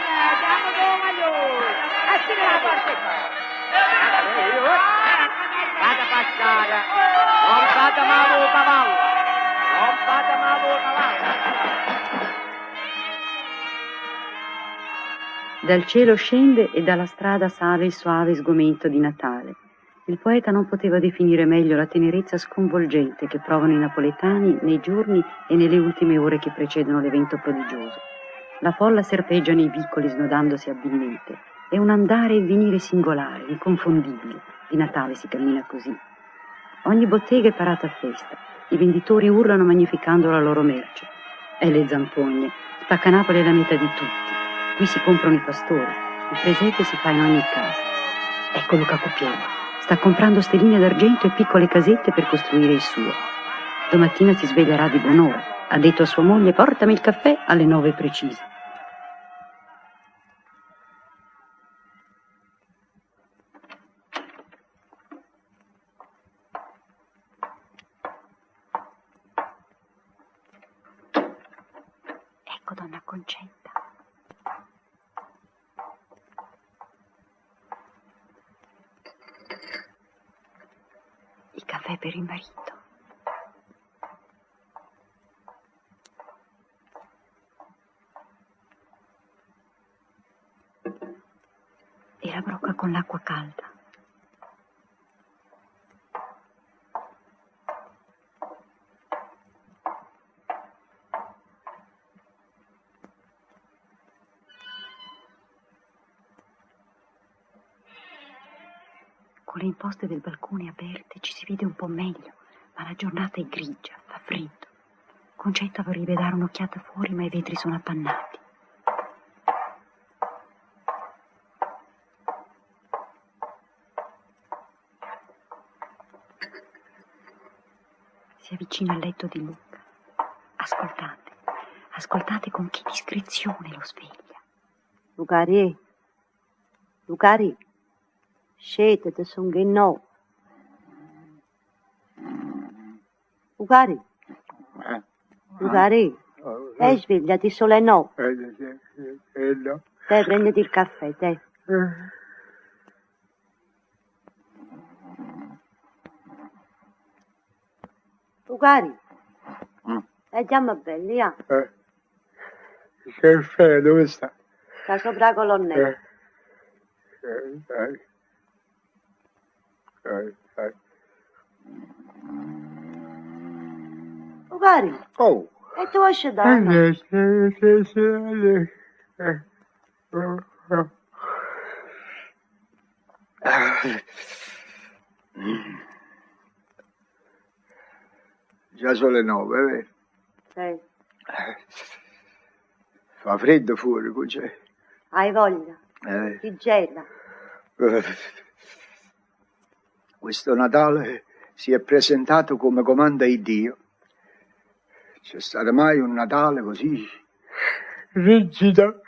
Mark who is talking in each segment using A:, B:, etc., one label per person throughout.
A: Bravo, Domagno! Accende la porta! Vada passare! Non fate male al cavallo! Non fate male al cavallo!
B: Dal cielo scende e dalla strada sale il suave sgomento di Natale. Il poeta non poteva definire meglio la tenerezza sconvolgente che provano i napoletani nei giorni e nelle ultime ore che precedono l'evento prodigioso. La folla serpeggia nei vicoli snodandosi abilmente. È un andare e venire singolare, inconfondibile. Di Natale si cammina così. Ogni bottega è parata a festa. I venditori urlano magnificando la loro merce. E le zampogne. Spaccanapoli è la meta di tutti. Qui si comprano i pastori. Il presepe si fa in ogni casa. Ecco Luca Cupiello. Sta comprando stelline d'argento e piccole casette per costruire il suo. Domattina si sveglierà di buon'ora. Ha detto a sua moglie portami il caffè alle nove precise. Ecco donna Concetta. Il caffè per il marito. E la brocca con l'acqua calda. Con le imposte del balcone aperte ci si vede un po' meglio, ma la giornata è grigia, fa freddo. Concetta vorrebbe dare un'occhiata fuori, ma i vetri sono appannati. Si avvicina al letto di Luca. Ascoltate, ascoltate con che discrezione lo sveglia.
C: Lucari, Lucari, scetete, sono che no. Lucari,
D: Eh,
C: Lucari,
D: oh,
C: te Eh, svegliati solo e no.
D: eh, eh, eh, eh, no.
C: Te prenditi il caffè, te.
D: Eh,
C: Lucari,
D: Mm.
C: e chiama belli, ah,
D: eh. Il caffè dove sta?
C: sta sopra la colonnella.
D: Eh, eh, dai. Dai, dai.
C: Lucari,
D: Oh!
C: e tu esci da là, no?
D: Eh, sì, sì, sì, eh, eh, oh, oh. Ah. Mm. Già sono le nove, vero?
C: Eh,
D: Fa freddo fuori, qui c'è.
C: hai voglia,
D: Eh,
C: ti gela.
D: eh. Questo Natale si è presentato come comanda il Dio. C'è stato mai un Natale così rigido?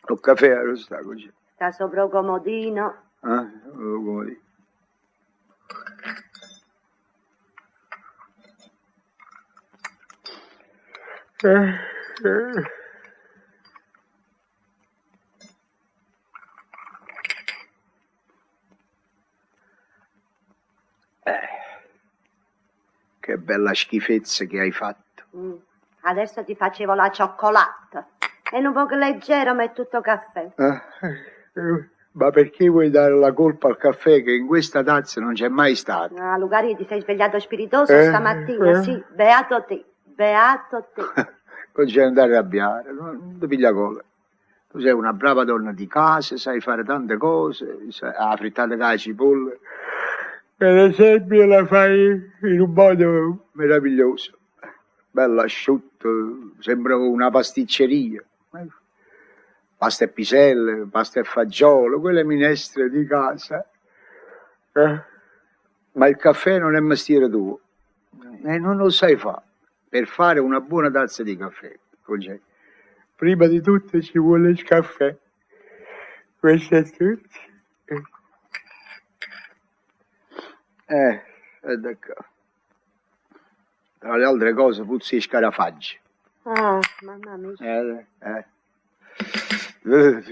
D: Lo caffè allo sta così.
C: Sta sopra un comodino,
D: Eh? Oh, come dire. Eh, eh. Eh, Che bella schifezza che hai fatto.
C: Mm. Adesso ti facevo la cioccolata. È un po' leggero, ma è tutto caffè.
D: Ah, eh, Ma perché vuoi dare la colpa al caffè che in questa tazza non c'è mai stato?
C: Ah, Lugari, ti sei svegliato spiritoso
D: Eh,
C: stamattina,
D: eh.
C: sì. Beato te, beato te.
D: Non c'è da arrabbiare, non ti piglia colla. Tu sei una brava donna di casa, sai fare tante cose, sai ah, frittata con le cipolle. Per esempio la fai in un modo meraviglioso. Bello asciutto, sembra una pasticceria. Pasta e piselle, pasta e fagiolo, quelle minestre di casa. Eh? Ma il caffè non è mestiere tuo e non lo sai fare per fare una buona tazza di caffè. Roger. Prima di tutto ci vuole il caffè. Questo è tutto. Eh, ed ecco. Tra le altre cose puzzi i scarafaggi.
C: Ah, mamma mia.
E: Eh, eh. Eh,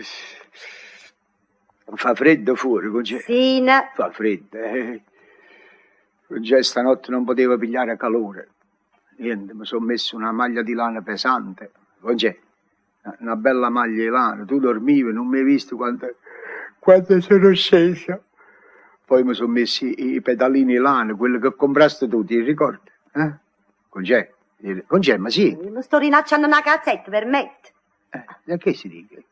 E: Fa freddo fuori, con
C: Sì, no.
E: Fa freddo, eh. Già stanotte non potevo pigliare calore. Niente, mi sono messo una maglia di lana pesante. Congè, una bella maglia di lana. Tu dormivi, non mi hai visto quanto, quanto sono sceso. Poi mi sono messi i, i pedalini di lana, quelli che compraste tu, ti ricordi? Eh? Congè, congè, ma sì.
C: Mi sto rinacciando una cazzetta, permetti.
E: Eh, da che si dice?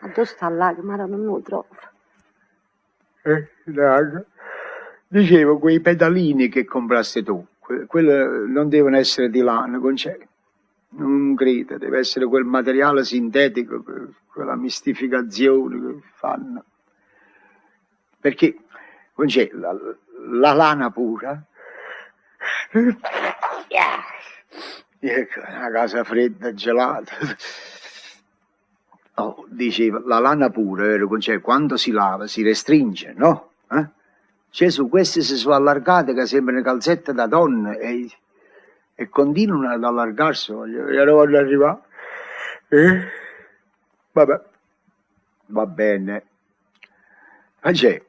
C: Ma dove sta là, che Mara non lo trovo.
E: Eh, raga. Dicevo, quei pedalini che compraste tu, que- quello non devono essere di lana, concetto. Non credo, deve essere quel materiale sintetico, que- quella mistificazione che fanno. Perché, concè, la, la lana pura... Ecco, una casa fredda, gelata. Oh, diceva, la lana pura, vero, concè, quando si lava si restringe, no? Eh? Cioè, su queste si sono allargate che sembrano calzette da donna e, e continuano ad allargarsi. Voglio, io non voglio arrivare. Eh? Vabbè, va bene. Ma c'è,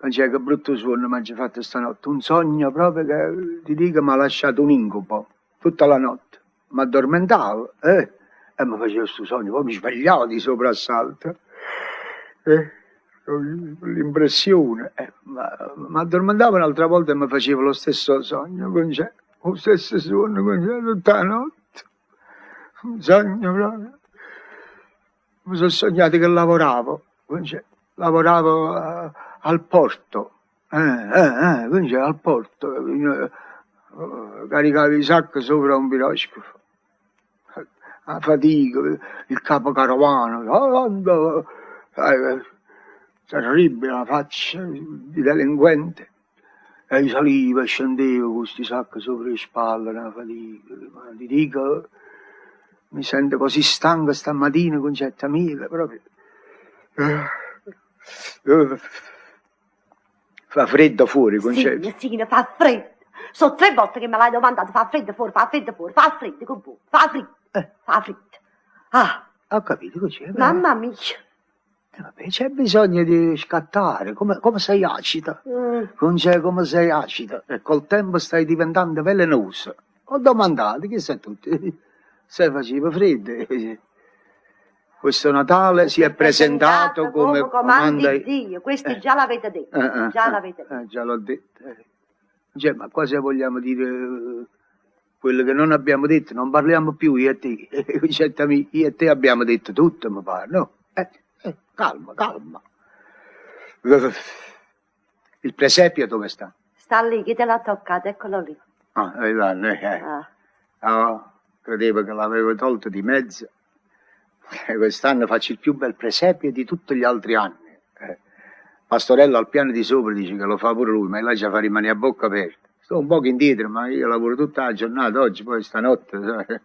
E: ma c'è che brutto suono mi ha fatto stanotte. Un sogno proprio che ti dico mi ha lasciato un incubo tutta la notte. Mi addormentavo, eh? E mi facevo questo sogno, poi mi svegliavo di soprassalto. Eh, l'impressione. eh, ma mi addormentavo un'altra volta e mi facevo lo stesso sogno, con c'è, lo stesso sonno, con c'è, tutta la notte. Un sogno proprio. Mi sono sognato che lavoravo, con c'è, lavoravo eh, al porto. Eh, eh, eh, con c'è, al porto. in- eh, caricavo i sacchi sopra un piroscafo la fatica, il capo carovano, Orlando, eh, terribile la faccia di delinquente. E io salivo e scendevo con questi sacchi sopra le spalle, una fatica, ma ti dico, mi sento così stanco stamattina, concetta mille, proprio. eh, Fa freddo fuori, concetto.
C: Sì, sì, fa freddo. Sono tre volte che me l'hai domandato, fa freddo fuori, fa freddo fuori, fa freddo con voi, fa freddo,
E: Eh.
C: fa freddo. Ah,
E: Ho capito, concetto.
C: mamma mia.
E: Eh, vabbè, c'è bisogno di scattare, come, come sei acida,
C: Mm.
E: non c'è come sei acida, e col tempo stai diventando velenosa. Ho domandato, che sai tutti, se faceva freddo. Questo Natale si è presentato come comanda...
C: di Oh, Dio, questo già l'avete detto,
E: Eh, eh,
C: già
E: eh,
C: l'avete detto.
E: eh, già l'ho detto. eh. Cioè, ma qua se vogliamo dire eh, quello che non abbiamo detto, non parliamo più io e te. Certo, ami- io e te abbiamo detto tutto, mi pare, no? Eh, eh, calma, calma. Il presepio dove sta?
C: Sta lì, chi te l'ha toccato, eccolo lì.
E: Ah, eh, là, eh, eh.
C: Ah.
E: Ah, credevo che l'avevo tolto di mezzo. Eh, Quest'anno faccio il più bel presepio di tutti gli altri anni. Eh, Pastorello al piano di sopra dice che lo fa pure lui, ma là già fa rimanere a bocca aperta. Sto un poco indietro, ma io lavoro tutta la giornata oggi, poi stanotte sai,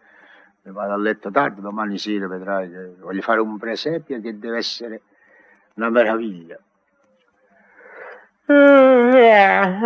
E: mi vado a letto tardi, domani sera vedrai che voglio fare un presepio che deve essere una meraviglia.
D: eh,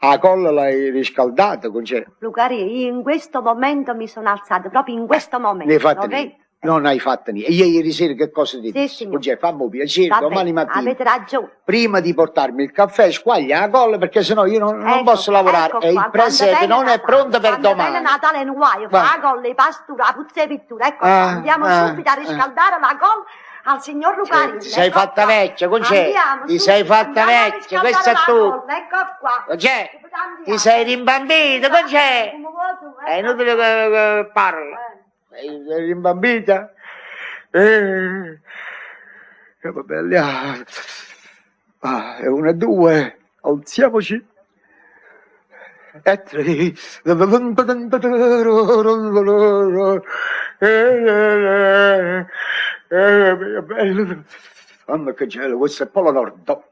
E: La colla l'hai riscaldata, concetto.
C: Lucari, io in questo momento mi sono alzato, proprio in questo momento,
E: Eh, Ne hai fatte
C: ok?
E: niente. Non hai fatto niente. E ieri sera che cosa ti
C: Sì,
E: dissi?
C: signore.
E: Cioè, fammi piacere,
C: Va
E: domani
C: bene,
E: mattina,
C: Avete ragione.
E: prima di portarmi il caffè, squaglia la colla perché sennò io non, non
C: Ecco,
E: posso lavorare.
C: ecco
E: e
C: qua,
E: il presepe
C: quando
E: non
C: viene
E: è pronto per
C: Natale,
E: domani.
C: Quando viene Natale è un guaio,
E: Va.
C: fa la colla, i pastura, la puzza e pittura, ecco,
E: Ah,
C: andiamo
E: ah,
C: subito a riscaldare la colla al signor Lucari.
E: Cioè, ti sei fatta vecchia, concè,
C: Andiamo
E: ti
C: subito,
E: sei fatta
C: andiamo a
E: vecchia,
C: riscaldare
E: questo è
C: la
E: tutto.
C: colla, Ecco qua.
E: Concè,
C: Andiamo. Ah,
E: ti sei rimbambito, concè.
C: Come vuoi tu,
E: È
C: ecco.
E: inutile che, che parla.
C: Eh.
E: Sei sei rimbambita? Eh, eh, vabbè, lì, ah, ah, è una e due, alziamoci. E tre. Mamma che cielo, questo è Polo Nord.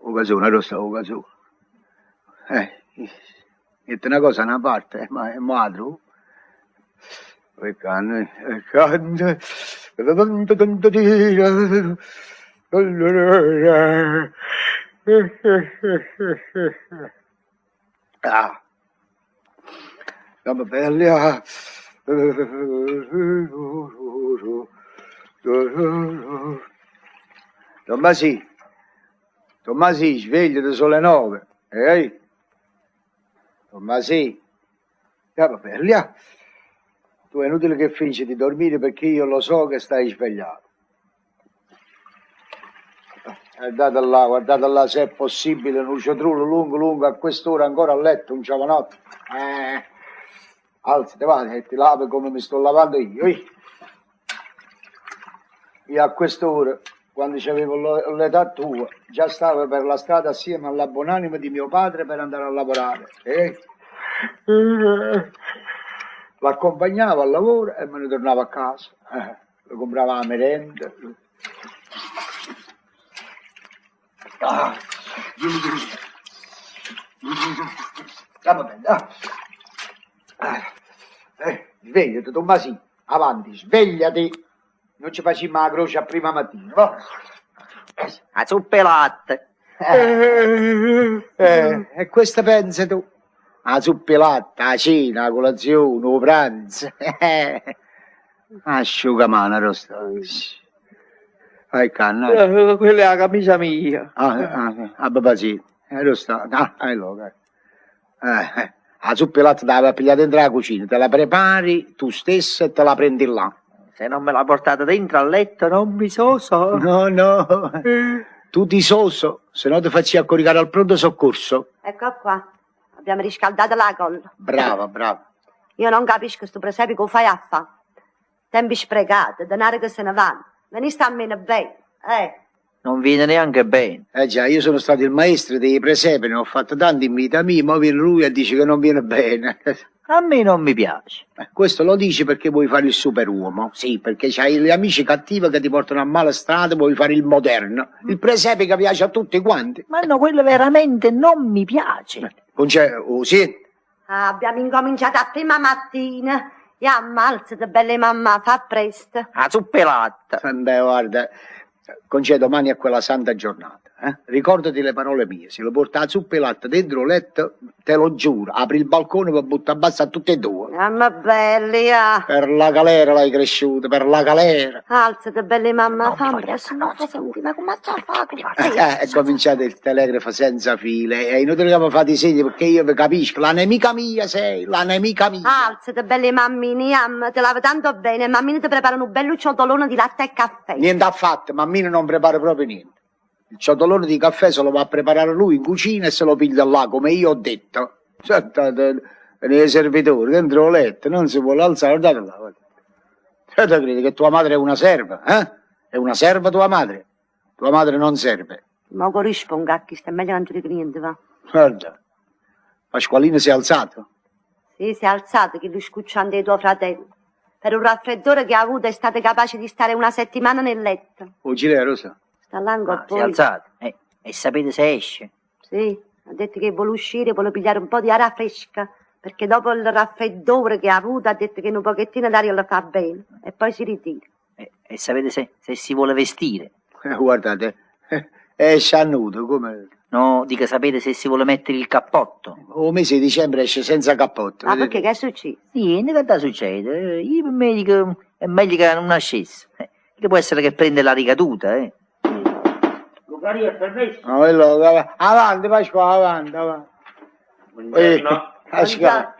E: Occasione, rossa, occasione. Eh, niente una cosa, una parte, eh, ma è madro. E canne, e canne. eh. Ah. la bella. eh, Tommasi, Tommasi, svegliati sono le nove. Ehi, Tommasi, la bella. Tu è inutile che finisci di dormire perché io lo so che stai svegliato. Guardate Eh, là, guardate là se è possibile, un ciotrulo lungo, lungo, a quest'ora ancora a letto, un giovanotto. Eh, alzati, vai, e ti lavi come mi sto lavando io. ih. Io a quest'ora, quando avevo lo- l'età tua, già stavo per la strada assieme alla buonanima di mio padre per andare a lavorare. Eh?
D: eh.
E: L'accompagnavo al lavoro e me ne tornavo a casa. Eh, lo comprava la merenda. Ah, Ah, va bene, ah. Ah, eh, svegliati, Tommasi, avanti, svegliati. Non ci facciamo la croce a prima mattina, va?
F: A zuppe e latte.
E: Eh, eh, e questo pensa tu? La zuppa e latte, la cena, la colazione, il pranzo. Eh. Asciugamano, rosto. Hai canna.
F: Eh, Quella è la camicia mia. Eh.
E: Ah, ah, ah, papà sì. Eh, lo sta. Ah, hai lo, eh. Eh, eh. La zuppa e latte te la vai a pigliare dentro la cucina, te la prepari tu stessa e te la prendi là.
F: Se non me la portate dentro a letto non mi Eh. so so.
E: No, no. Tu ti soso, se no ti facci accoricare al pronto soccorso.
C: Ecco qua. Abbiamo riscaldato la colla.
E: Brava, brava.
C: Io non capisco sto presepe che fai a fa. Tempi sprecati, denaro che se ne vanno. Veniste a meno bene. Eh,
F: Non viene neanche bene.
E: Eh già, io sono stato il maestro dei presepi, ne ho fatto tanti in vita mia, ma viene lui e dice che non viene bene.
F: A me non mi piace.
E: Eh, Questo lo dici perché vuoi fare il superuomo, sì, perché c'hai gli amici cattivi che ti portano a male strada, vuoi fare il moderno,
F: Mm.
E: il presepe che piace a tutti quanti.
F: Ma no, quello veramente non mi piace.
E: Non c'è, oh sì,
C: abbiamo incominciato a prima mattina. E ammalzate, belle mamma, fa presto.
F: A zuppe e latte.
E: Eh, beh, guarda, concè domani a quella santa giornata, eh? ricordati le parole mie, se lo porta a zuppa e latte dentro il letto, te lo giuro, apri il balcone per buttare a basso a tutti e due.
C: Mamma belli, ah.
E: Per la galera l'hai cresciuto, per la galera.
C: Alzate, belle mamma,
F: Non
C: fa
F: mi voglio
C: presto.
F: andare,
C: Non fa senti, ma come sta a
E: Eh,
C: fare?
E: eh, è cominciato il telegrafo senza file, è inutile che mi fate i segni perché io vi capisco, la nemica mia sei, la nemica mia.
C: Alzate, belle mammini, am, te lava tanto bene. Mammini ti preparano un bello ciotolone di latte e caffè.
E: Niente affatto, mammina non prepara proprio niente. Il ciotolone di caffè se lo va a preparare lui in cucina e se lo piglia là, come io ho detto. Cioè, da- da- nei servitori, dentro il letto, non si vuole alzare, guardate là. guarda. Cioè, tu credi che tua madre è una serva, eh? È una serva tua madre. Tua madre non serve.
C: Ma corrispongo a chi sta meglio non ti dico niente, va.
E: Guarda, Pasqualino si è alzato.
C: Sì, si è alzato che lui scucciante di tuo fratello. Per un raffreddore che ha avuto è stato capace di stare una settimana nel letto.
E: Oh, Gilea, Rosa.
C: Sta là ancora
F: Ah, si è
C: poi.
F: alzato. Eh, e sapete se esce?
C: Sì, ha detto che vuole uscire, vuole pigliare un po' di aria fresca. Perché dopo il raffreddore che ha avuto ha detto che in un pochettino l'aria lo fa bene. E poi si ritira.
F: Eh, E, sapete se, se si vuole vestire?
E: Eh, guardate, eh, esce a nudo, come...
F: No, dica sapete se si vuole mettere il cappotto.
E: O mese di dicembre esce senza cappotto.
G: Ah,
C: Ma
E: vedete?
C: perché che è successo?
F: Niente, che da succede? Eh, Io per me dico, è meglio che non nascesse. Eh, che può essere che prende la ricaduta, eh.
E: No, quello- av- avanti, Pasqua, avanti, avanti.
H: Buongiorno.
E: Eh, Pasqua.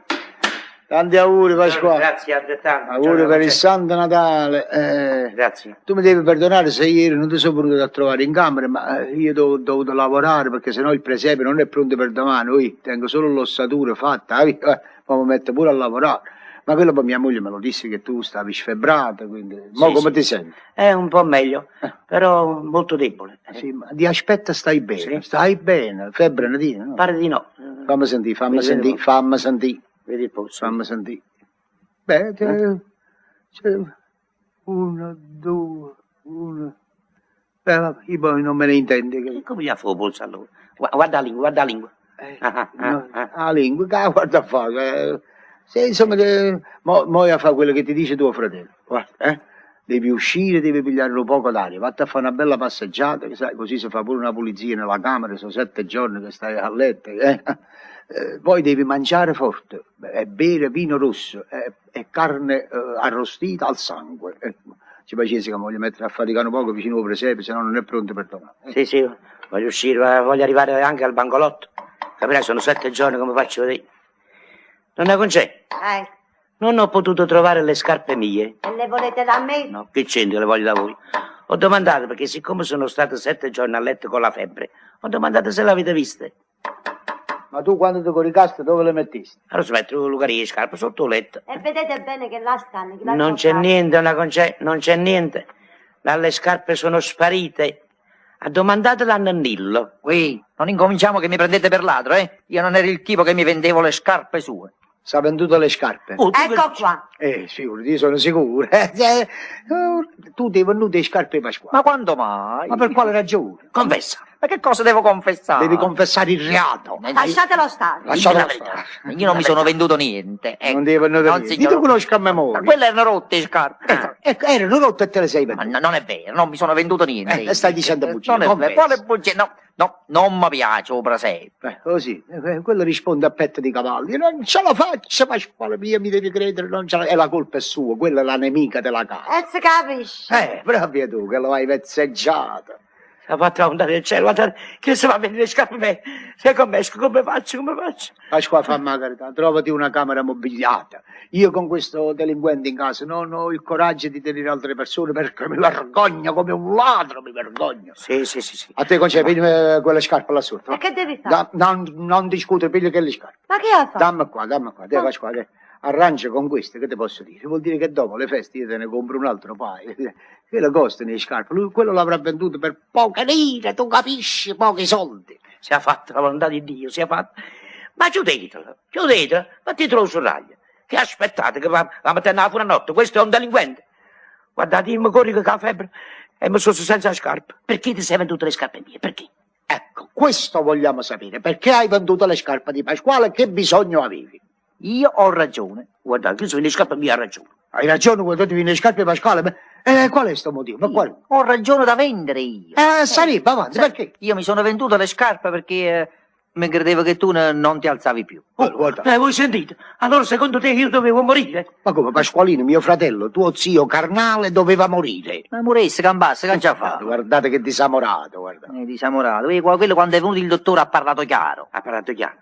E: Tanti auguri, Pasqua.
H: Grazie altrettanto.
E: Auguri per il Santo Natale. eh.
H: Grazie.
E: tu mi devi perdonare se ieri non ti sono venuto a trovare in camera, ma eh, io ho dovuto lavorare perché sennò il presepe non è pronto per domani. Ui, tengo solo l'ossatura fatta, eh, eh, ma mi metto pure a lavorare. Ma quello poi mia moglie me lo disse che tu stavi sfebbrata, quindi... Mo
H: Sì,
E: come
H: sì.
E: ti senti? Eh.
H: È un po' meglio, però molto debole.
E: Sì, ma di aspetta stai bene,
H: Sì.
E: stai bene, febbre ne dici, no?
H: Pare di no.
E: Fammi sentire, fammi
H: Vedi,
E: sentire,
H: vedi.
E: fammi sentire,
H: Vedi il polso.
E: fammi sentire. Beh, te- cioè, uno, due, uno. Beh, Eh, vabbè, io poi non me ne intendo.
H: E
E: che-
H: come gli ha fatto il polso allora? Gua- Guarda la lingua, guarda la lingua.
E: eh,
H: Ah, ah,
E: no,
H: ah.
E: La lingua, che guarda a fare. eh, se, insomma, te- mo, mo a fa quello che ti dice tuo fratello. Guarda, eh. devi uscire, devi pigliare un poco d'aria, vatti a fare una bella passeggiata, che sai, così si fa pure una pulizia nella camera, sono sette giorni che stai a letto, eh. Eh, poi devi mangiare forte, e bere vino rosso eh, e carne eh, arrostita al sangue. Eh, ci facessi che mi voglio mettere a faticare un poco vicino al presepe, se no non è pronto per tornare. Eh,
H: Sì, sì, voglio uscire, eh, voglio arrivare anche al bancolotto. Capirai, sono sette giorni come faccio vedere. Donna Concè,
C: Eh,
H: non ho potuto trovare le scarpe mie.
C: e le volete da me?
H: No, che c'entra, le voglio da voi. Ho domandato perché siccome sono stato sette giorni a letto con la febbre, ho domandato se l'avete viste.
E: Ma tu quando ti coricaste dove le mettesti?
H: Allora si mette Lucari le scarpe sotto il letto.
C: E vedete bene che là stanno. che là sono
H: Non c'è
C: fatte.
H: niente, una conce- non c'è niente. Dalle scarpe sono sparite. Ha domandatela a Nannillo.
G: Qui, non incominciamo che mi prendete per ladro, eh? Io non ero il tipo che mi vendevo le scarpe sue.
E: S'ha venduto le scarpe.
H: Oh, tu che
C: Ecco
H: dici?
C: qua.
E: Eh, sicuro, io sono sicuro. Eh, eh, eh, tu ti è venuto le scarpe Pasquale.
G: Ma quando mai?
E: Ma per quale ragione?
H: Confessa.
G: Ma che cosa devo confessare?
E: Devi confessare il reato.
C: Lasciatelo stare. Eh,
G: Lasciate
H: Dite
G: la
H: la verità.
G: stare. Io non mi sono venduto niente. ecco.
E: Non ti è venuto
G: Non,
E: niente. Io
G: signor-
E: ti conosco a
G: Ma
E: memoria.
G: quelle erano rotte le scarpe.
H: Ah.
E: Ecco, erano rotte e te le sei
G: Ma
E: venduto.
G: no- non è vero, non mi sono venduto niente.
E: Eh, stai dicendo
G: Eh,
E: bugie,
G: Non è vero.
E: confessa.
G: Quale bugie? No, no, non mi piace, oh, presepe.
E: Eh, così, eh, quello risponde a petto di cavalli, non ce la faccio Pasquale mia, mi devi credere, non ce la... e la colpa è sua, quella è la nemica della casa.
C: E si capisce.
E: Eh, proprio tu che lo hai vezzeggiato.
H: Ha fatto andare il cielo, guardate, che se va a venire le scarpe me. Se con me esco, come faccio, come faccio?
E: Pasqua fa una carità, trovati una camera mobiliata. Io con questo delinquente in casa non ho il coraggio di tenere altre persone perché mi vergogno come un ladro, mi vergogno.
H: Sì, sì, sì, sì.
E: A te concepi eh, quelle scarpe là sotto.
C: E che devi fare?
E: Da- non, non discutere, piglia che le scarpe.
C: Ma che ha fatto?
E: Dammi qua, dammi qua, te
C: Ah.
E: Pasquale, arrangia con queste, che ti posso dire? Vuol dire che dopo le feste io te ne compro un altro paio. Quello costa le scarpe, lui quello l'avrà venduto per poche lire, tu capisci, pochi soldi.
H: Si è fatta la volontà di Dio, si è fatta. Ma chiudetelo, chiudetelo, mettetelo sul raglio. Che aspettate che va, va a mettere nella notte? Questo è un delinquente. Guardate, io mi corri che ha febbre e mi sono senza scarpe.
G: Perché ti sei venduto le scarpe mie? Perché?
E: Ecco, questo vogliamo sapere, perché hai venduto le scarpe di Pasquale, che bisogno avevi?
G: Io ho ragione.
H: Guardate, chi se le scarpe mi ha ragione.
E: Hai ragione, quando ti viene le scarpe di Pasquale, ma eh, qual è sto motivo? Ma quale?
G: Io Ho ragione da vendere io.
E: Eh, sarebbe avanti,
G: Sai,
E: perché?
G: Io mi sono venduto le scarpe perché eh, mi credevo che tu ne- non ti alzavi più.
H: Oh,
E: Allora, guarda.
H: eh, voi sentite? Allora secondo te io dovevo morire?
E: Ma come Pasqualino, mio fratello, tuo zio carnale doveva morire.
G: Ma moresse, cambasse, che non ci ha
E: Guardate,
G: fatto?
E: Eh, guardate che disamorato, guarda.
G: Eh, disamorato. Vedi, qua- quello quando è venuto il dottore ha parlato chiaro.
H: Ha parlato chiaro.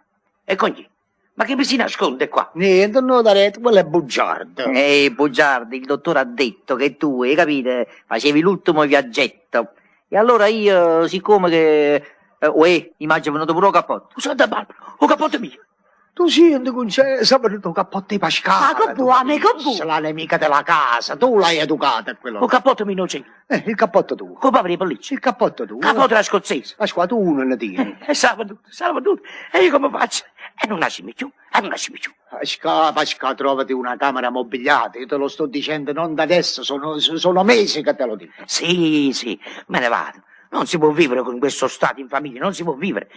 H: E cogli, ma che mi si nasconde qua?
E: Niente, non darete, quello è bugiardo.
G: Ehi, bugiardi, Eh, il dottore ha detto che tu, hai capito, facevi l'ultimo viaggetto. E allora io, siccome che... Eh, uè, immagino è venuto pure un cappotto.
H: Santa Barbara, o capote mio.
E: Tu senti con c'è soprattutto cappotti Pascale.
C: Ma che buono, che buono.
E: Se la nemica della casa, tu l'hai educata quello.
H: o capote mio innocente,
E: Eh, il cappotto tuo.
H: con Pavri Pollicci,
E: Il cappotto tuo.
H: capote la scozzese. Eh,
E: Pasqua, tu uno ne tieni.
H: E sabato, sabato, e io come faccio? E non nascimi più, e non nascimi più.
E: Pasqua, Pasqua, trovati una camera mobiliata. Io te lo sto dicendo non da adesso, sono, sono mesi che te lo dico.
H: Sì, sì, me ne vado. Non si può vivere con questo stato in famiglia, non si può vivere.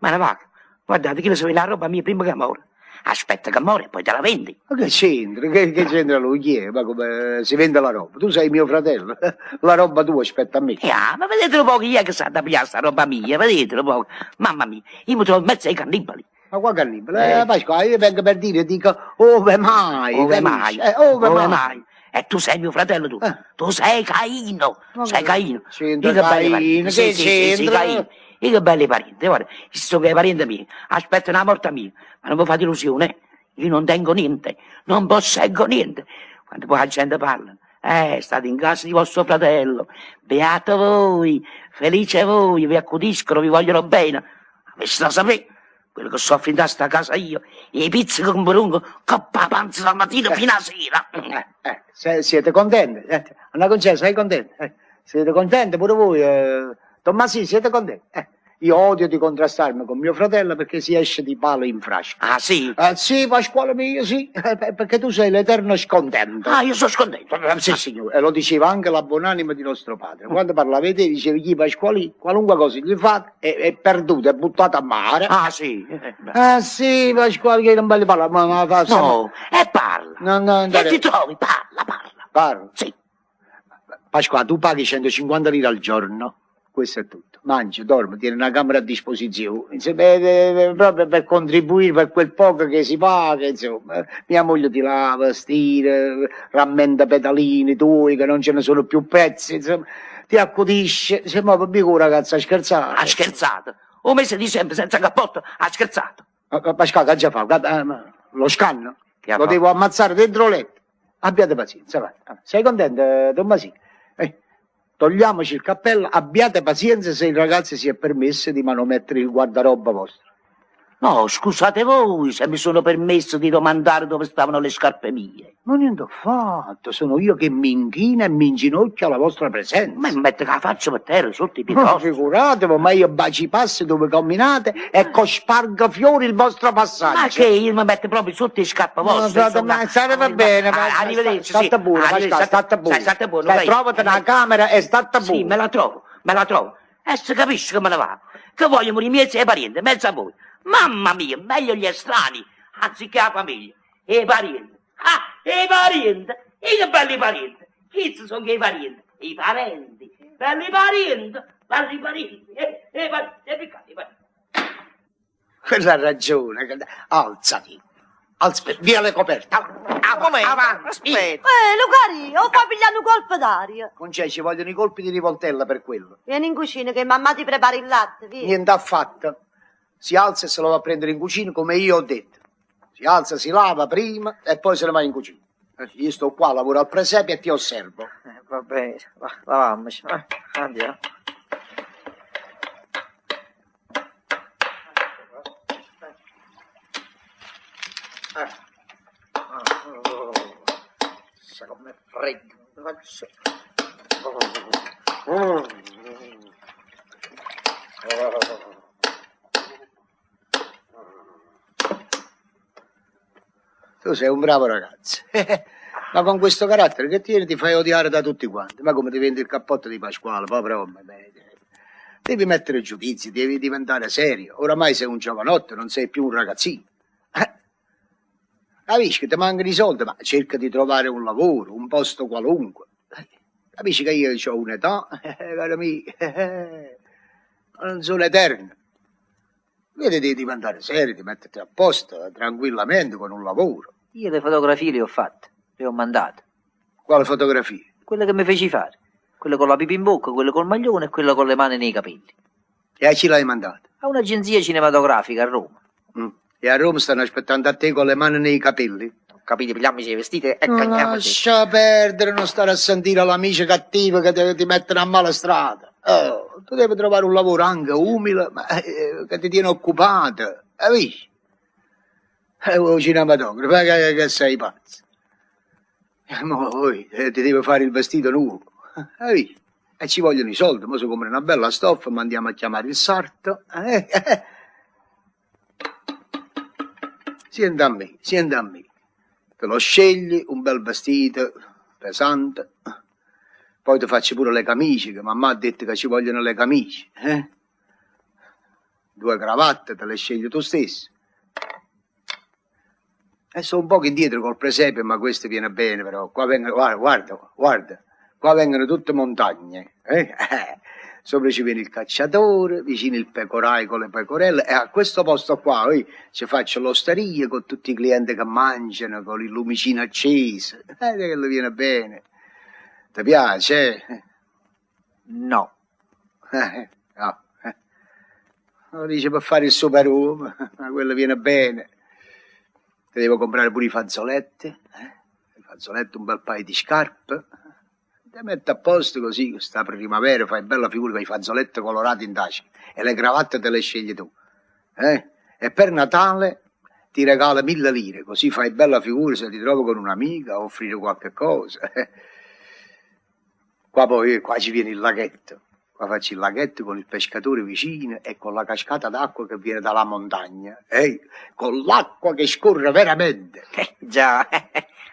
H: Me ne vado. Guardate, che ne so, è la roba mia prima che muore. Aspetta che muore e poi te la vendi.
E: Ma che c'entra? Che, che c'entra lui? Chi è? Ma come eh, si vende la roba? Tu sei mio fratello. La roba tua aspetta a me.
H: E ah, ma vedetelo poco, chi è che sa da pigliare sta roba mia, vedetelo poco. Mamma mia, io mi trovo in mezzo ai cannibali.
E: Ma qua cannibale, eh, Pasqua, io vengo per dire, dico, ove mai?
H: Ove mai,
E: capisci? Eh, ove, mai?
H: E tu sei mio fratello, tu.
E: Eh.
H: Tu sei Caino,
E: Ma
H: sei
E: che-
H: Caino.
E: C'entra
H: Io che
E: Caino,
H: belli parenti.
E: che
H: Sì, sì, sì, sì,
E: c'entra?
H: Caino. Io che belli parenti, guarda, visto che è parente mio, aspetta una morte mia, ma non mi fate illusione, io non tengo niente, non posseggo niente. Quando poi la gente parla, eh, state in casa di vostro fratello, beato voi, felice voi, vi accudiscono, vi vogliono bene. Avessi da sapere quello che soffro in sta casa io, e i pizzi con brungo, coppa panza dal mattino fino a sera.
E: Eh, eh, se- siete contenti? Eh, Anna Concetta, sei contenta? Eh, siete contenti pure voi? Eh, Tommasini, siete contenti? Eh, io odio di contrastarmi con mio fratello perché si esce di palo in frasca.
H: Ah sì?
E: Eh, sì, Pasquale mio, sì, eh, per- perché tu sei l'eterno scontento.
H: Ah, io sono scontento. Ah.
E: Eh, Sì, signore, e lo diceva anche la buonanima di nostro padre. Quando parlava di te, dicevi chi Pasquali, qualunque cosa gli fa, è, è perduta, è buttata a mare.
H: Ah sì? Eh, beh.
E: Ah, sì, Pasquale, che non belli parla, ma, ma ma-
H: No, e parla.
E: No, no,
H: e
E: andare-
H: ti trovi, parla, parla.
E: parla.
H: Sì.
E: Pasqua, tu paghi 150 lire al giorno. Questo è tutto. Mangi, dormi, tieni una camera a disposizione. Insomma, eh, eh, proprio per contribuire per quel poco che si paga, insomma. Mia moglie ti lava, stira, rammenta pedalini tuoi che non ce ne sono più pezzi, insomma. Ti accudisce. Sembra proprio un ragazzo a scherzare.
H: Ha scherzato. Un mese di sempre senza cappotto, ha scherzato.
E: Ah, Ma Pasqua, che già fa? Guarda, eh, ma Lo scanno.
H: Che ha
E: Lo
H: fatto?
E: devo ammazzare dentro letto. Abbiate pazienza, vai. Ah, Sei contento, eh, Tommasino? Eh, togliamoci il cappello, abbiate pazienza se il ragazzo si è permesso di manomettere il guardaroba vostro.
H: No, scusate voi se mi sono permesso di domandare dove stavano le scarpe mie.
E: Ma niente affatto, sono io che mi inchino e mi inginocchio alla vostra presenza.
H: Ma mi mette la faccia per terra sotto i
E: Ma
H: piedi.
E: figuratevi, ma io baci i passi dove camminate e cospargo a fiori il vostro passaggio.
H: Ma che io mi metto proprio sotto le scarpe
E: No,
H: vostre.
E: frate,
H: insomma.
E: ma state va bene,
H: Ah,
E: ma
H: Arrivederci,
E: sta-
H: sì.
E: State buono,
H: Arrivederci,
E: Pasquale,
H: state-
E: state buono.
H: state- state buono,
E: Dai,
H: dai.
E: trovate
H: Eh,
E: una camera e state buono.
H: Sì, me la trovo, me la trovo. E se capisci come la va? Che vogliono i miei zii e parenti, mezzo a voi. Mamma mia, meglio gli estranei, anziché la famiglia. E i parenti. Ah, e i parenti. E che belli parenti. Chi ci sono che i parenti? I parenti. Belli parenti. Belli parenti. E i parenti. E piccati i parenti.
E: Quella ha ragione. quella- Alzati. Alzati. Via le coperte.
H: Ah,
G: Un momento, aspetta.
C: Eh, Lucari, o fa pigliare un colpo d'aria.
E: Non c'è, ci vogliono i colpi di rivoltella per quello.
C: Vieni in cucina che mamma ti prepara il latte, vieni.
E: Niente affatto. Si alza e se lo va a prendere in cucina come io ho detto. Si alza, si lava prima e poi se ne va in cucina. Eh, Io sto qua, lavoro al presepe e ti osservo.
G: Eh, va bene, va, lavammoci. va, Andiamo.
E: Ah, oh, Sa com'è freddo. Oh,
C: Ah.
E: Tu sei un bravo ragazzo. Ma con questo carattere che tieni ti fai odiare da tutti quanti. Ma come ti vendi il cappotto di Pasquale, povero uomo. eh, beh, Devi mettere giudizi, devi diventare serio. Oramai sei un giovanotto, non sei più un ragazzino. Eh, Capisci che ti mancano i soldi, ma cerca di trovare un lavoro, un posto qualunque. Eh. Capisci che io ho un'età, eh, caro amico, eh, ma non sono eterno. Vedi di diventare serio, di metterti a posto eh, tranquillamente con un lavoro.
G: Io le fotografie le ho fatte, le ho mandate.
E: Quale fotografia?
G: Quelle che mi feci fare. Quelle con la pipa in bocca, quelle col maglione e quella con le mani nei capelli.
E: E a chi l'hai mandata?
G: A un'agenzia cinematografica a Roma.
E: Mm. E a Roma stanno aspettando a te con le mani nei capelli.
G: Capite, pigliamoci le vestite e
E: Ma
G: cagniamoci.
E: Lascia perdere, non stare a sentire l'amico cattivo che te- ti mettono a mala strada. Oh, tu devi trovare un lavoro anche umile, ma eh, che ti tiene occupato. Capisci? E un cinematografo, eh, che, che sei pazzo. E mo poi, eh, ti devi fare il vestito nuovo. Capisci? E ci vogliono i soldi, mo si compra una bella stoffa, mandiamo a chiamare il sarto. Eh, eh. Sienta a me, sienta a me. Te lo scegli, un bel vestito, pesante. Poi ti faccio pure le camicie, che mamma ha detto che ci vogliono le camicie. eh? Due cravatte te le scegli tu stesso. E sono un poco indietro col presepe, ma questo viene bene però. Qua vengono, guarda, guarda, guarda. qua vengono tutte montagne. eh? Sopra ci viene il cacciatore, vicino il pecorai con le pecorelle e a questo posto qua eh, ci faccio l'osteria con tutti i clienti che mangiano, con il lumicino acceso. Eh, che lo viene bene. Ti piace? eh?
G: No.
E: Eh, no. eh. Lo dice per fare il superuomo, ma quello viene bene. Ti devo comprare pure i fazzoletti, eh? i fazzoletti, un bel paio di scarpe. Ti metto a posto così, questa primavera fai bella figura con i fazzoletti colorati in tasca e le cravatte te le scegli tu. eh? E per Natale ti regala mille lire, così fai bella figura se ti trovo con un'amica a offrire qualche cosa. eh? Qua poi eh, qua ci viene il laghetto. Qua faccio il laghetto con il pescatore vicino e con la cascata d'acqua che viene dalla montagna. Ehi, con l'acqua che scorre veramente.
G: Eh, già,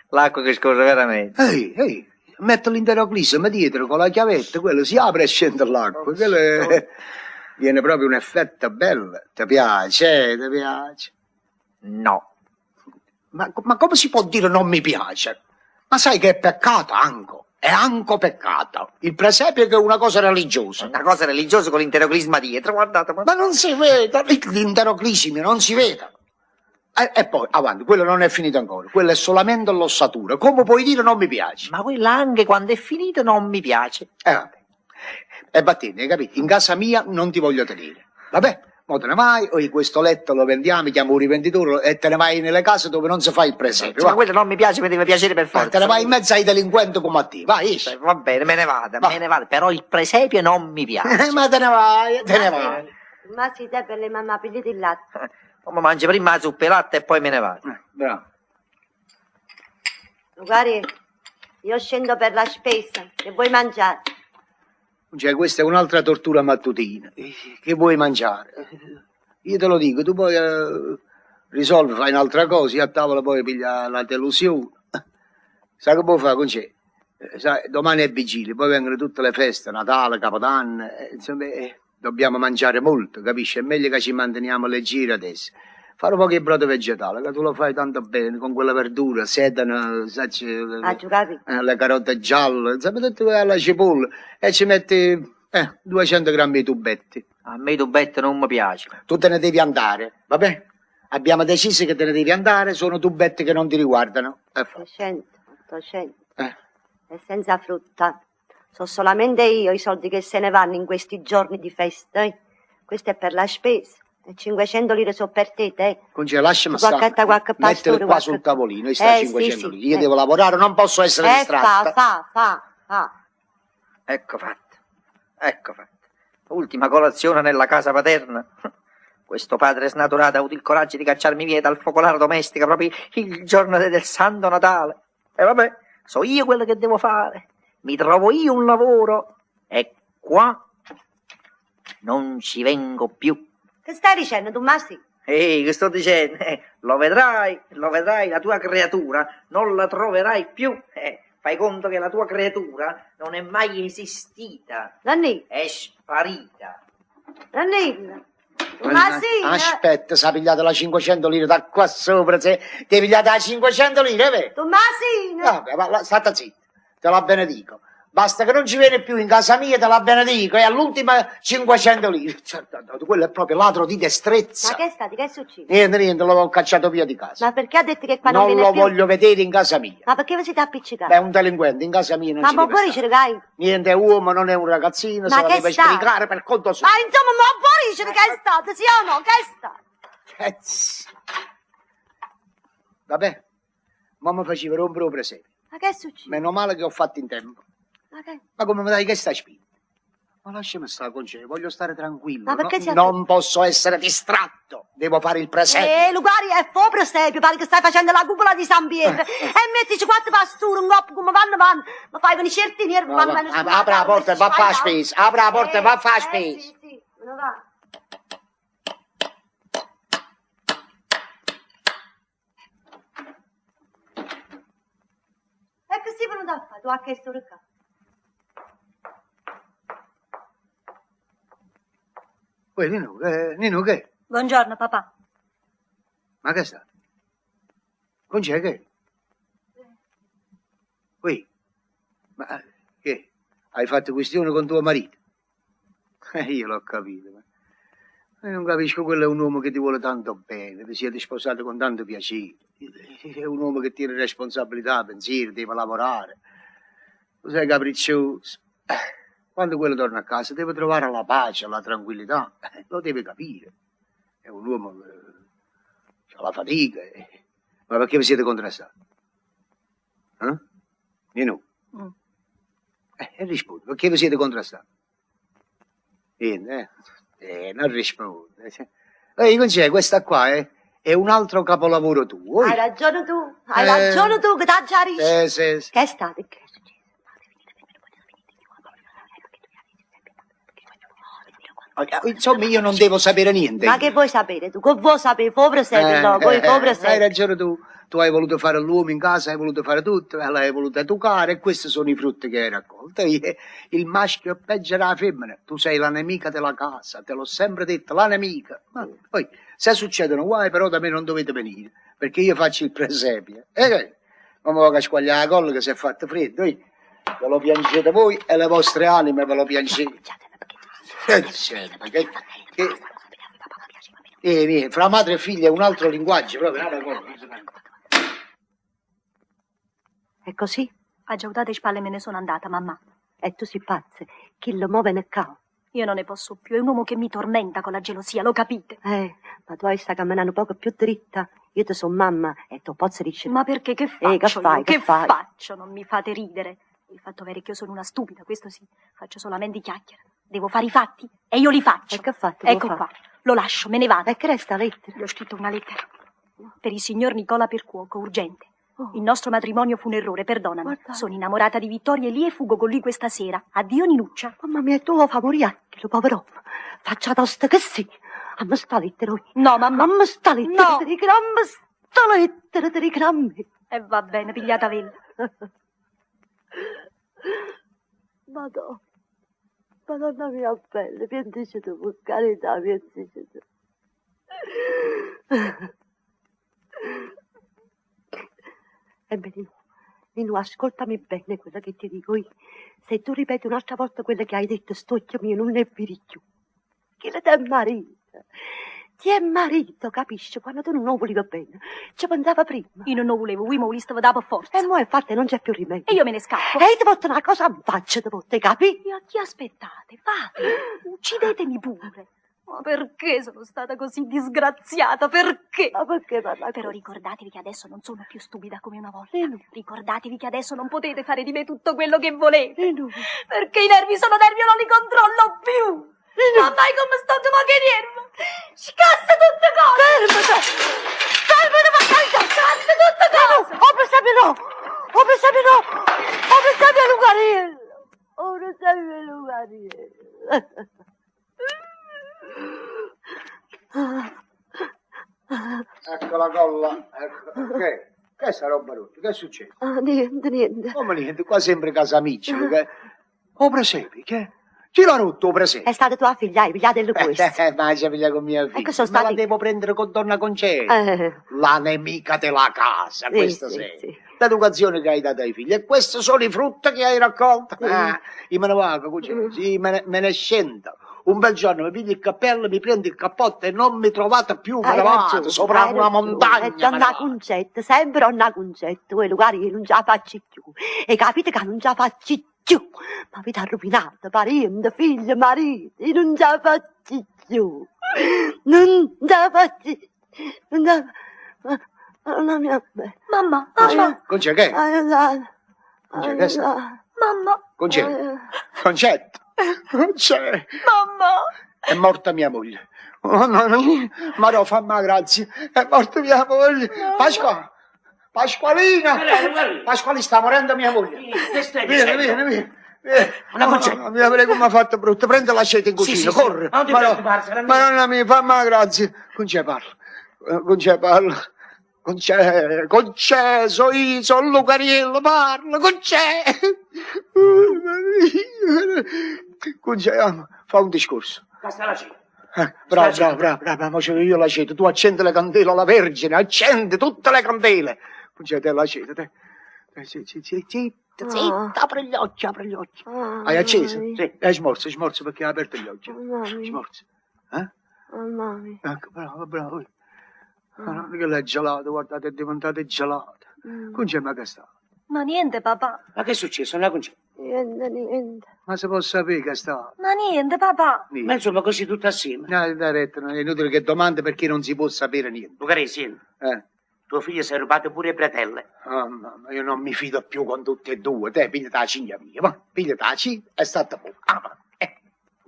G: l'acqua che scorre veramente.
E: Ehi, ehi, metto l'interoclisma dietro con la chiavetta, quello si apre e scende l'acqua. Quello è- Viene proprio un effetto bello. Ti piace, eh, ti piace.
G: No.
E: Ma, ma come si può dire non mi piace? Ma sai che è peccato, Anco? è anche peccato. Il presepio che è una cosa religiosa.
G: Una cosa religiosa con l'interoclisma dietro, guardate. Ma...
E: Ma non si vede, l'interoclismi non si vede. E, e poi, avanti, quello non è finito ancora, quello è solamente l'ossatura. Come puoi dire non mi piace?
G: ma quella anche quando è finita non mi piace.
E: E vabbè. E Battini, hai capito? In casa mia non ti voglio tenere. Vabbè, mo te ne vai, o in questo letto lo vendiamo, chiamo un rivenditore e te ne vai nelle case dove non si fa il presepio.
G: Ma
E: va.
G: quella Eh, cioè, non mi piace, mi deve piacere per
E: Vai,
G: forza.
E: te ne vai in mezzo ai delinquenti come a te, vai, esci.
G: Va bene, me ne vado,
E: Va.
G: me ne vado. Però il presepio non mi piace. Eh,
E: Eh, Ma te ne vai, te ne vai.
C: Ma si deve le mamma pigliate il latte.
G: Come mangio prima la zuppa e latte e poi me ne vado.
E: Eh, Bravo.
C: Magari io scendo per la spesa, che vuoi mangiare?
E: Cioè, questa è un'altra tortura mattutina. Eh, Che vuoi mangiare? Eh, Io te lo dico, tu poi eh, risolvi, fai un'altra cosa, io a tavola poi piglia la delusione. Sai che puoi fare con c'è? Eh, Sai, domani è vigilia, poi vengono tutte le feste, Natale, Capodanno, eh, insomma, eh, dobbiamo mangiare molto, capisci? È meglio che ci manteniamo leggeri adesso. Fare un po' di brodo vegetale, che tu lo fai tanto bene, con quella verdura, sedano, sai, c'è-
G: Ah,
C: A giocare.
E: eh, le carote gialle, sapete tu alla cipolla e ci metti eh, 200 grammi di tubetti.
G: A me i tubetti non mi piacciono.
E: Tu te ne devi andare, va bene? Abbiamo deciso che te ne devi andare, sono tubetti che non ti riguardano. Eh, fa-
C: 800, 800,
E: eh.
C: e senza frutta. So solamente io i soldi che se ne vanno in questi giorni di festa, eh. Questo è per la spesa. E 500 lire sono per te, te.
E: Conce, lasciami
C: Qualche-
E: stare.
C: qualche
E: Mettilo
C: pastore,
E: qua
C: qualche-
E: sul tavolino, io sta
C: Eh, sì,
E: 500
C: sì,
E: lire. Io
C: eh.
E: devo lavorare, non posso essere
C: Eh, fa,
E: distratta.
C: fa, fa, fa.
G: Ecco fatto, ecco fatto. Ultima colazione nella casa paterna. Questo padre snaturato ha avuto il coraggio di cacciarmi via dal focolare domestica proprio il giorno de- del Santo Natale. E vabbè, so io quello che devo fare. Mi trovo io un lavoro e qua non ci vengo più.
C: Che stai dicendo, tu, Massi?
G: Ehi, che sto dicendo? Eh, lo vedrai, lo vedrai, la tua creatura non la troverai più. Eh, fai conto che la tua creatura non è mai esistita,
C: Nonni,
G: è sparita.
C: nonni. Tu,
E: Eh,
C: Massi?
G: Ah,
E: Aspetta, se ha pigliato la 500 lire da qua sopra, se ti hai pigliato la 500 lire, vero?
C: Tu, Massi?
E: Vabbè, ma la- stata zitta, te la benedico. Basta che non ci vieni più in casa mia, te la benedico, e all'ultima 500 lire. Cioè, no, no, quello è proprio ladro di destrezza.
C: Ma che è stato? Che è successo?
E: Niente, niente, l'ho cacciato via di casa.
C: Ma perché ha detto che qua non,
E: Eh, non
C: viene
E: lo
C: più?
E: voglio vedere in casa mia.
C: Ma perché vi siete
E: Beh, è
C: appiccicati?
E: un delinquente, in casa mia non
C: Ma
E: ci deve
C: poi
E: stare.
C: cercai.
E: Niente, è uomo, non è un ragazzino,
C: Ma
E: se la
C: che
E: deve
C: sta?
E: spiegare per conto suo.
C: Ma insomma, ma poi dice che è stato, sì o no? Che è stato?
E: Cazzo. Vabbè, mamma faceva rompere un presepe.
C: Ma che è successo?
E: Meno male che ho fatto in tempo.
C: Ma che...
E: Ma come me dai che stai spinto? Ma lasciami stare con te, voglio stare tranquillo.
C: Ma perché
E: No-
C: si-
E: non posso essere distratto. Devo fare il presente.
C: Eh, Lugari è fo presepio, pare che stai facendo la cupola di San Pietro. e mettici quattro pasture, un coppo come vanno, vanno. Ma fai con i certini, e
E: No,
C: vanno,
E: va-
C: vanno.
E: ap- apra la porta e va a fare spesa. Apra la porta e va a fare
C: Eh,
E: spesa.
C: sì, sì, me ne va. E che sei venuto a fare? Tu a che storia qua?
E: Uè, Nino, che, Nino, che?
A: Buongiorno papà.
E: Ma che sta? Con c'è che? Uè, ma eh, che? Hai fatto questione con tuo marito? Eh, io l'ho capito. Ma... ma non capisco, quello è un uomo che ti vuole tanto bene, vi siete sposati con tanto piacere. È un uomo che tiene responsabilità, pensieri, deve lavorare. Tu sei capriccioso. Eh, Quando quello torna a casa deve trovare la pace, la tranquillità, Eh, lo deve capire. È un uomo eh, che ha la fatica. eh. Ma perché vi siete contrastati? Eh? Nino? Eh, e rispondi, perché vi siete contrastati? Niente, eh? Eh, non risponde. eh. Ehi, c'è questa qua eh, è un altro capolavoro tuo.
C: Hai
E: eh.
C: ragione tu, hai
E: Eh.
C: ragione tu che t'aggiarisci.
E: Eh, sì, sì.
C: Che è stato? Che è successo?
E: Eh, Insomma, io non devo sapere niente.
C: Ma che vuoi sapere tu? Che vuoi sapere? Povero sempre,
E: Eh,
C: no,
E: eh,
C: poi
E: eh,
C: povero
E: Hai
C: sempre.
E: ragione tu. Tu hai voluto fare l'uomo in casa, hai voluto fare tutto, eh, l'hai voluta educare e questi sono i frutti che hai raccolto. Eh, Il maschio è peggio della femmina. Tu sei la nemica della casa, te l'ho sempre detto, la nemica. Ma poi, se succedono guai, però da me non dovete venire, perché io faccio il presepio. Eh, eh, non mi voglio squagliare la colla che si è fatto freddo. eh. Ve lo piangete voi e le vostre anime ve lo piangete. Eh, certo, che- che- Eh, vieni, fra madre e figlia è un altro linguaggio, proprio un'altra cosa.
C: È così?
A: Aggiautate spalle me ne sono andata, mamma.
C: E tu si pazze, chi lo muove ne cao.
A: Io non ne posso più, è un uomo che mi tormenta con la gelosia, lo capite?
C: Eh, ma tu hai sta camminando un poco più dritta. Io ti sono mamma e tu pozzo dice
A: Ma perché che faccio?
C: Eh, che fai,
A: io?
C: che fai?
A: faccio? Non mi fate ridere. Il fatto vero è che io sono una stupida, questo sì. Faccio solamente chiacchiere. Devo fare i fatti e io li faccio.
C: E che ha fatto?
A: ecco
C: Come fa?
A: qua, lo lascio, me ne vado.
C: E che resta lettera?
A: Gli ho scritto una lettera per il signor Nicola Percuoco, urgente.
C: Oh.
A: Il nostro matrimonio fu un errore, perdonami.
C: Guardate.
A: Sono innamorata di Vittorio e lì e fugo con lui questa sera. Addio Ninuccia.
C: Mamma mia, tu fa morire, lo povero. Faccia tosta che sì. A me sta lettera, oi.
A: No, mamma.
C: Ma me sta lettera,
A: No.
C: ti ricrammi, sta lettera, ti ricrammi.
A: E va bene, pigliata vella.
C: Madonna, Madonna mia bella, piantici tu, per carità, piantici tu. Ebbene, Nino, ascoltami bene quello che ti dico io. Se tu ripeti un'altra volta quello che hai detto, sto occhio mio non ne viri più. Che le è marito? Ti è marito, capisci? Quando tu non lo volevi bene, ci pensava prima.
A: Io non lo volevo, lui mi stava da per forza.
C: E mo' infatti non c'è più rimedio.
A: E io me ne scappo.
C: E ti porto una cosa in faccia, ti porto, capi?
A: E a chi aspettate? Fate, uccidetemi pure. Ma perché sono stata così disgraziata? Perché?
C: Ma perché parla
A: Però
C: così?
A: ricordatevi che adesso non sono più stupida come una volta.
C: Nino.
A: Ricordatevi che adesso non potete fare di me tutto quello che volete.
C: Nino,
A: Perché i nervi sono nervi, io non li controllo più. Ma vai come sto ma che nervo? Scassa tutte cose. Fermate. Fermate, ma scassa tutte cose.
C: ho pensato no! Ho pensato no! Ho pensato a Lucarello!
A: Oh,
C: Ho pensato a Lucarello!
E: Ecco la colla. Ecco. Che? Che è sta roba rotta? Che succede?
C: Ah, niente, niente.
E: Come niente, qua sembra casa amici. Che... O presepi, che? Chi l'ha rotto o presepi?
C: È stata tua figlia, hai pigliato il questo.
E: Eh, eh, ma c'è figlia con mia figlia.
C: che sono
E: Ma la
C: stati-
E: devo prendere con donna concetta.
C: Eh,
E: La nemica della casa,
C: Sì,
E: questa
C: sì,
E: sei.
C: sì.
E: L'educazione che hai dato ai figli, e questi sono i frutti che hai raccolto.
C: Mm.
E: Ah, io me ne vado, cugino, sì, me, ne, me ne scendo. Un bel giorno mi pigli il cappello, mi prendi il cappotto e non mi trovate più, me
C: hai
E: ne
C: ragione,
E: vado sopra
C: hai
E: una
C: ragione.
E: montagna.
C: E
E: me ne
C: donna
E: vado.
C: concetta, sempre donna concetta. Voi Lucarello non ce la faccio più. E capite che non ce la faccio più. Ma vi ha rovinato, parente, figlio, marito. Io non ce la faccio più. Non ce la faccio. Non ce la... Mamma mia...
A: Mamma,
C: Ah,
A: mamma,
C: no.
E: Conce, che?
C: Aiutare.
E: Concetta, Cioè, che
C: Ah,
E: cioè. sta-
A: mamma,
E: Conce, concetto. Conce,
A: mamma.
E: è morta mia moglie. Oh, mamma mia, ma no, fammi la grazia, è morta mia moglie. Pasqua, Pasqualina, Pasqualina sta morendo mia moglie.
H: Che stai
E: Vieni, vieni,
H: dicendo?
E: vieni. vieni.
H: Una concetta.
E: Mamma mia, vedi come ha fatto brutto. Prendi l'accetta in
H: Sì,
E: cucina,
H: sì, sì.
E: corre.
H: Non ti
E: Ma no,
H: preoccupare, sarà mia.
E: Ma non mi fa ma grazie. Con c'è parlo. Eh, Con c'è parlo. Con c'è, con c'è, so io, sono Lucariello, parlo, con c'è. Con c'è, ah, fa un discorso.
H: Basta la cena.
E: Eh, Bravo,
H: Sta
E: bravo, bravo, bravo, ma ce l'ho io l'aceto, tu accendi le candele alla Vergine, accendi tutte le candele. Pungete te l'aceto, te. te- Sì, sì, sì, zitta,
C: Ah.
E: zitta, apri gli occhi, apri gli occhi.
C: Hai
E: Hai
H: Ah,
E: acceso? Sì. Hai smorzo, hai smorzo perché hai aperto gli occhi.
H: Mm.
C: Mamma mia.
E: Smorzo. Eh?
C: Mamma mia.
E: Ecco, bravo,
H: Mm.
E: bravo.
H: Ah.
E: Guardate che l'è gelato, guardate, è diventato gelato. Con c'è ma che sta?
A: Mm. Ma niente, papà.
H: Mm. Ma che è successo? Una concetta.
C: Niente, niente.
E: Ma si può sapere che sta?
A: Ma niente, papà.
H: Ma insomma, così tutto assieme.
E: No, dai, retta, non è inutile che domande perché non si può sapere niente.
H: Lucaresi,
E: Eh?
H: tuo figlio si è rubato pure i fratelli.
E: Ah, mamma, io non mi fido più con tutte e due. Te, pigliati la ciglia mia, ma pigliati la ciglia e stata buona. Ah, ma, eh.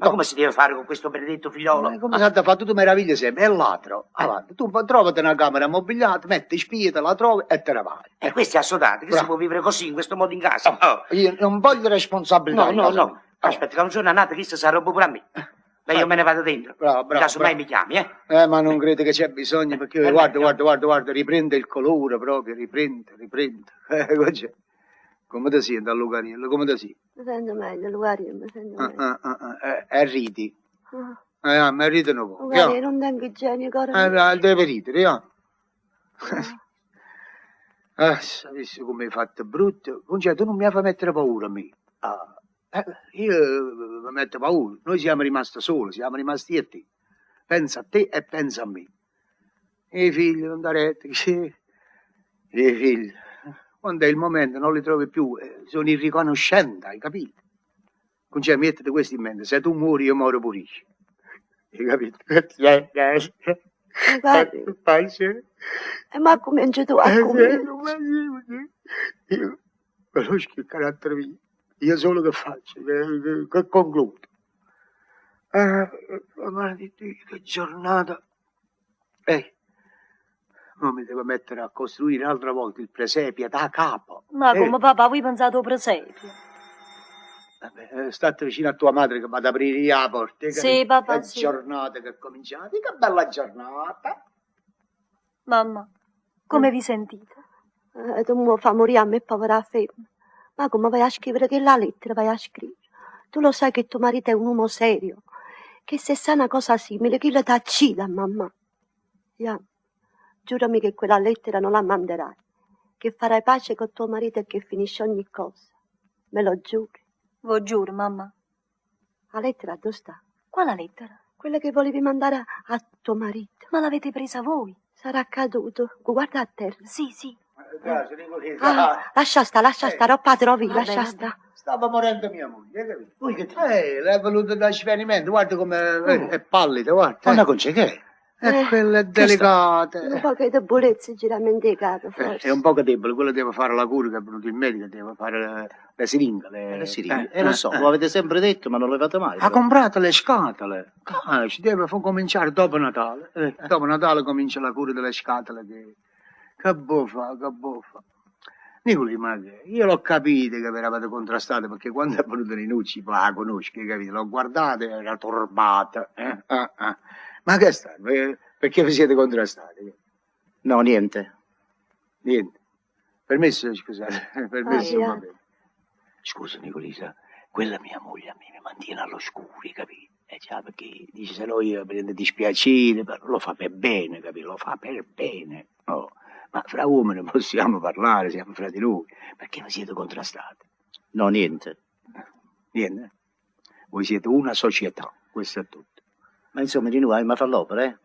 H: Ma come si deve fare con questo benedetto Ah. figliolo?
E: Ma come si fatto tu meraviglia sempre? È ladro.
H: Eh.
E: Avanti, tu trovati una camera mobiliata, metti spia, te la trovi e te ne vai.
H: E Eh, questi assodati, che
E: Bra-
H: si può vivere così, in questo modo in casa? Oh.
E: Io non voglio responsabilità.
H: No,
E: in
H: no,
E: casa
H: no.
E: mia.
H: Aspetta, che un giorno è nato, chissà, sarà pure a me. Beh, io me ne vado dentro.
E: Eh. Bravo, bravo,
H: Casomai
E: bravo.
H: mi chiami, eh?
E: Eh, ma non credo che c'è bisogno perché
H: Eh,
E: guarda,
H: no.
E: guarda, guarda, guarda, riprende il colore proprio, riprende, riprende. Eh, guarda. come ti senti a Lucanello? Come ti senti?
C: Mi sento meglio, Lucarello, mi sento
E: Ah,
C: meglio.
E: ah, ah, ah, eh, eh, ridi.
C: Ah.
E: Eh, ah, ma ridono poco.
C: Magari
E: eh.
C: non tengo genio,
E: Eh,
C: caro.
E: eh, deve ridere, eh. Eh, sapessi come hai fatto brutto. Concia, tu non mi fai mettere paura a me. Ah, eh, io eh, mi metto paura. Noi siamo rimasti soli, siamo rimasti io e te. Pensa a te e pensa a me. E i figli, non dare che sì. I figli, quando è il momento non li trovi più, eh, sono irriconoscente, hai capito? Concia, mettiti questo in mente, se tu muori io muoro pure. io. Hai capito?
C: Guardi,
E: Pace.
C: eh, ma cominci tu a
E: Eh, eh,
C: cominciare.
E: non mi aiuti. Io conosco il carattere mio, io solo che faccio, che, che- che concludo. Eh, eh, ma di Dio, che giornata. Ehi, ma mi devo mettere a costruire un'altra volta il presepio da capo.
A: Ma
E: Eh,
A: come papà, voi pensate al presepio?
E: vabbè, eh, state vicino a tua madre che vado ad aprire io la porta. eh,
A: Sì,
E: capito?
A: papà,
E: Che
A: sì.
E: giornata che è cominciata, che bella giornata.
A: Mamma, come vi sentite?
C: Mm. Eh, tu mi fa morire a me, povera femmina. Ma come vai a scrivere che la lettera vai a scrivere? Tu lo sai che tuo marito è un uomo serio, che se sa una cosa simile, chi la t'accida, mamma? Ian, giurami che quella lettera non la manderai, che farai pace con tuo marito e che finisce ogni cosa. Me lo giuri.
A: Lo giuro, mamma.
C: La lettera dove sta?
A: Quale lettera?
C: Quella che volevi mandare a, a tuo marito.
A: Ma l'avete presa voi?
C: Sarà caduto. Guarda a terra.
A: Sì, sì.
E: Eh, grazie, Nicoletta. Ah,
C: Ah, lascia sta, lascia sta, non patrovi,
A: Vabbè,
C: lascia
A: vabbè.
C: sta.
E: Stava morendo mia moglie, capito? Lui che eh, l'ha voluto da svenimento, guarda come eh, è pallida, guarda.
H: Ma una
E: eh.
H: concia che è?
E: Eh, quella è delicata.
C: Un po' che debolezza giramente capo,
E: Eh,
C: forse.
E: è un poco debole, quello deve fare la cura che è venuto il medico, deve fare le, le siringhe. Le,
H: Le siringhe.
E: Eh, lo so,
H: Eh, eh.
E: lo avete sempre detto, ma non le fate
I: Ah,
E: mai. Ha comprato le scatole. Ah, ci deve fa- cominciare dopo Natale. Eh, Dopo Natale comincia la cura delle scatole. Che, che buffa, che buffa. Nicoli, ma che- io l'ho capito che vi eravate contrastate perché quando è venuto Rinucci, ma la conosco, hai capito? L'ho guardata e era turbata. eh, ah, ah. Ma che sta? eh, Perché vi siete contrastati?
H: No, niente.
E: Niente. Permesso, scusate. Permesso,
C: Ah,
E: va
C: eh.
E: bene.
H: Scusa Nicolisa, quella mia moglie a me mi mantiene all'oscuro, capito? E già perché dice se no io prendo dispiacere, però lo fa per bene, capito? Lo fa per bene. Oh, Ma fra uomini possiamo parlare, siamo fra di noi, perché vi siete contrastati? No, niente.
E: Niente. Voi siete una società, questo è tutto.
H: Ma insomma, di noi ma fa l'opera, eh?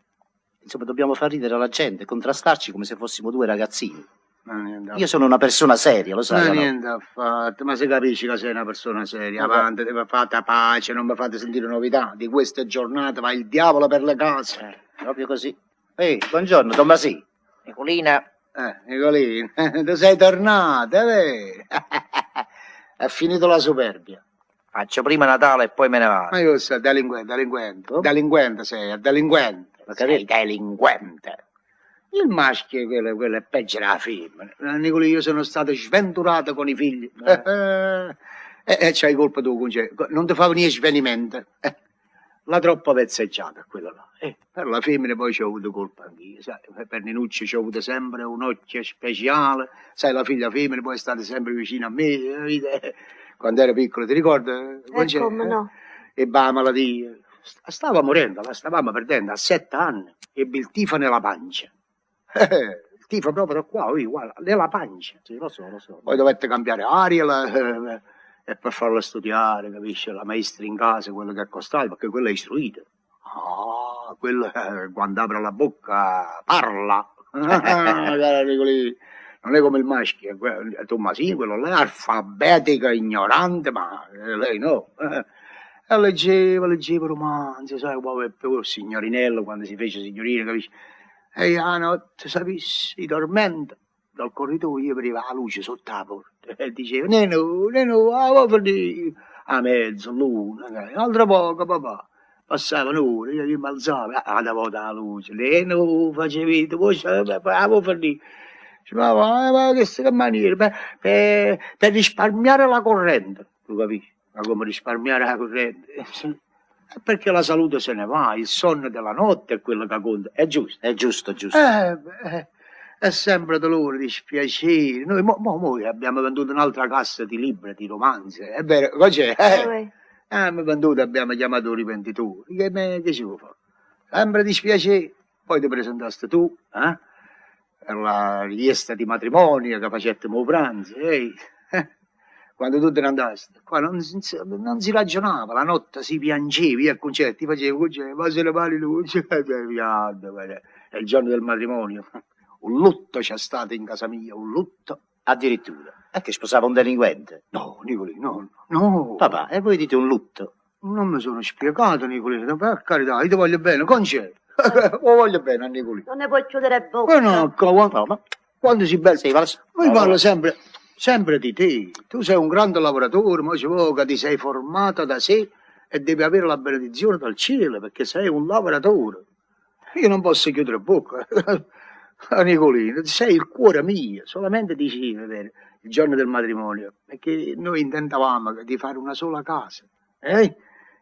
H: Insomma, dobbiamo far ridere la gente, contrastarci come se fossimo due ragazzini.
E: Ma niente,
H: Io sono una persona seria, lo sai.
E: ma
H: o no?
E: niente affatto. Ma se capisci che sei una persona seria,
H: Ma va-
E: avanti, deve fate pace, non mi fate sentire novità. Di queste giornate va il diavolo per le case.
H: Eh, proprio così. Ehi, buongiorno, Tommasì.
G: Nicolina,
E: Eh, Nicolino, tu sei tornato, è vero? È finito la superbia.
G: faccio prima Natale e poi me ne
E: Ma
G: vado.
E: io sono delinquente, delinquente. Delinquente sei, delinquente. Lo
G: Sei
E: delinquente. Il maschio, quello, quello è peggio della femmina. Eh, Nicolino, io sono stato sventurato con i figli. Eh, E c'hai colpa tu, Conce. Non ti fa venire svenimento. Eh, La troppa vezzeggiata, quella là. Eh, per la femmina poi ci ho avuto colpa anch'io. Sai, per Ninuccio ci ho avuto sempre un occhio speciale. Sai, la figlia femmina poi è stata sempre vicino a me. eh, Quando ero piccolo, ti ricordi? eh, Conce?
C: Eh, come no.
E: e la malattia. St- Stava morendo, la stavamo perdendo a sette anni. Ebbe il tifo nella pancia. il tifo proprio da qua, ui, guarda, nella pancia.
H: Sì, lo so, lo so.
E: Poi dovette cambiare aria la- eh, e per farla studiare, capisci? La maestra in casa, quello che accostava, perché quella è istruita. Ah, quello eh, quando apre la bocca parla. Ah, cara Nicolì, non è come il maschio, è que- è Tommasino, quello lei è alfabetica, ignorante, ma eh, lei no. Eh, E leggeva, leggeva romanzi, sai, proprio più il signorinello quando si fece signorina, capisci? E io la notte, sapissi, dormendo, dal corridoio arriva la luce sotto la porta e diceva, Neno, Neno, a a mezzo, l'una, dai, un'altra poco, papà. Passava un'ora, io "Ah, mi alzavo, andavo dalla luce, Neno, facevi, tu, poi avevo finito. Ma, va, ma che sta maniera, per, per, per risparmiare la corrente, tu capisci? Ma come risparmiare la corrente? Eh, Perché la salute se ne va, il sonno della notte è quello che conta, è giusto.
H: È giusto, è giusto.
E: Eh, beh, è sempre dolore, dispiacere. Noi mo, mo- mo abbiamo venduto un'altra cassa di libri, di romanzi. È vero, cos'è? Eh,
C: Eh,
E: abbiamo venduto, abbiamo chiamato rivenditori. Che, me- che si può fare? Sempre dispiacere. Poi ti presentaste tu, eh? era la richiesta di matrimonio che facevamo pranzo. Ehi. Eh, Quando tu te ne andasti, qua non si, non si ragionava, la notte si piangevi al concerto, ti facevo concerto, ma se le mani lui, è il giorno del matrimonio. Un lutto c'è stato in casa mia, un lutto. Eh,
I: Addirittura. È che sposava un delinquente.
E: No, Nicolino, no, no.
I: Papà, e voi dite un lutto.
E: Oh. Non mi sono spiegato, Nicolino, per carità, io ti voglio bene, concerto. Lo voglio bene a Nicolino.
C: Non ne puoi chiudere
E: Ma
C: bocca.
E: no, co- guarda,
I: ma-
E: quando si bel...
I: Sì, va la-
E: Noi
I: va la-
E: parlo sempre, sempre di te. Tu sei un grande lavoratore, ma ci vuole che ti sei formata da sé e devi avere la benedizione dal cielo perché sei un lavoratore. Io non posso chiudere bocca. A Nicolino, sei il cuore mio, solamente dici vedere, il giorno del matrimonio, perché noi intentavamo di fare una sola casa. eh?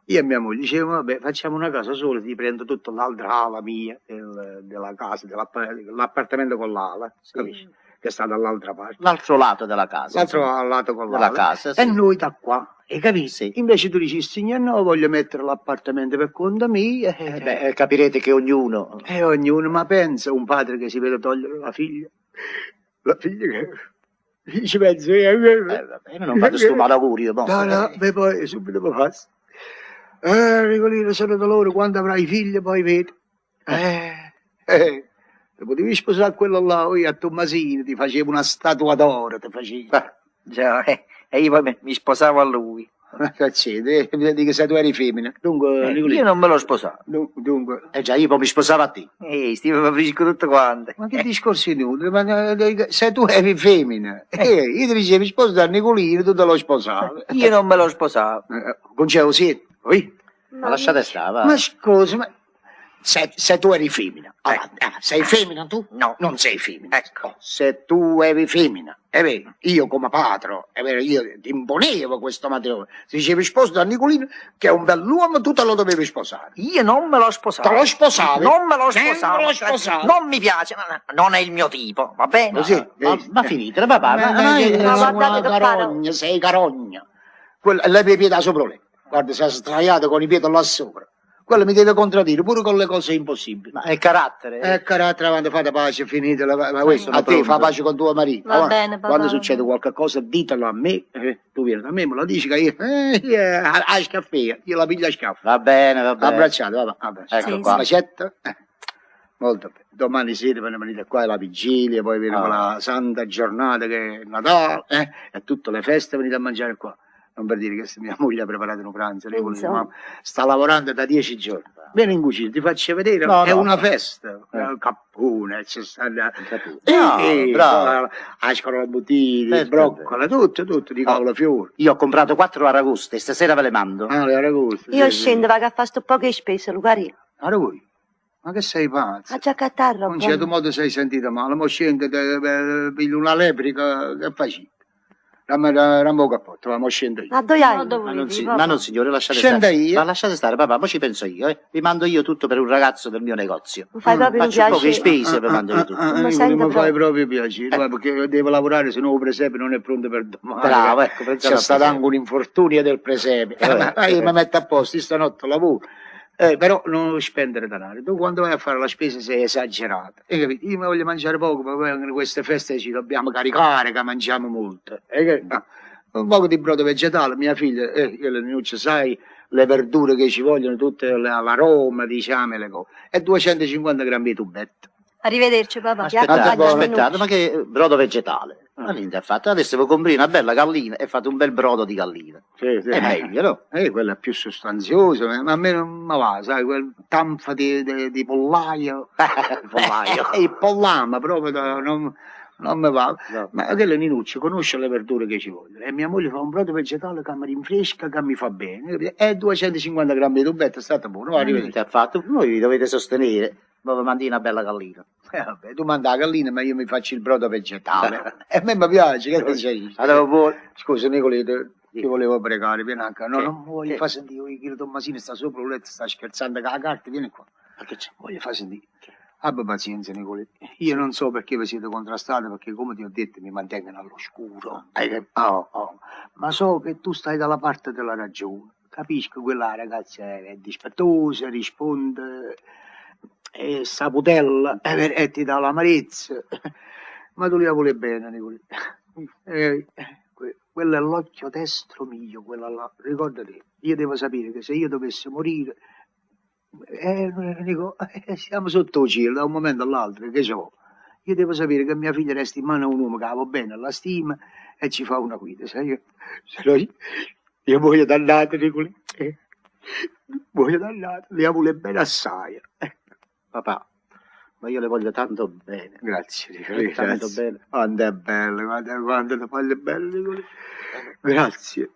E: Io e mia moglie dicevamo, vabbè, facciamo una casa sola, ti prendo tutta l'altra ala mia del- della casa, dell'app- dell'appartamento con l'ala, capisci? Che sta dall'altra parte.
I: L'altro lato della casa.
E: L'altro
I: insomma.
E: al lato con
I: Della
E: l'ala.
I: casa, sì.
E: E noi da qua.
I: E capisci?
E: Invece tu dici, signor, no, voglio mettere l'appartamento per conto mio.
I: Eh beh, capirete che ognuno...
E: E ognuno, ma pensa un padre che si vede togliere la figlia, la figlia che ci penso io.
I: Eh, vabbè, io non vado sto malaugurio, boh.
E: No, no, beh, poi subito mi passa. Eh, Nicolino, sono dolore, quando avrai figli poi vedi. Eh, eh, te potevi sposare quello là, io a Tommasino ti facevo una statua d'oro, ti facevo.
G: Beh, già, eh, e io poi mi- mi sposavo a lui.
E: Ma cazzete, eh, vedi che se tu eri femmina. Dunque,
G: Eh,
E: Nicolino,
G: io non me lo sposavo.
E: dun- dunque, Eh,
I: E Eh già io poi mi sposavo a te.
G: Ehi, stiamo frisco tutto quanto.
E: Ma che discorsi inutili? Ma eh, se tu eri femmina, eh, io ti dicevo sposa a Nicolino, tu te lo sposavi.
G: Io non me lo sposavo.
E: Eh, Con Geo sì. Oi.
I: Ma lasciate stare, va.
E: Ma scusa, ma se, se tu eri femmina, ah, ah, sei femmina tu?
G: No.
E: Non sei femmina.
G: Ecco.
E: Se tu eri femmina, è vero, io come patro, è vero, io ti imponevo questo matrimonio. Se dicevi sposa a Nicolino, che è un bell'uomo, tu te lo dovevi sposare.
G: Io non me lo sposavo.
E: Te lo sposavi?
G: Non me lo
E: Non
G: sposavo.
E: me lo sposavi?
G: Non mi piace, no, no, non è il mio tipo, va bene?
E: Così,
I: Ma,
E: vedi?
I: ma finitela, papà. Ma, ma-
E: sei
C: ma
E: una
C: guardate che
E: carogna, sei carogna. Quella, lei mi piede da sopra lei. Guarda, si è sdraiato con i piedi là sopra. Quello mi deve contraddire pure con le cose impossibili.
I: ma è carattere. eh.
E: E carattere, quando fate pace, finitela. Ma ma questo
I: Sono
E: a te fa
I: pronto.
E: pace con tuo marito.
A: Va
E: Allora,
A: bene, papà.
E: Quando succede qualcosa, ditelo a me. eh, tu vieni da me, me lo dici che io. Eh, eh, a, a scaffè, io la piglio a scaffè.
I: Va bene, va bene.
E: Abbracciato, vabbè. abbracciato.
I: Ecco
A: Sì,
I: qua.
E: Bacetto. Eh, Molto bene. Domani sera per venire qua è la vigilia, poi viene
I: Ah.
E: la santa giornata che è Natale, eh, e tutte le feste venite a mangiare qua. Non per dire che se mia moglie ha preparato un pranzo, lei vuole dire,
C: Insomma.
E: "Mamma, sta lavorando da dieci giorni. Vieni in cucina, ti faccio vedere,
I: No,
E: è
I: no.
E: una festa.
I: Eh.
E: Eh, Cappone, c'è stata...
I: Capito.
E: Bravo,
I: Bravo, bravo.
E: Ascono la bottiglia,
I: Eh,
E: il broccolo, tutto, tutto, di
I: Ah.
E: cavolo fiore.
I: Io ho comprato quattro aragoste, stasera ve le mando.
E: Ah, le aragoste,
C: Io
E: sì, sì.
C: scendo, vado a fare sto poche spese, Lucarino.
E: Aragoste? Ma che sei pazzo?
C: A giacattare
E: Non c'è certo
C: roba.
E: modo sei sentita male, mo scende, te- eh, pigli una leprica, che faci? Rammo rammo eh, cappotto, ma mo scendo io.
C: Ma dove hai?
A: Ma dove-
I: Ma non, si-
A: papà.
I: ma non, signore, lasciate
E: Scenda
I: stare.
E: io.
I: Ma lasciate stare, papà, poi ci penso io. Eh. Vi mando io tutto per un ragazzo del mio negozio. Mm.
C: Mi fai proprio un
I: Faccio poche
C: piacere.
I: spese per mando io tutto.
E: Ah, ah,
C: Ma
E: Nicola,
C: sento
E: mi fai
C: proprio-
E: proprio piacere, guarda, perché devo lavorare, se no il presepe non è pronto per domani.
I: Bravo, ecco, pensate
E: C'è
I: al
E: stato
I: presepe.
E: anche un infortunio del presepe. Eh, ma ma io mi metto a posto, io stanotte lavoro. Eh, però non spendere denaro. Tu quando vai a fare la spesa sei esagerato. Hai capito? Io mi voglio mangiare poco, ma poi in queste feste ci dobbiamo caricare, che mangiamo molto. Hai capito? Ah, Un poco di brodo vegetale, mia figlia, eh, io le Nuccio, sai le verdure che ci vogliono, tutte la, la Roma, diciamo, e le cose. E 250 grammi di tubetto.
A: Arrivederci, papà.
I: Aspettate,
E: buono.
I: aspettate, ma che eh, brodo vegetale?
E: Ah.
I: Ma niente affatto, adesso vi compri una bella gallina e fate un bel brodo di gallina.
E: Sì, sì.
I: È meglio, no?
E: Eh, quella è più sostanziosa, ma- ma a me non mi va, sai, quel tanfa di, di, di pollaio.
I: Il pollaio.
E: Eh, il pollama proprio da- non, non mi va.
I: No.
E: Ma quello Ninuccio conosce le verdure che ci vogliono. E Eh, mia moglie fa un brodo vegetale che mi rinfresca, che mi fa bene. E 250 grammi di tubetto è stato buono, va,
I: Ma
E: arrivederci.
I: Eh, niente affatto, voi vi dovete sostenere. Ma vi mandi una bella gallina.
E: Eh, vabbè, tu manda la gallina, ma io mi faccio il brodo vegetale. e a me mi piace, che cosa
I: Allora voi...
E: Scusa Nicolito, ti volevo pregare, vieni anche. No,
I: Sì.
E: non voglio
I: Sì.
E: far sentire io, che Tommasino sta sopra il letto, sta scherzando con la carta, vieni qua. Ma che c'è? Voglio far sentire. Abba pazienza Nicolito, io non so perché vi siete contrastati, perché come ti ho detto mi mantengono all'oscuro. Hai cap- Oh, oh. Ma so che tu stai dalla parte della ragione. Capisco, quella ragazza è dispettosa, risponde... e saputella eh, per- e ti dà l'amarezza. Ma tu li vuole bene, Nicoletta. Eh, que- quello è l'occhio destro mio, quella là. Ricordati, io devo sapere che se io dovessi morire, eh, eh, dico, eh, siamo sotto il cielo da un momento all'altro, che so. Io devo sapere che mia figlia resta in mano a un uomo che la va bene, la stima e ci fa una guida. Se io, se no io, io voglio dannate, Nicoletta. eh. Voglio dannate, li vuole bene assai. Eh,
I: Papà, ma io le voglio tanto bene.
E: Grazie,
I: È
E: Nicoletta.
I: tanto
E: grazie.
I: bene.
E: Quanto è bello, quanto è, quanto le foglie belle, Nicoletta. Grazie.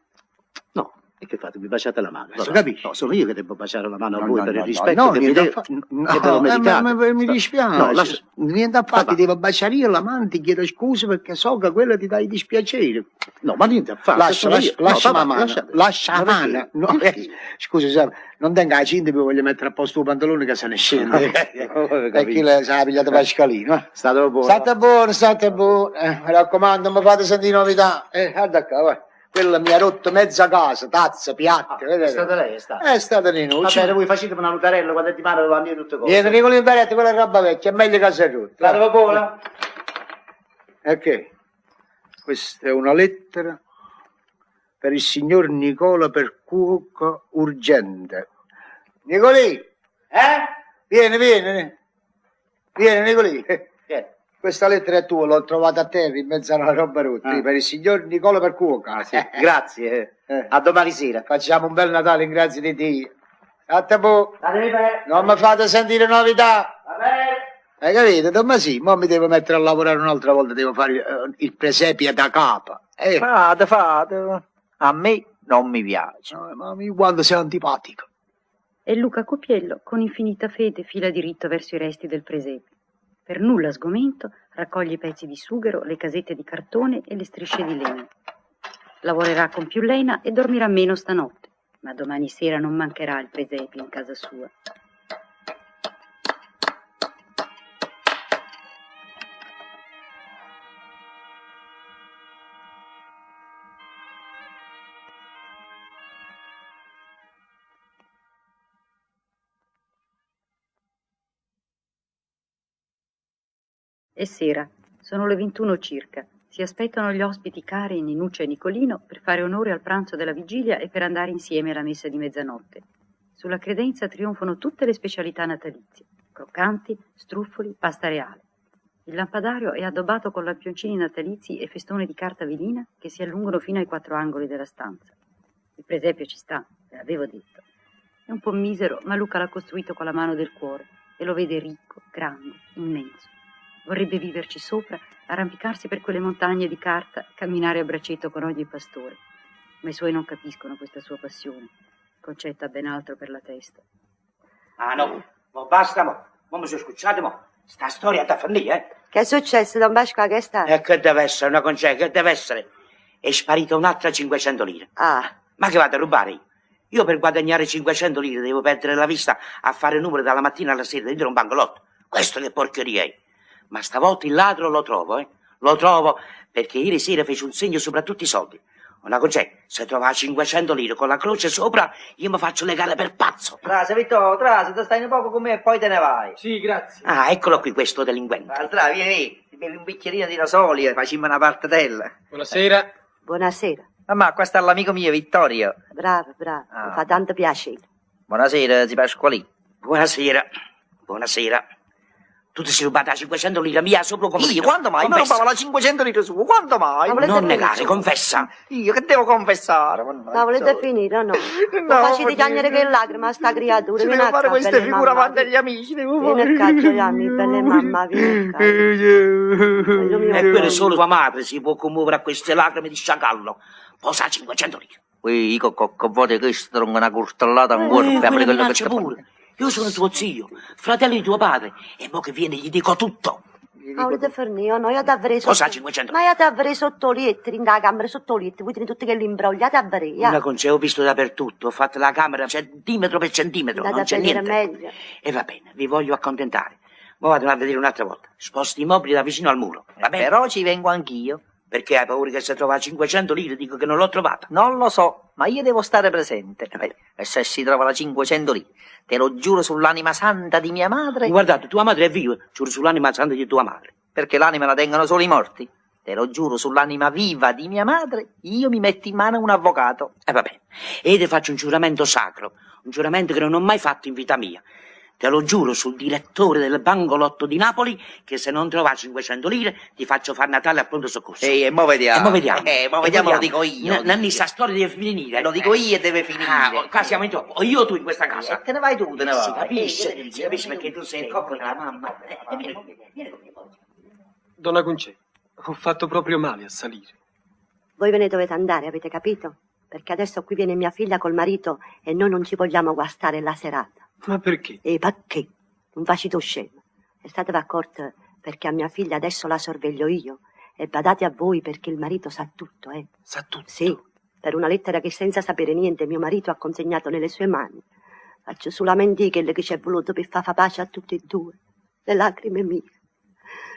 I: No, e che fate? Mi baciate la mano.
E: Adesso
I: Vabbè,
E: capisci?
I: No, sono io che devo baciare la mano a
E: No,
I: voi
E: no,
I: per il
E: no, no,
I: rispetto
E: no,
I: che mi
E: niente
I: date.
E: affa-
I: che ve lo
E: no, eh, ma-
I: meritate.
E: ma- ma mi
I: Sta-
E: dispiace.
I: No, lascia-
E: Niente affatto,
I: Papà.
E: ti devo baciare io la mano, ti chiedo scusa perché so che quella ti dà i dispiaceri.
I: no, ma niente affatto.
E: Lascia,
I: sono io.
E: lascia,
I: No,
E: lascia
I: papà,
E: la mano,
I: lasciate.
E: lascia la
I: Ma perché?
E: mano. No,
I: Perché?
E: eh, scusa, Sara, non tenga la cinta, mi voglio mettere a posto il pantalone che se ne scende. e chi la sa, pigliate Pascalino. eh.
I: State buono.
E: State buono, state buono. Eh, mi raccomando, mi fate sentire novità. Eh, guarda qua, guarda. Quella mi ha rotto mezza casa, tazze, piatti.
I: Ah, È stata lei, è stata.
E: È stata di
I: Va
E: nuce.
I: bene, Ah. voi facete una lucarella quando ti male vanno via tutte cose.
E: Vieni con l'imbaretto, quella è roba vecchia, è meglio che si è rotta.
I: State buono.
E: Ok, questa è una lettera per il signor Nicola Percuoco urgente. Nicolì! Eh? Vieni, vieni. Vieni, Nicolì.
I: Vieni.
E: Questa lettera è tua, l'ho trovata a terra in mezzo alla roba rotta,
I: Ah.
E: per il signor Nicola Percuoco.
I: Grazie.
E: Eh.
I: A domani sera.
E: Facciamo un bel Natale in grazia di Dio. A te po'.
I: Datemi bene.
E: Non mi fate sentire novità.
I: Va bene.
E: Hai capito? Tommasì, ma mi devo mettere a lavorare un'altra volta, devo fare eh, il presepia da capo. Eh.
G: Fate, fate. A me non Cioè, mi piace.
E: No, ma mi- quando sei antipatico.
B: E Luca Copiello, con infinita fede, fila diritto verso i resti del presepe. Per nulla sgomento, raccoglie i pezzi di sughero, le casette di cartone e le strisce di lena. Lavorerà con più lena e dormirà meno stanotte, ma domani sera non mancherà il presepe in casa sua. È sera, sono le 21 circa. Si aspettano gli ospiti cari Ninuccia e Nicolino per fare onore al pranzo della vigilia e per andare insieme alla messa di mezzanotte. Sulla credenza trionfano tutte le specialità natalizie: croccanti, struffoli, pasta reale. Il lampadario è addobbato con lampioncini natalizi e festone di carta vilina che si allungano fino ai quattro angoli della stanza. Il presepio ci sta, ve l'avevo detto. È un po' misero, ma Luca l'ha costruito con la mano del cuore e lo vede ricco, grande, immenso. Vorrebbe viverci sopra, arrampicarsi per quelle montagne di carta, camminare a braccetto con ogni pastore. Ma i suoi non capiscono questa sua passione. Concetta ha ben altro per la testa.
H: Ah no, ma basta, mo. Ma mi sono scocciato, mo. Sta storia da fornire, eh.
C: Che è successo, Don Basco, che stai?
H: E Eh, che deve essere una concetta, che deve essere? È sparita un'altra 500 lire.
C: Ah,
H: Ma che vado a rubare io? Io per guadagnare 500 lire devo perdere la vista a fare numero dalla mattina alla sera dentro un bancolotto. Questo che porcheria è. Ma stavolta il ladro lo trovo, eh. Lo trovo perché ieri sera fece un segno sopra tutti i soldi. Una concetta, se trova 500 lire con la croce sopra, io mi faccio legare per pazzo.
G: Trase, Vittorio, trase, tu stai un poco con me e poi te ne vai.
H: Ah, eccolo qui questo delinquente.
G: Altra, vieni, lì, ti bevi un bicchierino di rasoli e facciamo una Ah, partitella.
C: buonasera.
G: Mamma, qua sta l'amico mio Vittorio.
C: Bravo, bravo. Mi
G: Ah.
C: fa tanto piacere.
G: Buonasera, zi Pasqualì.
H: Buonasera, buonasera. Tu ti sei rubata 500 lire mia sopra come
G: Io, quando mai? Mi
H: Confessa.
G: rubava la 500 lire su, quando mai?
C: Ma volete
H: Non
C: dire
H: negare,
C: su?
H: confessa.
G: Io che devo confessare?
C: La volete finire o no?
G: No,
C: Non facete
G: perché-
C: piangere che lacrime a sta creatura.
G: Ci
C: vieni
G: devo
C: qua,
G: fare queste
C: belle
G: figure
C: mamma,
G: avanti agli amici, devo fare.
C: Vieni qua, Giuliani, belle mamma, vieni qua. Voglio mio
H: E
C: bene.
H: pure solo tua madre si può commuovere a queste lacrime di sciacallo. Posa 500 lire.
G: Ui, io co- co- vuole che si trova una costellata
H: Eh,
G: ancora, per
H: quella
G: quello che
H: minaccia
G: sta
H: pure. Io sono tuo zio, fratello di tuo padre, e mo che viene gli dico tutto.
C: Ma volete farne o no? Io ti avrei sotto...
H: Cosa, 500?
C: Ma io ti avrei sotto letteri, in da camera sotto letteri, voi tenete tutti che li imbrogliate a
H: Una
C: brea.
H: conce, ho visto dappertutto, ho fatto la camera centimetro per centimetro,
C: Andate
H: non
C: a
H: c'è
C: vedere
H: niente.
C: meglio.
H: E va bene, vi voglio accontentare. Mo vado a vedere un'altra volta. Sposti i mobili da vicino al muro, va bene?
G: Però ci Eh, vengo anch'io.
H: Perché hai paura che se trova 500 lire dico che non l'ho trovata.
G: Non lo so, ma io devo stare presente. Eh, E se si trova la 500 lì, te lo giuro sull'anima santa di mia madre,
H: Guardate, tua madre è viva, giuro sull'anima santa di tua madre.
G: perché l'anima la tengono solo i morti. Te lo giuro sull'anima viva di mia madre, io mi metto in mano un avvocato.
H: E vabbè, e io ti faccio un giuramento sacro, un giuramento che non ho mai fatto in vita mia. Te lo giuro sul direttore del Bangolotto di Napoli che se non trova 500 lire ti faccio far Natale al pronto soccorso.
G: Ehi, e mo vediamo.
H: E mo vediamo.
G: Eh, mo
H: E
G: vediamo, lo dico io.
H: N- Nanni,
G: dice.
H: sta storia deve finire.
G: Lo dico
H: Eh.
G: io e deve finire.
H: Ah, qua siamo in troppo. O io o tu in questa
G: Eh,
H: casa.
G: te ne vai tu, te ne vai.
H: Si capisce,
G: Eh, io-
H: si capisce perché tu sei il cocco della mamma. Eh, vieni con me, vieni con me.
J: Donna Concetta, ho fatto proprio male a salire.
C: Voi ve ne dovete andare, avete capito? Perché adesso qui viene mia figlia col marito e noi non ci vogliamo guastare la serata.
J: Ma perché?
C: E perché? Non facito scemo. E statevi accorti perché a mia figlia adesso la sorveglio io. E badate a voi perché il marito sa tutto, eh.
J: Sa tutto.
C: Sì, per una lettera che senza sapere niente mio marito ha consegnato nelle sue mani. Faccio solamente quello che ci è voluto per far fa pace a tutti e due. Le lacrime mie,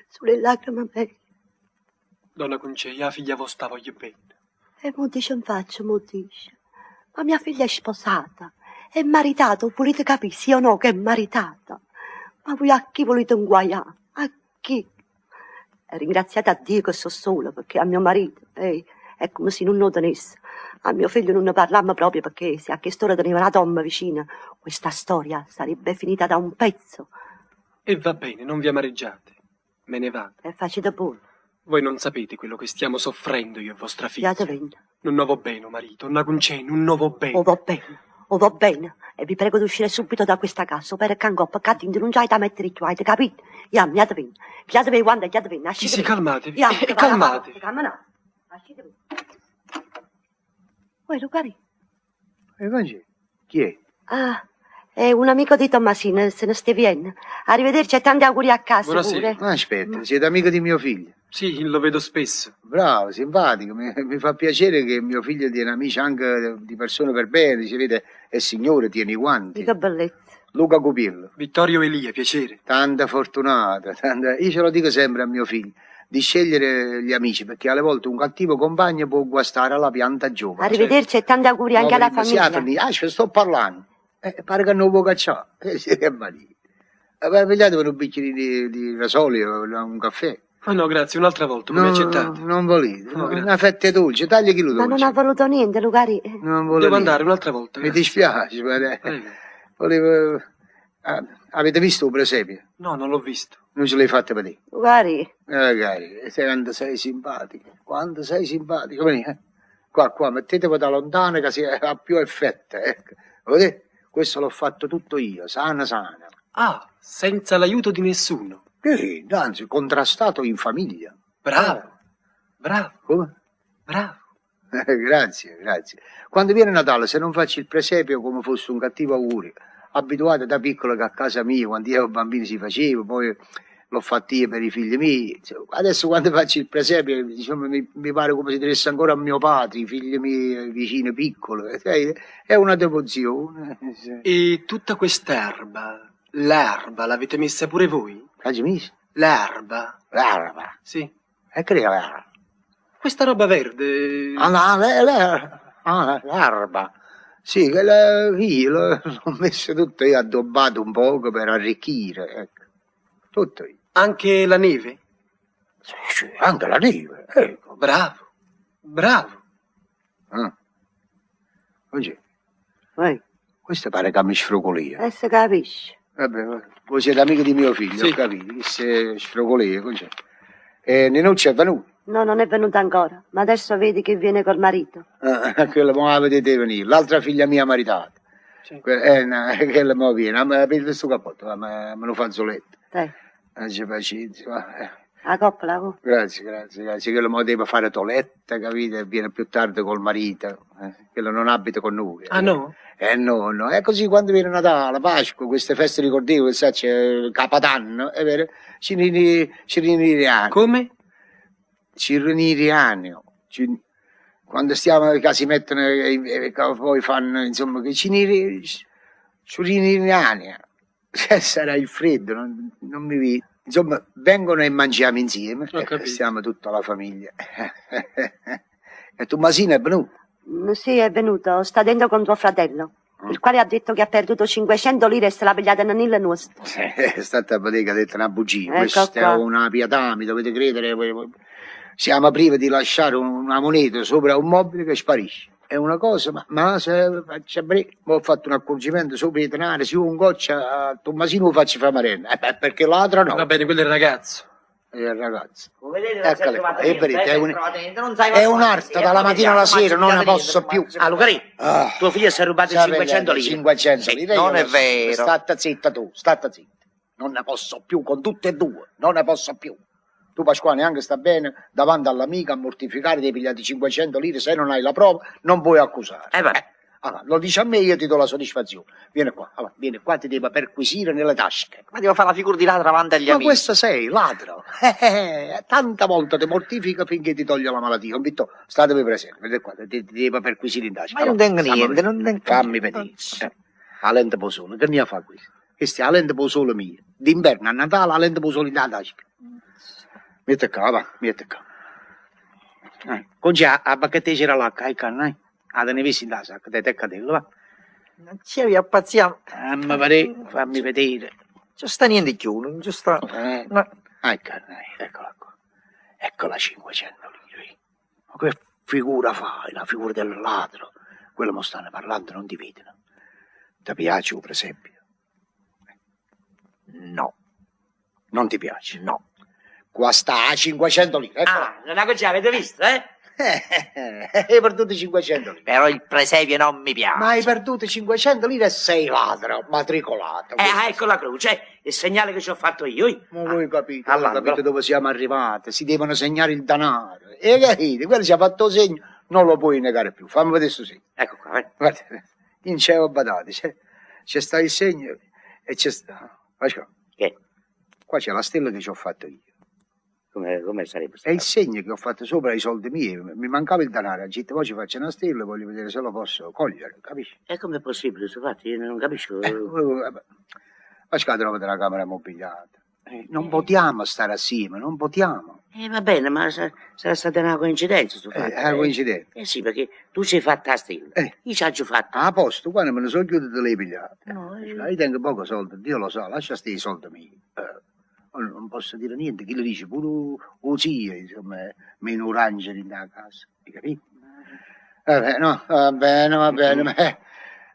C: sulle lacrime mie.
J: Donna Concetta, la figlia vostra voglio bene.
C: E mo dice in faccia, mo dice. Ma mia figlia è sposata, è maritata, volete capire sì o no che è maritata? Ma voi a chi volete inguaiare? A chi? E ringraziate a Dio che sono sola, perché a mio marito, ehi, è come se non lo tenesse. A mio figlio non ne parlammo proprio perché se a quest'ora teneva una donna vicina, questa storia sarebbe finita da un pezzo.
J: E va bene, non vi amareggiate. Me ne vado.
C: È facile da buono,
J: Voi non sapete quello che stiamo soffrendo io e vostra figlia.
C: fiate venda.
J: Un nuovo bene, marito, una concena, un nuovo bene.
C: O va bene, o va bene. E vi prego di uscire subito da questa casa, per cangò, peccato non c'hai da mettere giù, avete capito? Ya, mi advin, mi advin, quando mi advin,
J: Sì, sì,
C: ascitevi.
J: calmatevi.
C: Ya,
J: Eh, calmatevi.
C: Calmano, ascitevi. Uè, Lucari,
J: Eh,
E: E invece, chi è?
C: ah, è un amico di Tommasino, se ne stai vieni. Arrivederci e tanti auguri a casa
J: Buonasera.
C: pure.
E: Ma aspetta, siete amico di mio figlio.
J: Sì, lo vedo spesso.
E: Bravo, simpatico, mi, mi fa piacere che mio figlio tiene amici anche di persone per bene, si vede, è signore, tiene i guanti.
C: Dico bellezza.
E: Luca Cupillo.
J: Vittorio Elia, piacere.
E: Tanta fortunata, tanta... io ce lo dico sempre a mio figlio, di scegliere gli amici, perché alle volte un cattivo compagno può guastare alla pianta giovane.
C: Arrivederci e tanti auguri anche alla famiglia.
E: Ah, ci sto parlando. Eh, pare che non può cacciare. Eh, sì, che malì. Eh, pigliate per un bicchiere di, di rasoio, un caffè.
J: Ah no, grazie, un'altra volta, come
E: No,
J: accettate.
E: non volete.
J: No, grazie.
E: una fetta dolce, tagli chilo
C: Ma
E: dolce.
C: non ha voluto niente, Lucari.
E: Non volevo.
J: Devo andare un'altra volta.
E: Mi
J: grazie.
E: dispiace, ma eh,
J: Prego.
E: volevo... ah, avete visto il presepio?
J: No, non l'ho visto.
E: Non ce l'hai fatta per te.
C: Lucari,
E: Eh, cari, sei- quanto sei simpatico, quanto sei simpatico, veni, eh. qua, qua, mettetevi da lontano che si ha più effetto, ecco. Vedete? Questo l'ho fatto tutto io, sana sana.
J: Ah, senza l'aiuto di nessuno.
E: Che, Eh anzi, contrastato in famiglia.
J: Bravo, bravo,
E: Come?
J: bravo.
E: Eh, grazie, grazie. Quando viene Natale, se non faccio il presepio come fosse un cattivo augurio, abituato da piccolo che a casa mia, quando io ero bambino si faceva, poi l'ho fatto io per i figli miei. Insomma, Adesso quando faccio il presepio, diciamo, mi, mi pare come se tenesse ancora a mio padre, i figli miei vicini piccolo. Eh, È una devozione.
J: E tutta quest'erba, l'erba l'avete messa pure voi?
E: Ragionisci?
J: L'erba,
E: L'arma.
J: sì.
E: E crea l'arma.
J: Questa roba verde...
E: Ah, no, le- le- ah, l'arba. Sì, che la- sì, l'ho l'ho messo tutto io, addobbato un poco per arricchire. Ecco. Tutto io.
J: Anche la neve?
E: Sì, sì, anche la neve. Ecco.
J: Bravo, bravo.
E: Ah. Oggi,
C: uè,
E: questo pare che mi sfrocolia.
C: eh, se capisci.
E: Vabbè, va- voi siete amico di mio figlio,
J: Sì.
E: ho capito. Che se sfrocolia, cos'è? E Ninucci è venuto.
C: No, non è venuta ancora, ma adesso vedi che viene col marito.
E: Ah, quella mo la vedete venire. L'altra figlia mia maritata.
J: Sì.
E: Que- eh, no, quella mo viene. Ah, Ma per questo cappotto, ah, ma- me lo fa zoletto.
C: Dai,
E: Ah, c'è pazienza, va, eh.
C: la coppola, oh.
E: Grazie, grazie, grazie. Quello mo deve fare toletta, capite? Viene più tardi col marito. eh. Quello non abita con noi.
J: Ah no?
E: Eh no, no. È così quando viene Natale, Pasqua, queste feste ricordevoli, sa, c'è il Capadanno, è vero? Ci rini- ci riniriamo.
J: Come?
E: Ci riniriamo. Ci- Quando stiamo, che si mettono, eh, eh, che poi fanno, insomma, che ci rini- ci riniriamo. Se Cioè, Sarà il freddo, non, non mi vi... Insomma, vengono e mangiamo insieme. eh,
J: Ho capito.
E: Stiamo tutta la famiglia. e Tommasino è venuto.
C: Mm, Sì, è venuto. Sta dentro con tuo fratello, il quale ha detto che ha perduto 500 lire e se l'ha pigliata Nanilla
G: Eh,
C: nostra.
E: È stata che ha detto una bugia,
C: Ecco
E: questa
C: qua.
E: è una pietà, mi dovete credere. Siamo privi di lasciare un- una moneta sopra un mobile che sparisce. È una cosa, ma, ma se faccia bre- mo ho fatto un accorgimento sopra i denari, se io un goccia a Tommasino lo faccio fare marenna, eh, beh, perché l'altra no.
J: Va bene, quello è il ragazzo.
E: Eh, ragazzi.
G: Come vedete, non si è
E: Eccole
G: trovato
E: qua, è
G: niente,
E: verità,
G: eh,
E: è
G: si
E: un-
G: trovato niente, non sai
E: È
G: ma-
E: un'arte,
G: sì,
E: dalla
G: ma
E: mattina alla
G: vediamo,
E: sera,
G: ma
E: non ne
G: dentro,
E: posso
G: ma- Eh.
E: più.
H: Ah, Lucarì,
E: Ah.
H: tuo figlio si è rubato 500 lire. Eh,
E: 500
G: Sì,
E: lire.
G: non
E: io
G: è
E: lo so.
G: vero.
E: Statta zitta tu, statta zitta. Non ne posso più con tutte e due, non ne posso più. Tu Pasquale neanche sta bene davanti all'amica a mortificare dei pigliati 500 lire se non hai la prova, non puoi accusare.
H: Eh, vabbè.
E: allora, lo dici a me, io ti do la soddisfazione. Vieni qua, allora, vieni qua, ti devo perquisire nelle tasche.
G: Ma devo fare la figura di là davanti agli
E: Ma
G: amici.
E: questo sei ladro. Eh, eh, eh, tanta volta ti mortifica finché ti toglie la malattia. Vitto, statevi presente, vedete qua, ti, ti devo perquisire in tasca.
G: Ma io non
E: Allora,
G: tengo
E: stammi
G: niente,
E: vedere.
G: non tengo
E: Fammi
G: niente.
E: vedere. A lente posole, che ne ha fatto questo? Questa è la lente posole mia. D'inverno a Natale, la lente posole in tasca. Mi tocca, va, mi tocca. Eh, con già, a bacchette c'era l'acqua, hai canna, eh? Ah, te ne visi in tasca, te te cadello, va.
G: Non c'è via paziamo.
E: Fammi vedere, fammi vedere.
G: Non sta niente più, non ci sta.
E: Eh.
G: No.
E: Ah, carne, eccola qua. ecco. Eccola 500 lire. Ma che figura fai, la figura del ladro. Quello mo stanno parlando, non ti vedono. Ti piace un presepio? No. Non ti piace? No. Qua sta a 500 lire, eccola.
H: Ah, non è così, avete visto, eh?
E: Hai perduto 500 lire.
G: Però il presepio non mi piace.
E: Ma hai perduto 500 lire e sei ladro, matricolato.
H: Eh, ah, ecco la croce, il segnale che ci ho fatto io. eh.
E: Ma voi capite,
H: Allora,
E: voi capite
H: però-
E: dove siamo arrivati, si devono segnare il denaro. E capite, quello si è fatto segno, non lo puoi negare più. Fammi vedere questo segno.
H: Ecco qua, eh.
E: Guarda, in cielo badate, c'è, c'è sta il segno e c'è sta... Guarda,
H: Che?
E: qua c'è la stella che ci ho fatto io.
H: Come, come sarebbe
E: È
H: stato?
E: il segno che ho fatto sopra i soldi miei, mi mancava il denaro, agito, poi ci faccio una stella, voglio vedere se lo posso cogliere, capisci?
H: E com'è possibile, infatti, io non capisco.
E: Eh, eh, vabbè. Ma scatola della camera mobiliata. Eh, Non potiamo stare assieme, non potiamo.
H: Eh, va bene, ma sa- sarà stata una coincidenza, sto fatto.
E: Eh, è una coincidenza.
H: Eh sì, perché tu ci hai fatta la stella,
E: Eh.
H: io ci ho fatto.
E: A posto, quando me ne sono chiuso le pigliate.
H: No, eh,
E: "Ah, Io tengo poco soldi, Dio lo sa, lascia stare i soldi miei. Eh, ora non posso dire niente, chi lo dice? Pure o zia, insomma, meno orangere in da casa, hai capito? Eh, Vabbè, no, va bene, va bene, ma, eh,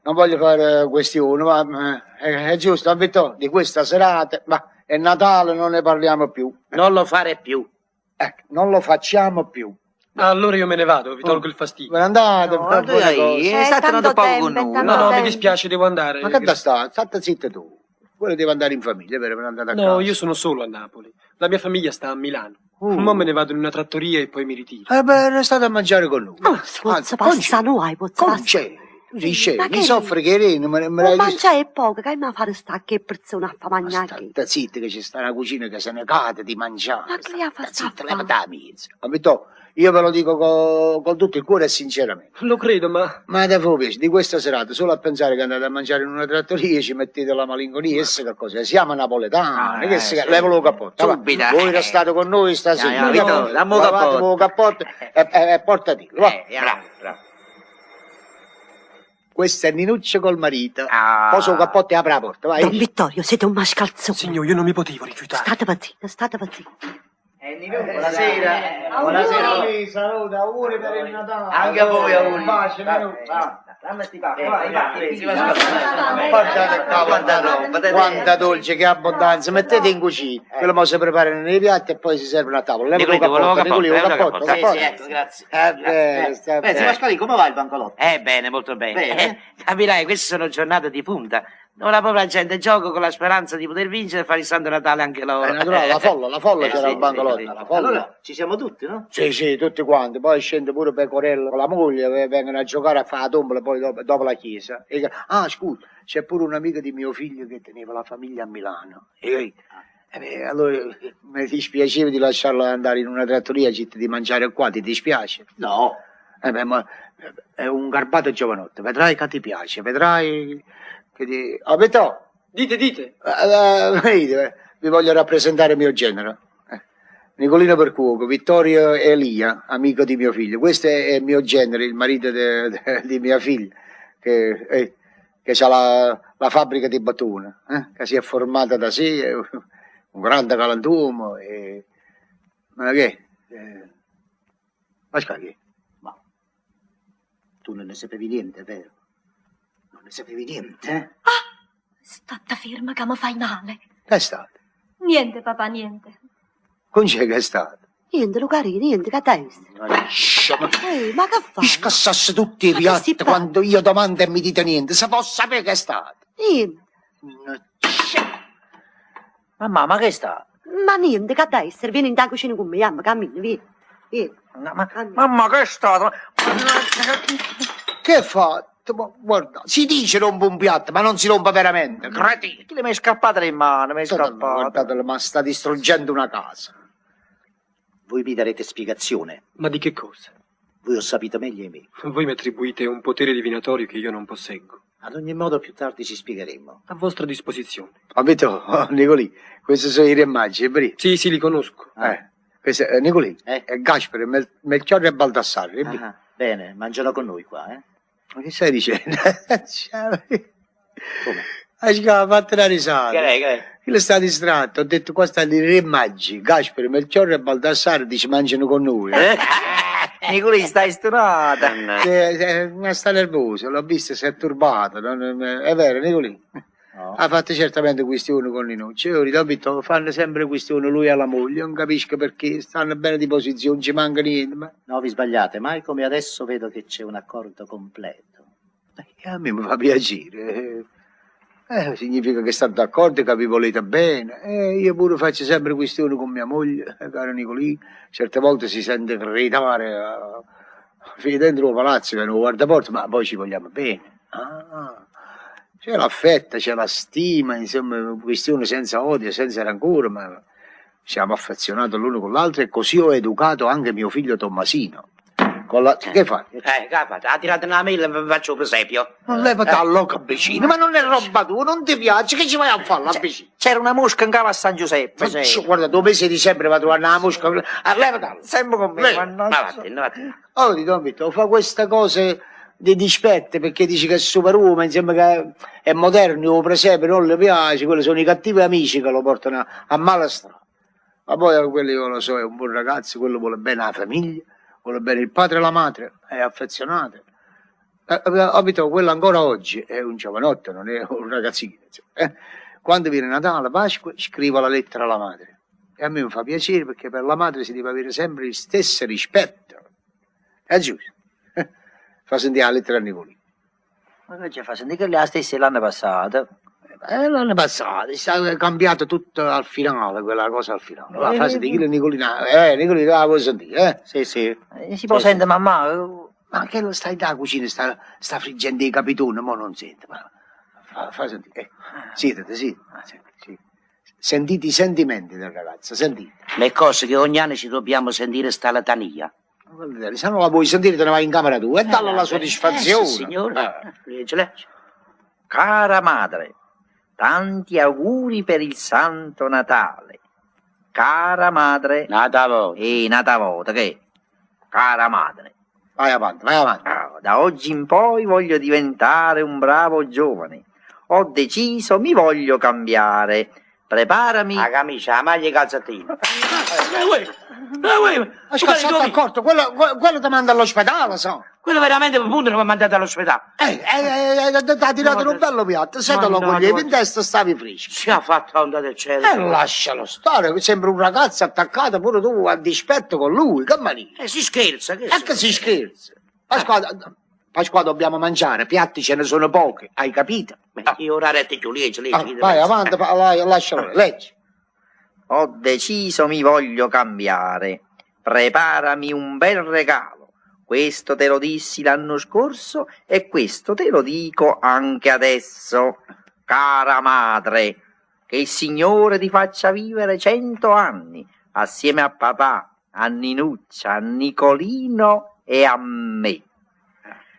E: non voglio fare eh, questione, ma ma, eh, è giusto, avvitò di questa serata, ma è Natale, non ne parliamo più.
H: non lo fare più.
E: Ecco, non lo facciamo più.
J: Allora io me ne vado, vi tolgo il
E: Ve
J: fastidio.
E: ne Oh. andate,
G: No,
E: fate
G: dove
E: voi le
G: vai?
E: cose.
G: Eh,
C: Eh,
G: state
C: tanto
G: tanto poco con
C: tempo,
G: noi.
J: No,
C: tanto
J: no, mi
C: tempo.
J: dispiace, devo andare.
E: Ma che da sta? Statta zitta tu. Quello deve andare in famiglia, vero? Per andare a casa.
J: No, io sono solo a Napoli. La mia famiglia sta a Milano.
E: Mm.
J: Mo me ne vado in una trattoria e poi mi ritiro.
E: Eh beh, restate a mangiare con noi.
C: Oh, si pozza
E: Anzi, con
C: passa, no, hai pozza
E: Con
C: passa.
E: c'è. Tu sei scemo,
C: Ma
E: mi
C: che-
E: soffre che reno, me, me
C: Ma
E: l'hai visto?
C: mangia e poco, che mi a fare sta che persona fa
E: Ma
C: mangiare?
E: Statta zitta che ci sta una cucina che se ne cade di mangiare.
C: Ma che li ha
E: Statta
C: fatto
E: zitta,
C: a
E: levate
C: fare?
E: la mezza. Capito? Io ve lo dico co- con tutto il cuore e sinceramente.
J: Lo credo, ma
E: Ma da voi, invece, di questa serata, solo a pensare che andate a mangiare in una trattoria, ci mettete la malinconia, e se che cosa, siamo napoletani,
G: Ah,
E: che
G: eh,
E: si
G: sì.
E: levalo il cappotto. va.
G: Subito,
E: Voi
G: eh.
E: restate con noi
I: Ah,
G: Eh,
E: stasera,
G: capito? Dammo il
E: lavate
G: cappotto.
E: il cappotto e, e, e portatelo, va.
G: Eh, bravo, bravo.
E: Questo è Ninuccio col marito.
G: Ah.
E: Poso un cappotto e apre la porta, vai.
C: Don Vittorio, siete un mascalzone.
J: signor, io non mi potevo rifiutare.
C: State pazzini, state pazzini.
G: Eh, Buonasera.
E: Auguri, saluto, auguri per il Natale. Eh,
G: Anche a voi auguri.
E: Pace,
G: Va-
E: Ninuccio.
G: va. Dammi sti pacchi,
H: Eh,
G: vai,
H: vai,
G: vai,
H: sì,
G: sì,
H: vai,
G: vai,
H: sì,
G: vai,
H: vai,
G: vai, vai.
E: Guardate qua,
G: Quanta
E: guardate,
G: roba, potete-
E: Quanta dolce, che abbondanza. Mettete in cucina.
G: Eh.
E: Quello mo si preparano nei piatti e poi si servono a tavola. Levate un
H: Nicolino, volevo
E: cappotto,
H: cappotto,
E: Nicolino,
H: eh,
E: cappotto,
H: cappotto.
E: cappotto.
H: Sì, sì, ecco, grazie.
E: Eh, beh, sta
G: Pensa,
E: bene.
G: Pasqualino, come va il bancolotto?
H: Eh, bene, molto bene.
G: Bene.
H: Eh, capirai, queste sono giornate di punta. Dove la povera gente gioca con la speranza di poter vincere e fare il Santo Natale anche loro.
E: È Eh, naturale, la folla, la folla
H: Eh,
E: c'era
H: sì,
E: al bancolotto,
H: sì, sì.
E: la folla.
G: Allora, ci siamo tutti, no?
E: Sì, sì, tutti quanti. Poi scende pure Pecorello con la moglie, eh, vengono a giocare a fare la tombola poi dopo, dopo la chiesa. E- ah, scusa, c'è pure un'amica di mio figlio che teneva la famiglia a Milano. E, e- e allora eh, mi dispiaceva di lasciarla andare in una trattoria citt- di mangiare qua, ti dispiace?
G: No.
E: Eh beh, ma eh, è un garbato giovanotto, vedrai che ti piace, vedrai che ti... Ah, Beto,
J: Dite, dite.
E: eh, eh, vedi, eh, vi voglio rappresentare il mio genero. Eh, Nicolino Percuoco, Vittorio Elia, amico di mio figlio. Questo è il mio genere, il marito de- de- di mia figlia, che, eh, ha la, la fabbrica di Batuna, eh, che si è formata da sé, eh, un grande galantuomo. eh. Ma che? Eh, ma che?
I: Ma tu non ne sapevi niente, vero? Non ne sapevi niente, eh?
A: Statta ferma che mi fai male.
E: Che è stato?
A: Niente, papà, niente.
E: Con c'è che è stato?
C: Niente, Lucarini, niente, che dai.
I: Liscia, ma
C: Ehi, ma che
I: vi
C: fai?
I: scassasse tutti i
C: Ma che si
I: piatti
C: fa?
I: quando io domando e mi dite niente. Se posso sapere che è stato.
C: Niente.
G: Mamma, ma che sta?
C: Ma niente, che dai, se vieni in da cucina con me, amma, cammina, vieni. Vieni.
G: No, ma-
C: Cammina.
G: mamma, che è stato? Mannaggia, che-
E: Che hai fatto? Ma guarda, si dice rompo un piatto, ma non si rompa
G: Eh,
E: veramente. Cretino!
G: Chi le mi è scappata le mani? Mi è scappata.
E: Guardatelo, ma sta distruggendo una casa.
I: Voi mi darete spiegazione.
J: Ma di che cosa?
I: Voi ho sapito meglio di me.
J: Voi mi attribuite un potere divinatorio che io non posseggo.
I: Ad ogni modo, più tardi ci spiegheremo.
J: A vostra disposizione.
E: Ho detto, oh, Nicolì, questi sono i re magi, è vero?
J: Sì, sì, li conosco.
E: Eh, questo è Nicolì,
I: Eh?
E: è Gaspere, Mel- Melchiorre e Baldassarre. è vero?
I: Ah, bene, mangiano con noi qua, eh?
E: Ma che stai dicendo?
I: Come?
E: Hai fatto una risata.
I: Che è?
E: Chi le sta distratto? Ho detto, qua stanno i re magi, Gaspere, Melchiorre e Baldassarre, dice, mangiano con noi. Eh?
G: Nicolì, stai stonata.
E: Eh, eh, ma sta nervoso, l'ho visto, si è turbato. non- non- è vero, Nicolì. Ha fatto certamente questione con Ninucci. Io ho detto, fanno sempre questione lui alla moglie, non capisco perché, stanno bene di posizione, ci manca niente. Ma
I: No, vi sbagliate, mai come adesso vedo che c'è un accordo completo.
E: Eh, a me mi fa piacere. eh. Eh, significa che state d'accordo, che vi volete bene. Eh, io pure faccio sempre questione con mia moglie, eh, caro Nicolì. Certe volte si sente gridare eh, fino dentro il palazzo che non guarda porta, ma poi ci vogliamo bene. Ah, c'è l'affetto, c'è la stima, insomma, una questione senza odio, senza rancore, ma siamo affezionati l'uno con l'altro e così ho educato anche mio figlio Tommasino. Con la- Che fai?
H: Eh, capa, ha tirato una mail e faccio un Eh. presepio.
E: Non levati a loca vicino, ma non è roba tua, non ti piace, che ci vai a fare là vicino?
G: C'era una mosca in cava a San Giuseppe.
E: Ma ci-
G: sì.
E: Guarda, tu mese di sempre vado a una mosca, ah, levatalo.
G: Sempre con me,
E: Lei-
H: Ma
G: mannaggia.
H: vattene, ma vattene.
E: Oh, ti Don Vittorio, fa queste cose di dispette perché dici che è superuomo, insomma che è moderno, o presepe non le piace, quelli sono i cattivi amici che lo portano a, a mala strada. Ma poi quello io lo so, è un buon ragazzo, quello vuole bene la famiglia, vuole bene il padre e la madre, è affezionato. Eh, eh, abito, quello ancora oggi è un giovanotto, non è un ragazzino. insomma, eh. Quando viene Natale, Pasqua, scrivo la lettera alla madre. E a me mi fa piacere perché per la madre si deve avere sempre il stesso rispetto. È giusto. Fa sentire la lettera a Nicolino.
G: Ma che ci fa sentire che le ha stesse l'anno passato?
E: Eh, l'anno passato è stato cambiato tutto al finale, quella cosa al finale. La frase di Chilo Nicolino, eh, Nicolino, la vuoi sentire, eh?
I: Sì, sì.
G: Eh, Si può sentire, mamma? eh,
E: Ma che lo stai da cucina, sta, sta friggendo i capitoni, mo non sente, ma fa, fa sentire. Eh, siedete, siedete. sì, sì. Sentite i sentimenti del ragazzo, sentite.
H: Le cose che ogni anno ci dobbiamo sentire sta latania.
E: Ma voglio dire, Se non la vuoi sentire te ne vai in camera tua e dalla la soddisfazione. Ah.
H: Eh, sì, signora.
E: Eh,
H: Leggele.
G: Cara madre, tanti auguri per il Santo Natale. Cara madre.
H: Nata voi.
G: Ehi, nata volta, che? Cara madre.
E: Vai avanti, vai avanti.
G: Ah, Da oggi in poi voglio diventare un bravo giovane. Ho deciso, mi voglio cambiare. Preparami.
H: La camicia, la maglia e i calzettini. Eh, uè, eh, uè,
E: Ma
H: guarda,
E: scazzato
H: Tommy,
E: accorto, quello, que- quello ti manda all'ospedale, so.
H: Quello veramente per punto non mi ha mandato all'ospedale.
E: Eh, eh, eh, ti ha tirato un bello piatto, se te lo
H: Mannaggia.
E: coglievi in testa stavi fresco.
H: Si è fatta onda del cielo.
E: E Eh, lascialo stare, che sembra un ragazzo attaccato pure tu a dispetto con lui, che mania.
H: Eh, si scherza, che
E: E che si scherza. Eh. Pasqua, Pasqua dobbiamo mangiare, piatti ce ne sono pochi, hai capito?
H: scherza. Io ora rete giù, leggi, leggi.
E: Ah,
H: leggi.
E: vai avanti, pa- vai, lascialo, leggi.
G: Ho deciso, mi voglio cambiare. Preparami un bel regalo. Questo te lo dissi l'anno scorso e questo te lo dico anche adesso. Cara madre, che il Signore ti faccia vivere cento anni assieme a papà, a Ninuccia, a Nicolino e a me.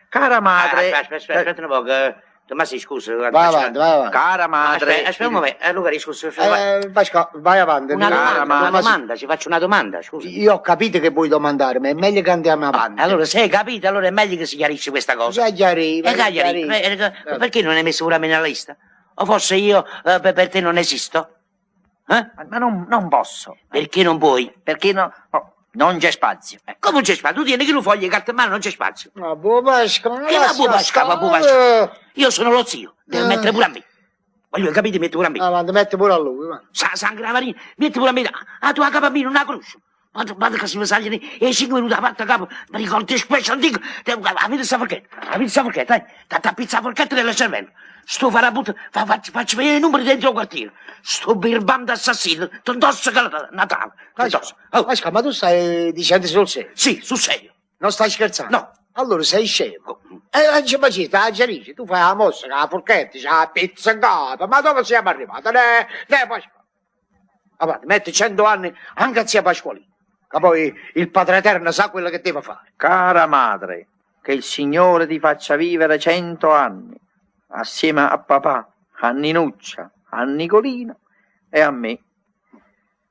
G: Cara
H: Ah,
G: madre,
H: aspetta, aspetta, aspetta un po', che Ma sì, scusa. Vai
E: avanti, vai avanti.
G: Cara madre.
H: Aspetta, aspetta un momento, eh, Luca, scusa. scusa,
E: Eh, Pasqua, vai avanti.
H: una
E: mi-
H: domanda,
E: ma-
H: una
E: ma-
H: domanda, ci faccio una domanda, scusa.
E: Io ho capito che vuoi domandare, ma è meglio che andiamo avanti.
H: Allora, se hai capito, allora è meglio che si chiarisce questa cosa.
E: già gli arriva.
H: E
E: già gli
H: Cagliari,
E: arriva.
H: eh, eh,
G: Certo.
H: perché non hai messo pure me nella lista? O forse io eh, per, per te non esisto? Eh?
G: Ma- Ma non, non posso,
H: Perché non puoi?
G: perché no, no, non c'è spazio. Ecco.
H: Come non c'è spazio? Tu tieni che lo fogli e carta in mano non c'è spazio.
E: Ma buon Pasqua, ma
H: Che la buon Pasqua, ma buon Pasqua? Io sono lo zio, devo
E: Eh.
H: mettere pure a me. Voglio capire, metti pure a me.
E: Avanti, metti pure a lui, va.
H: Sa, San Gravarino, metti pure a me, a, a tua capamina, una croce. Ma tu- ma che si mi sagliano e 5 minuti a parte capo, mi ricordi spesso antico, te- avete sta forchetta, avete sta forchetta, eh, ti appizza la forchetta nel cervello. Sto farabutto, fa, faccio, faccio vedere i numeri dentro il quartiere. Sto birbando assassino, t'indosso che la- Natale, t'indosso. Oh,
E: Pasqua, ma tu stai dicendo sul serio?
H: sì, sul serio.
E: Non stai scherzando?
H: No.
E: Allora sei scemo. E dice, ma ci stai, Gerici, tu fai la mossa, la forchetta, c'è la pizza in capo, ma dove siamo arrivati? Ne, ne Pasqua. Avanti, metti cento anni anche a zia Pasqualina, che poi il Padre Eterno sa quello che deve fare.
G: Cara madre, che il Signore ti faccia vivere cento anni, assieme a papà, a Ninuccia, a Nicolino e a me.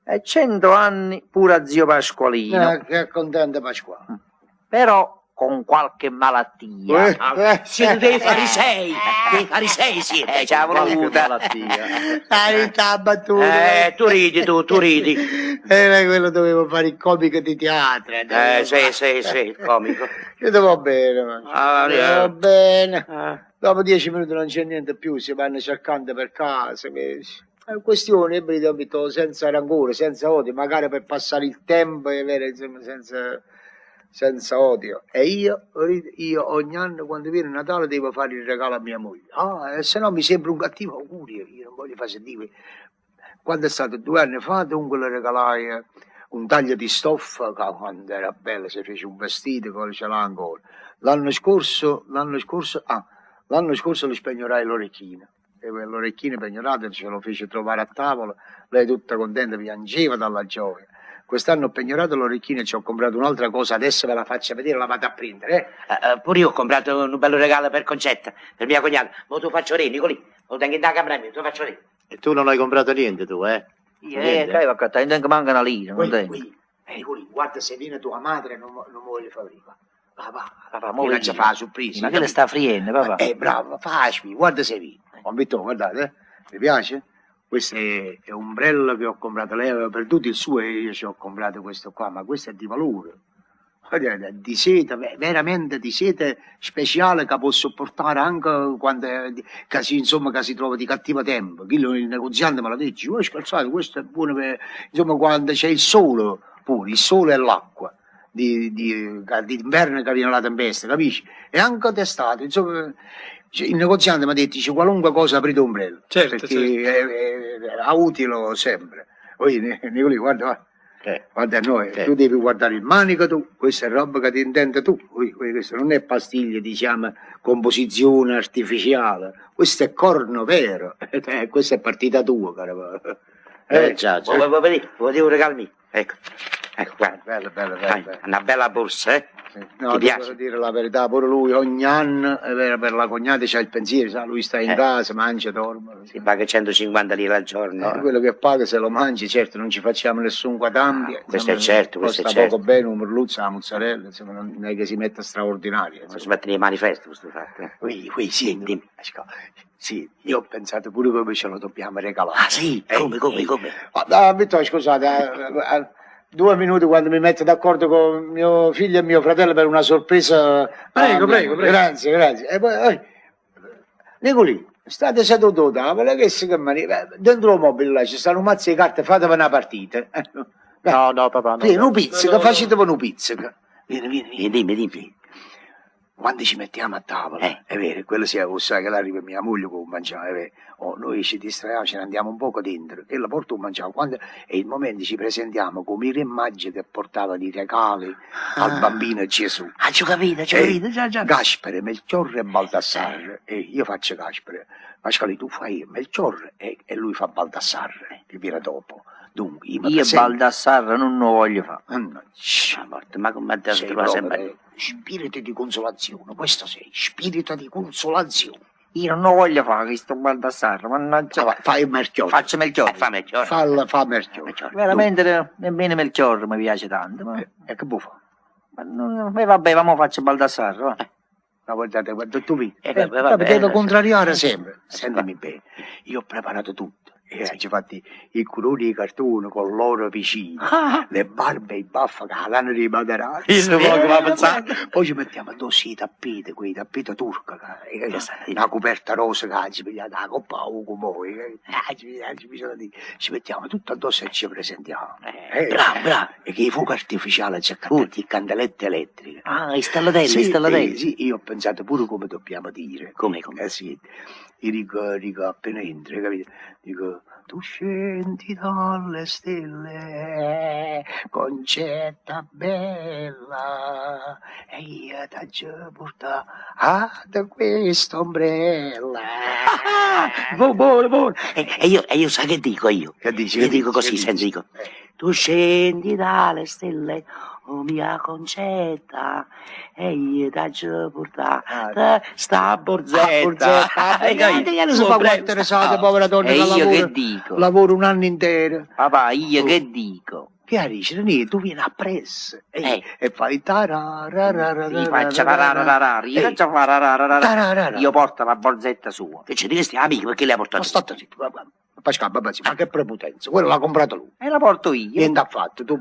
G: E cento anni pure a zio Pasqualino, Mm.
E: Eh, che contento Pasquale.
G: però con qualche malattia.
E: Eh, eh,
H: Siete dei
I: eh.
H: farisei, dei farisei siete.
G: Eh, ci ha voluta.
E: Ah, mi sta battuto.
H: Eh, tu ridi tu, tu ridi.
E: Era quello dovevo fare il comico di teatro.
H: Eh,
E: dovevo
H: sì,
E: fare.
H: sì, sì,
E: Eh,
H: il comico.
E: Io devo bene, ma-
H: Ah,
E: io
H: eh.
E: devo bene.
H: Ah.
E: Dopo dieci minuti non c'è niente più, si vanno cercando per casa. che- È una questione, io mi abito senza rancore, senza odio, magari per passare il tempo e avere, insomma, senza, senza odio. E io, io ogni anno quando viene Natale devo fare il regalo a mia moglie. Ah, e se no mi sembra un cattivo augurio, io non voglio far sentire. Quando è stato due anni fa, dunque le regalai eh, un taglio di stoffa, che quando era bella si fece un vestito, che ce l'ha ancora. L'anno scorso, l'anno scorso, ah, l'anno scorso le spegnerai l'orecchina. E que- l'orecchina pegnorata ce lo fece trovare a tavola, lei tutta contenta, piangeva dalla gioia. Quest'anno ho pegnorato l'orecchina e ci ho comprato un'altra cosa, adesso ve la faccio vedere, la vado a prendere. eh.
H: Eh, eh, pure io ho comprato un bello regalo per Concetta, per mia cognata. Ma tu faccio re, Nicolì. Lo tengo in da camera mia, tu faccio re.
I: E tu non hai comprato niente, tu, eh?
G: Eh, dai, va a non tengo manca una lira, non
E: Quindi,
G: tengo.
E: quindi, eh, quindi, guarda se viene tua madre non, vo- non voglio fare prima. Va, "Ah, va,
G: Papà, mo
E: mo
G: vedi.
E: faccio fare la sorpresa.
G: Ma che le sta friendo, papà?
E: Eh, bravo, facimi, guarda se viene. Ho detto, guardate, eh, mi piace? Questo è, è un ombrello che ho comprato, lei aveva perduto il suo e io ci ho comprato questo qua, ma questo è di valore. Guardate, Di seta, ve- veramente di seta speciale che può sopportare anche quando è di- che si, insomma, che si trova di cattivo tempo. Quello il negoziante me lo dice, voi scherzate, questo è buono per, insomma, quando c'è il sole pure, il sole e l'acqua di, di, d'inverno che viene la tempesta, capisci? E anche d'estate, insomma, c- il negoziante mi ha detto, dice, qualunque cosa aprite ombrello,
J: Certo,
E: perché È, è- è utile sempre. Poi Ne- Nicolì, guarda, guarda.
I: Eh.
E: Guarda, noi,
I: Certo.
E: tu devi guardare il manico tu, questa è roba che ti intende tu, Ui, ui, questo non è pastiglie, diciamo, composizione artificiale, questo è corno vero, Eh, questa è partita tua, caro.
I: Eh, già, già.
H: Vuoi vuoi vedere? Vuoi vedere un regalo mio? Ecco, ecco, guarda.
E: Bello, bello, bello.
H: Dai,
E: bello.
H: una bella borsa, eh?
E: No,
H: Ti
E: ti
H: piace?
E: devo dire la verità, pure lui ogni anno è vero, per la cognata c'ha il pensiero, sa, lui sta in
H: Eh.
E: casa, mangia, dorme.
H: Si paga 150 lire al giorno.
E: Eh, quello che paga se lo mangi, certo, non ci facciamo nessun guadagno.
H: Ah, questo
E: insomma,
H: è certo, questo è
E: costa
H: certo.
E: poco bene un merluzzo, la mozzarella, insomma, non non è che si metta straordinaria.
H: Non
E: insomma.
H: si mette nei manifesti questo fatto. eh.
E: Qui, qui, sì,
H: Dimmi, dimmi.
E: ascol- sì, io ho pensato pure come ce lo dobbiamo regalare.
H: Ah sì, come, come, come?
E: Ah, no, Vittorio, scusate, eh, eh, due minuti quando mi metto d'accordo con mio figlio e mio fratello per una sorpresa.
J: Prego,
E: Ah,
J: prego, prego.
E: Grazie, grazie. E poi, eh, Nicolì, state seduto da tavola, che si cammini, eh, dentro il mobile là ci stanno un mazzo di carte, fatevi una partita. Eh,
I: No, no, papà, no.
E: Vieni,
I: no.
E: un pizzico,
J: No, no, no.
E: facetevi un pizzico. Vieni, vieni, vieni.
H: Eh, Dimmi, dimmi.
E: Quando ci mettiamo a tavola,
H: Eh.
E: è vero, quello si sa che l'arriva mia moglie con un mangiano, è vero. Oh, noi ci distraiamo, ce ne andiamo un poco dentro, e la porta un mangiano. Quando è il momento ci presentiamo come i re maggi che portavano i regali al bambino Gesù.
H: Ah, ci ho capito, ci ho
E: Eh,
H: capito, già, già.
E: Gaspere, Melchiorre e Baldassarre. E io faccio Gaspere. Mascali, tu fai Melchiorre e, e lui fa Baldassarre, che viene dopo. Dunque, io mi
G: Io
E: presento.
G: Baldassarra non lo voglio fare.
E: Mannaggia.
H: Ah, morto, ma come ha detto
E: Sei
H: la
E: proprio, eh, spirito di consolazione, questo sei, spirito di consolazione.
G: Io non lo voglio fare questo baldassarro,
H: Ah,
G: mannaggia.
E: Fa- Fai un merchione.
G: Faccio Melchiorre.
H: Eh, fa Melchiorre.
E: Falla, fa merchione.
H: Melchiorre.
G: Veramente ne- nemmeno Melchiorre mi piace tanto, ma
E: Eh.
G: è che buffo. Ma non, e vabbè, vamo faccio Baldassarro. eh.
E: Ma guardate, quando tu mi
H: Eh,
E: eh,
H: vabbè,
E: proprio
H: vabbè,
E: devo
H: eh,
E: contrariare sempre. Sentimi bene, io ho preparato tutto. E ci fatti i curoni di cartone con l'oro vicino,
H: Ah,
E: le barbe e i baffi che l'hanno dei materassi.
H: Io non voglio come pensare.
E: Eh, Poi ci mettiamo addosso i tappeti, quei tappeti turca, che-
H: Ah.
E: che- che- una coperta rosa che ci pigliate la coppa o come voi, che- ah, ci pigliate- ci pigliate lì. ci mettiamo tutto addosso e ci presentiamo.
H: Eh, bravo, bravo.
E: E che i fuochi artificiali c'è tutti, candelette elettriche.
H: Ah, i stallatelle,
E: Sì,
H: i stallatelle.
E: eh, sì, io ho pensato pure come dobbiamo dire.
H: Come, come?
E: Eh sì, io dico, dico appena entri, capito? Dico, tu scendi dalle stelle, "Eh, concetta bella, e io ti porta ad questa ombrella. Ah,
H: Buono, buono, buono. E, e io, e io sa che dico io?
E: Che dici?
H: Io
E: Che
H: dico
E: dici?
H: così,
E: Che dici?
H: senti, dico. Tu scendi dalle stelle, oh mia concetta, e io t'aggio portata sta borzetta.
E: Ah, borzetta.
H: Hai capito?
E: Niente, che ne so, ma
H: Comprendo.
E: quanto ne sa, di povera
G: Eh,
E: donna
H: E
E: Ah, che
H: io
E: lavora.
H: che dico?
E: Lavoro un anno intero.
H: Papà, io
E: Oh.
H: che dico?
E: Che dice, René, tu vieni appresso e,
H: Eh.
E: e fai tarararararara.
G: Gli faccio pararararara, gli
E: Eh.
G: faccio pararararara,
E: Tararara.
G: io porto la borzetta sua.
H: Che ci dico, sti amici, perché le ha
E: Ma
H: portato?
E: state zitto, va- va- Pascal, papà, sì, ma che prepotenza, quello l'ha comprato lui.
G: E la porto io.
E: Niente affatto, tu,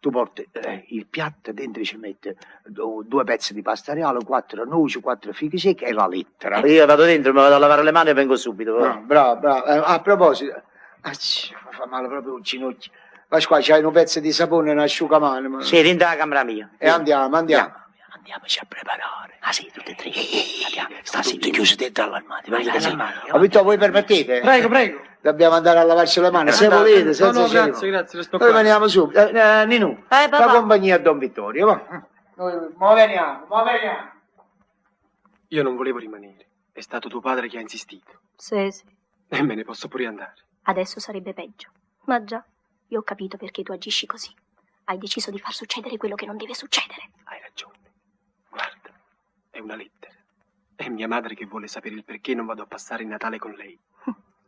E: tu porti eh, il piatto, dentro ci metti do- due pezzi di pasta reale, quattro noci, quattro fichi secchi e la lettera.
I: Io vado dentro, mi vado a lavare le mani e vengo subito. va.
E: Bravo, Eh. bravo, bravo. Eh, a proposito, acci, mi fa male proprio un ginocchio. Ma qua c'hai un pezzo di sapone e un asciugamano. ma-
H: Sì, dentro la camera mia.
E: E andiamo, andiamo.
H: Andiamoci a preparare. Ah sì, tutte e tre. Andiamo.
E: Stasera
H: Stasera
E: chiuso dentro all'armadio.
H: Vai,
E: vedete
H: vai,
E: se-
H: vai.
E: Ho detto, voi permettete?
J: Prego, prego.
E: Dobbiamo andare a lavarci le mani, se
J: Andate.
E: volete,
J: No,
E: senza
J: no, grazie,
E: scemo.
J: grazie, resto
E: Noi
J: qua.
E: veniamo subito. Eh, eh, Ninu,
A: Eh, papà.
E: la compagnia a Don Vittorio, va. Noi, mo veniamo, mo veniamo.
J: Io non volevo rimanere. È stato tuo padre che ha insistito.
K: Sì, sì.
J: E me ne posso pure andare.
K: Adesso sarebbe peggio. Ma già, io ho capito perché tu agisci così. Hai deciso di far succedere quello che non deve succedere.
J: Hai ragione. Guarda, è una lettera. È mia madre che vuole sapere il perché non vado a passare il Natale con lei.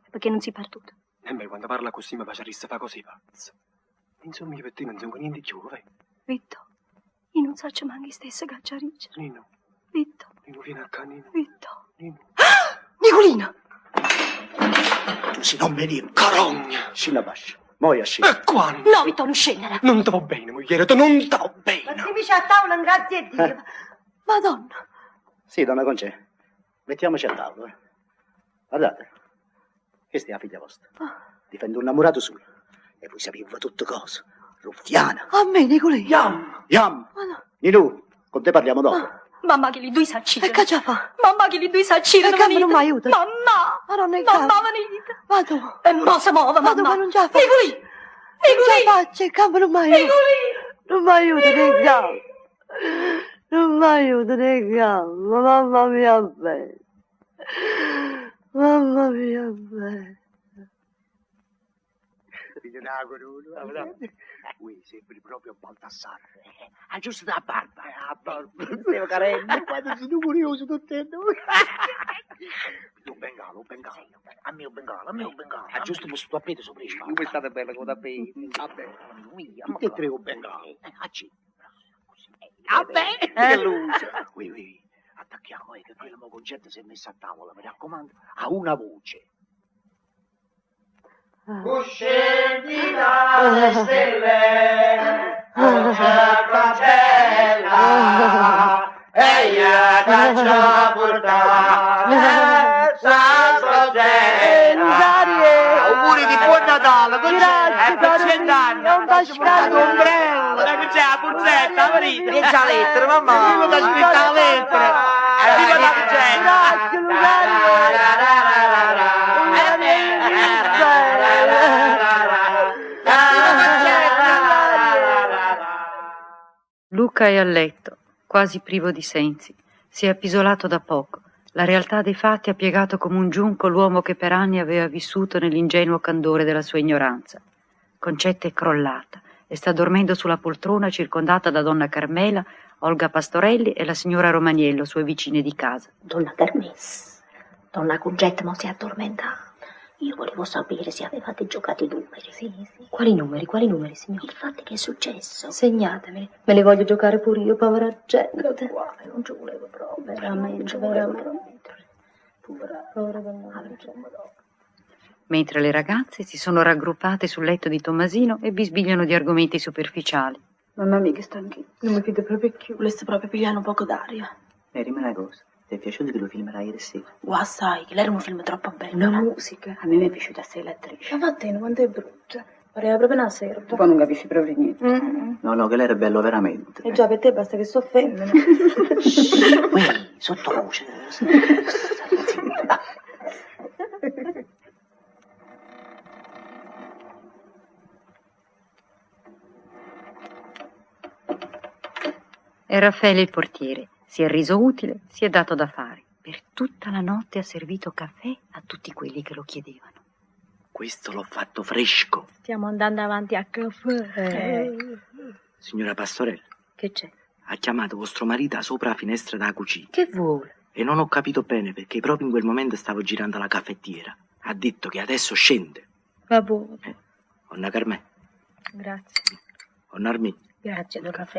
K: Perché non si è partuto.
J: E me quando parla così mi faccia rissa fa così pazzo. Insomma, io per te non sono niente più, vai.
K: Vitto, io non so se mangi stessa gacciariccia.
J: Nino,
K: Vitto,
J: Nino, vieni a canino.
K: Vitto.
J: Nino.
K: Nicolina!
E: Tu se non venivi, carogna. Sì, la pascia. Moia, sì.
J: E quando?
K: No, Vitto, non scendere!
J: Non te va bene, mogliere, tu non te va
A: Ma
J: bene.
A: si dice a tavola, grazie a Dio.
K: Madonna!
I: Sì, donna Concè, mettiamoci a tavola. eh. Guardate, questa è la figlia vostra. Difende un innamorato suo. E voi sapeva tutto cosa. Ruffiana.
C: A me, Nicolina.
I: Yam! Yam!
J: Ah,
K: Madonna.
I: Ninu, con te parliamo dopo.
K: Mamma che li due
C: E
K: s'accidono!
C: che già fa?
K: Mamma che li due s'accidono!
C: E che non mi aiuta?
K: Mamma!
C: Ma non è
K: Mamma,
C: caldo.
K: venite!
C: Vado.
K: E mo se muova,
C: Vado,
K: mamma!
C: ma non ce la faccio.
K: Nicolì!
C: Non ce la
K: Nicolì!
C: faccio, il campo non mi aiuta.
K: Nicolì!
C: Non mi aiuta, né campo. Non mi aiuta, né campo. Mamma mia, bella. Mamma mia, bella.
D: Eh.
E: Qui sembri proprio Baldassarre.
H: Aggiusta la barba.
E: Ah,
D: eh,
E: Baldassarre, carendo. Quando sono curioso tutte e due. Un bengalo, un bengalo. A mio bengalo, a mio bengalo.
H: Aggiusta questo tappeto sopra i
G: Come state bella con la pelle?
E: Vabbè,
G: Mia, ma
E: tutte Mm. e tre Eh, un bengalo.
H: Eh, acci.
E: Vabbè,
G: che
E: luce. Qui, qui, attacchiamo, eh, che quella mo concetta si è messa a tavola, mi raccomando, a una voce.
G: Auguri di buon Natale, con
C: Grazie, caro mio, un
G: Dai,
C: basciato.
G: ombrello, dai, che c'è la puzzetta, aprite. Che c'è la lettera, mamma?
C: Arriva da scritta la lettera.
G: Arriva la lettera.
C: Grazie,
G: Eh,
C: Lucario.
B: Luca è a letto, quasi privo di sensi. Si è appisolato da poco. La realtà dei fatti ha piegato come un giunco l'uomo che per anni aveva vissuto nell'ingenuo candore della sua ignoranza. Concetta è crollata e sta dormendo sulla poltrona circondata da donna Carmela, Olga Pastorelli e la signora Romagnello, sue vicine di casa.
K: Donna Carmes, Donna Cungetta non si è addormentata. Io volevo sapere se avevate giocato i numeri. Sì, sì.
L: Quali numeri, quali numeri, signore?
K: Infatti che è successo?
L: Segnatemeli. Me li voglio giocare pure io, povera gente.
K: Guarda, eh, non ci volevo proprio. non ci
L: Veramente,
K: volevo
L: veramente. Povera, povera donna.
B: mentre le ragazze si sono raggruppate sul letto di Tommasino e bisbigliano di argomenti superficiali.
M: Mamma mia, che stanchezza. Non mi chiude proprio più. Volesse proprio pigliare un poco d'aria.
N: Mary Melagos, ti è piaciuto che lo filmerà ieri sera?
M: Guà, sai, che lei era un film troppo bello. eh.
L: Una
M: musica. A me mi è piaciuta sei l'attrice.
L: Ma va te, quanto è brutta. Pareva proprio una serva.
M: Tu poi non capisci proprio niente.
N: No, no, che lei era bello veramente.
M: E già per te basta che si offendano.
N: Sottovoce.
B: È Raffaele il portiere. Si è reso utile, si è dato da fare. Per tutta la notte ha servito caffè a tutti quelli che lo chiedevano.
N: Questo l'ho fatto fresco.
L: Stiamo andando avanti a caffè.
B: Eh.
N: Signora Pastorella,
L: Che c'è?
N: ha chiamato vostro marito sopra la finestra della cucina.
L: Che vuole?
N: E non ho capito bene perché proprio in quel momento stavo girando la caffettiera. Ha detto che adesso scende. Eh,
L: Va buono.
N: Onna Carmè,
L: Grazie.
N: onna Armin,
L: Grazie del caffè.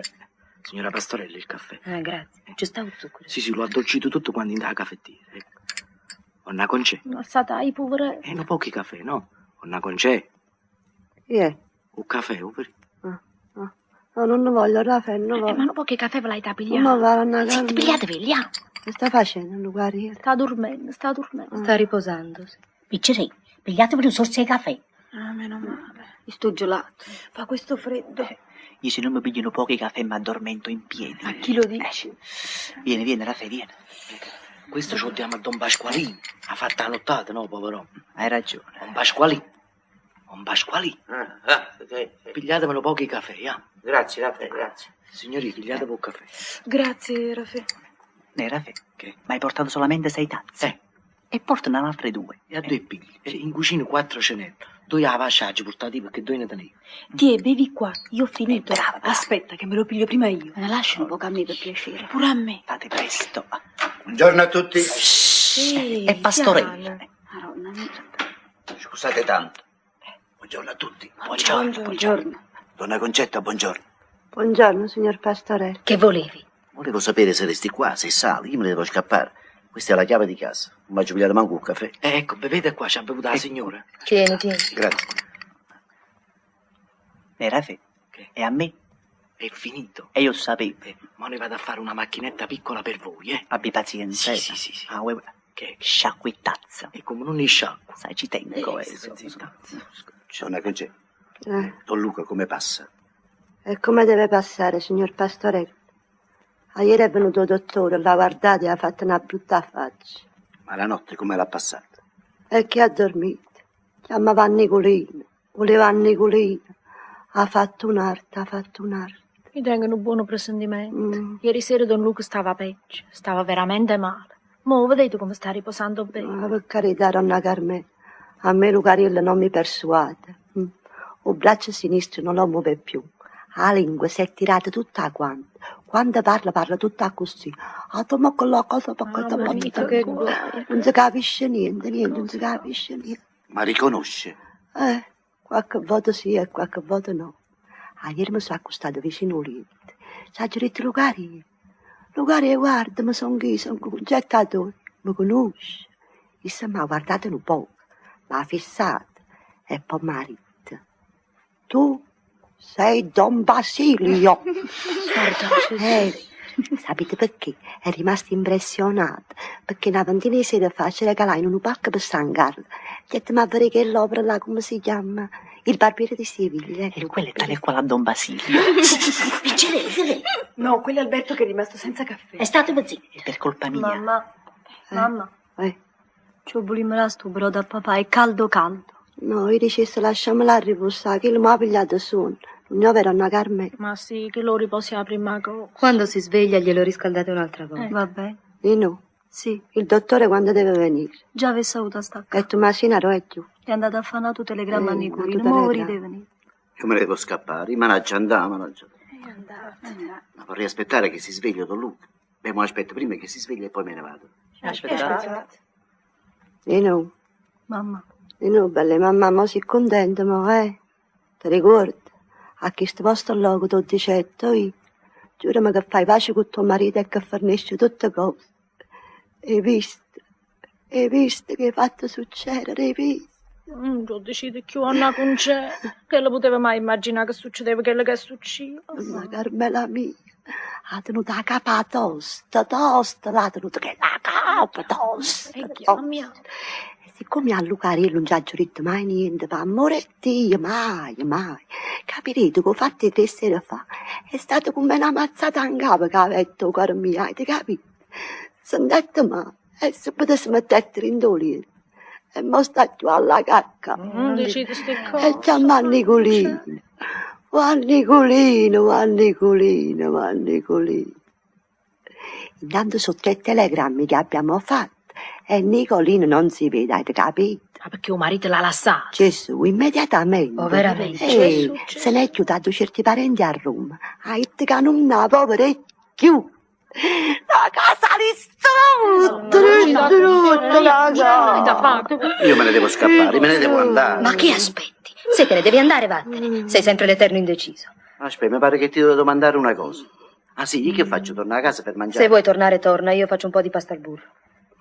N: signora Pastorella, il caffè.
M: Eh,
L: Ah, grazie. Ci sta un zucchero.
N: Sì, sì, l'ho addolcito tutto quanto in da caffettiera. Ecco. Onna Concè.
L: Ma satai, povera.
N: Eh, no, pochi caffè, no? Onna Concè,
C: Chi è?
N: un caffè, un per...
C: No, non lo voglio, Rafael, non lo
K: Eh,
C: voglio.
K: ma non può che caffè ve l'hai da
C: Ma
K: pigliare.
C: va, Anna
K: Senti,
C: Carmen.
K: pigliatevi, là.
C: Che sta facendo, lo guarire?
L: Sta dormendo, sta dormendo.
C: Sta
L: riposandosi.
K: Piccerei, pigliatevi un sorso di caffè.
M: Ah, meno male. Mi sto gelato. Fa questo freddo.
N: Io se non mi pigliano pochi caffè mi addormento in piedi. Eh,
M: A chi lo dici?
N: Vieni, vieni, Raffaele, vieni. Questo ci odiamo a Don Pasqualino. Ha fatto la nottata, no, povero? Hai ragione. Don Pasqualino. Don Pasqualino.
G: Ah,
N: Pigliatemelo pochi caffè, ah.
G: Grazie, Raffaele, grazie.
N: Signori, pigliatevi un caffè.
M: Grazie, Rafè.
N: Ne, Raffaele, ma hai portato solamente sei tazze. Eh. E portano altre due. E a due pigli. Eh, In cucina quattro ce n'è. Due a passaggi portati perché due ne tenevi.
M: Ti bevi qua, io ho finito. Aspetta, che me lo piglio prima io.
L: Eh,
M: Me ne lascio un po' a me per piacere. Pure a me.
N: Fate presto.
D: Buongiorno a tutti.
M: Sì,
N: è Pastorella.
M: piano. Eh, Madonna mia.
D: Scusate tanto. Buongiorno a tutti.
M: Buongiorno, buongiorno.
D: Donna Concetta, buongiorno.
C: Buongiorno, signor Pastorello.
K: Che volevi?
N: Volevo sapere se resti qua, se sali, io me ne devo scappare. Questa è la chiave di casa. Non mi ha pigliato manco un caffè. ecco, bevete qua, ci ha bevuto la signora.
L: Tieni, tieni.
N: Grazie.
G: Eh, Raffaele, è a me.
N: È finito. Eh,
G: E io sapevo.
N: Ma ne vado a fare una macchinetta piccola per voi, eh?
G: Abbi pazienza.
N: Sì, sì, sì. sì.
G: Ah, vuoi...
N: Che
G: Sciacquittazza.
N: E come non ne sciacqua.
G: Sai, ci tengo, eh.
N: Donna Concetta,
C: Eh,
N: Don Luca come passa?
C: e come deve passare, signor Pastorello? Ah, ieri è venuto il dottore, l'ha guardato e ha fatto una brutta faccia.
N: Ma la notte come l'ha passata?
C: E che ha dormito? Chiamava Nicolino, voleva Nicolino. Ha fatto un'arte, ha fatto un'arte.
L: Mi tengono un buono presentimento.
C: Mm.
L: Ieri sera Don Luca stava peggio, stava veramente male. Mo vedete come sta riposando bene.
C: Ma per carità, donna Carmen, a me Lucarillo non mi persuade. Mm. Il braccio sinistro non lo muove più. La lingua si è tirata tutta quanta. Quando parla, parla tutta così. Ah, toma quella cosa, toma quella
L: Mamma
C: cosa,
L: mia,
C: toma
L: che
C: quella.
L: guai.
C: Non si capisce niente, niente, non si capisce niente.
N: Ma riconosce?
C: Eh, qualche volta sì e qualche volta no. Ah, ieri mi sono accostata vicino a lì. Ci ha detto Lugari. Lugari, guarda, mi sono qui, sono congettato. Mi conosce. Issa mi ha guardato un po', mi ha fissato e poi mi ha detto, Tu sei Don Basilio. Eh, sapete perché? È rimasto impressionato, perché una ventina di sera fa c'era calai in un parco per San Carlo. Detto, ma vedete che l'opera là, come si chiama? Il barbiere di Siviglia. E
G: Quella è tale qua la Don Basilio.
K: Piccerei, sì.
M: No, quello è Alberto che è rimasto senza caffè.
K: È stato zitti.
G: È per colpa mia.
L: Mamma, mamma,
C: Eh,
L: ci volimela sto brodo a papà, è caldo caldo.
C: no, io dicevo, lasciamola riposare, che lo mi ha pigliato sonno. Non era una carme.
L: Ma sì, che lo riposiamo prima cosa.
C: Quando si sveglia glielo riscaldate un'altra volta.
L: Eh. Vabbè,
C: Di no?
L: sì,
C: Il dottore quando deve venire?
L: già vi saluta sta.
C: E Tomasina lo è più.
L: È andata a fare tutte le
C: Eh,
L: a Nicolino,
C: tutte le
L: ma
C: gra-
L: ora deve venire.
N: Io me ne devo scappare, managgia andà, managgia.
L: Eh,
O: Eh,
N: Ma vorrei aspettare
L: Eh,
N: che si sveglio Don Luca. Beh, ma aspetto prima che si sveglia e poi me ne vado.
M: Aspettate.
C: Nino,
L: Mamma,
C: Nino, belle mamma, mo si contenta, mo, eh? Ti ricordi? A questo posto loco t'ho detto io. Giurami che fai pace con tuo marito e che fornisci tutte cose. Hai visto? Hai visto che hai fatto succedere? Hai visto?
L: non ho eh, mm, deciso più Anna con c'è, che lo poteva mai immaginare che succedeva quello che è successo.
C: Ma Carmela mia, ha tenuto la capa tosta, tosta, l'ha tenuta che la capa tosta. tosta. E siccome a Lucarello non ci ha giurito mai niente, ma amore Dio, mai, mai, capirete che ho fatto tre sere fa, è stato come una mazzata in capo che ha detto caro mio, hai capito? Sono detto ma, e se potessi metterti in dolore, e mo sta giù alla cacca.
L: Non Mm, decido ste
C: E
L: cose.
C: c'è Mannicolino. Mannicolino, Mannicolino, Mannicolino. Intanto sono tre telegrammi che abbiamo fatto e Nicolino non si vede, hai capito?
L: Ah, perché il marito l'ha lasciato.
C: Gesù, immediatamente.
L: Oh, veramente?
C: Ehi,
L: Gesù,
C: se ne è chiudato certi parenti a Roma. Hai detto che non ha povere più. La casa distrutta, distrutta la casa.
D: Io me ne devo scappare, me ne devo andare.
L: Ah.
O: Ma che aspetti? Se te ne devi andare,
L: Mm.
O: vattene. Sei sempre l'eterno indeciso.
N: Aspetta, mi pare che ti devo domandare una cosa. Ah sì, io che faccio? Torno a casa per mangiare?
O: Se vuoi tornare, torna. Io faccio un po' di pasta al burro.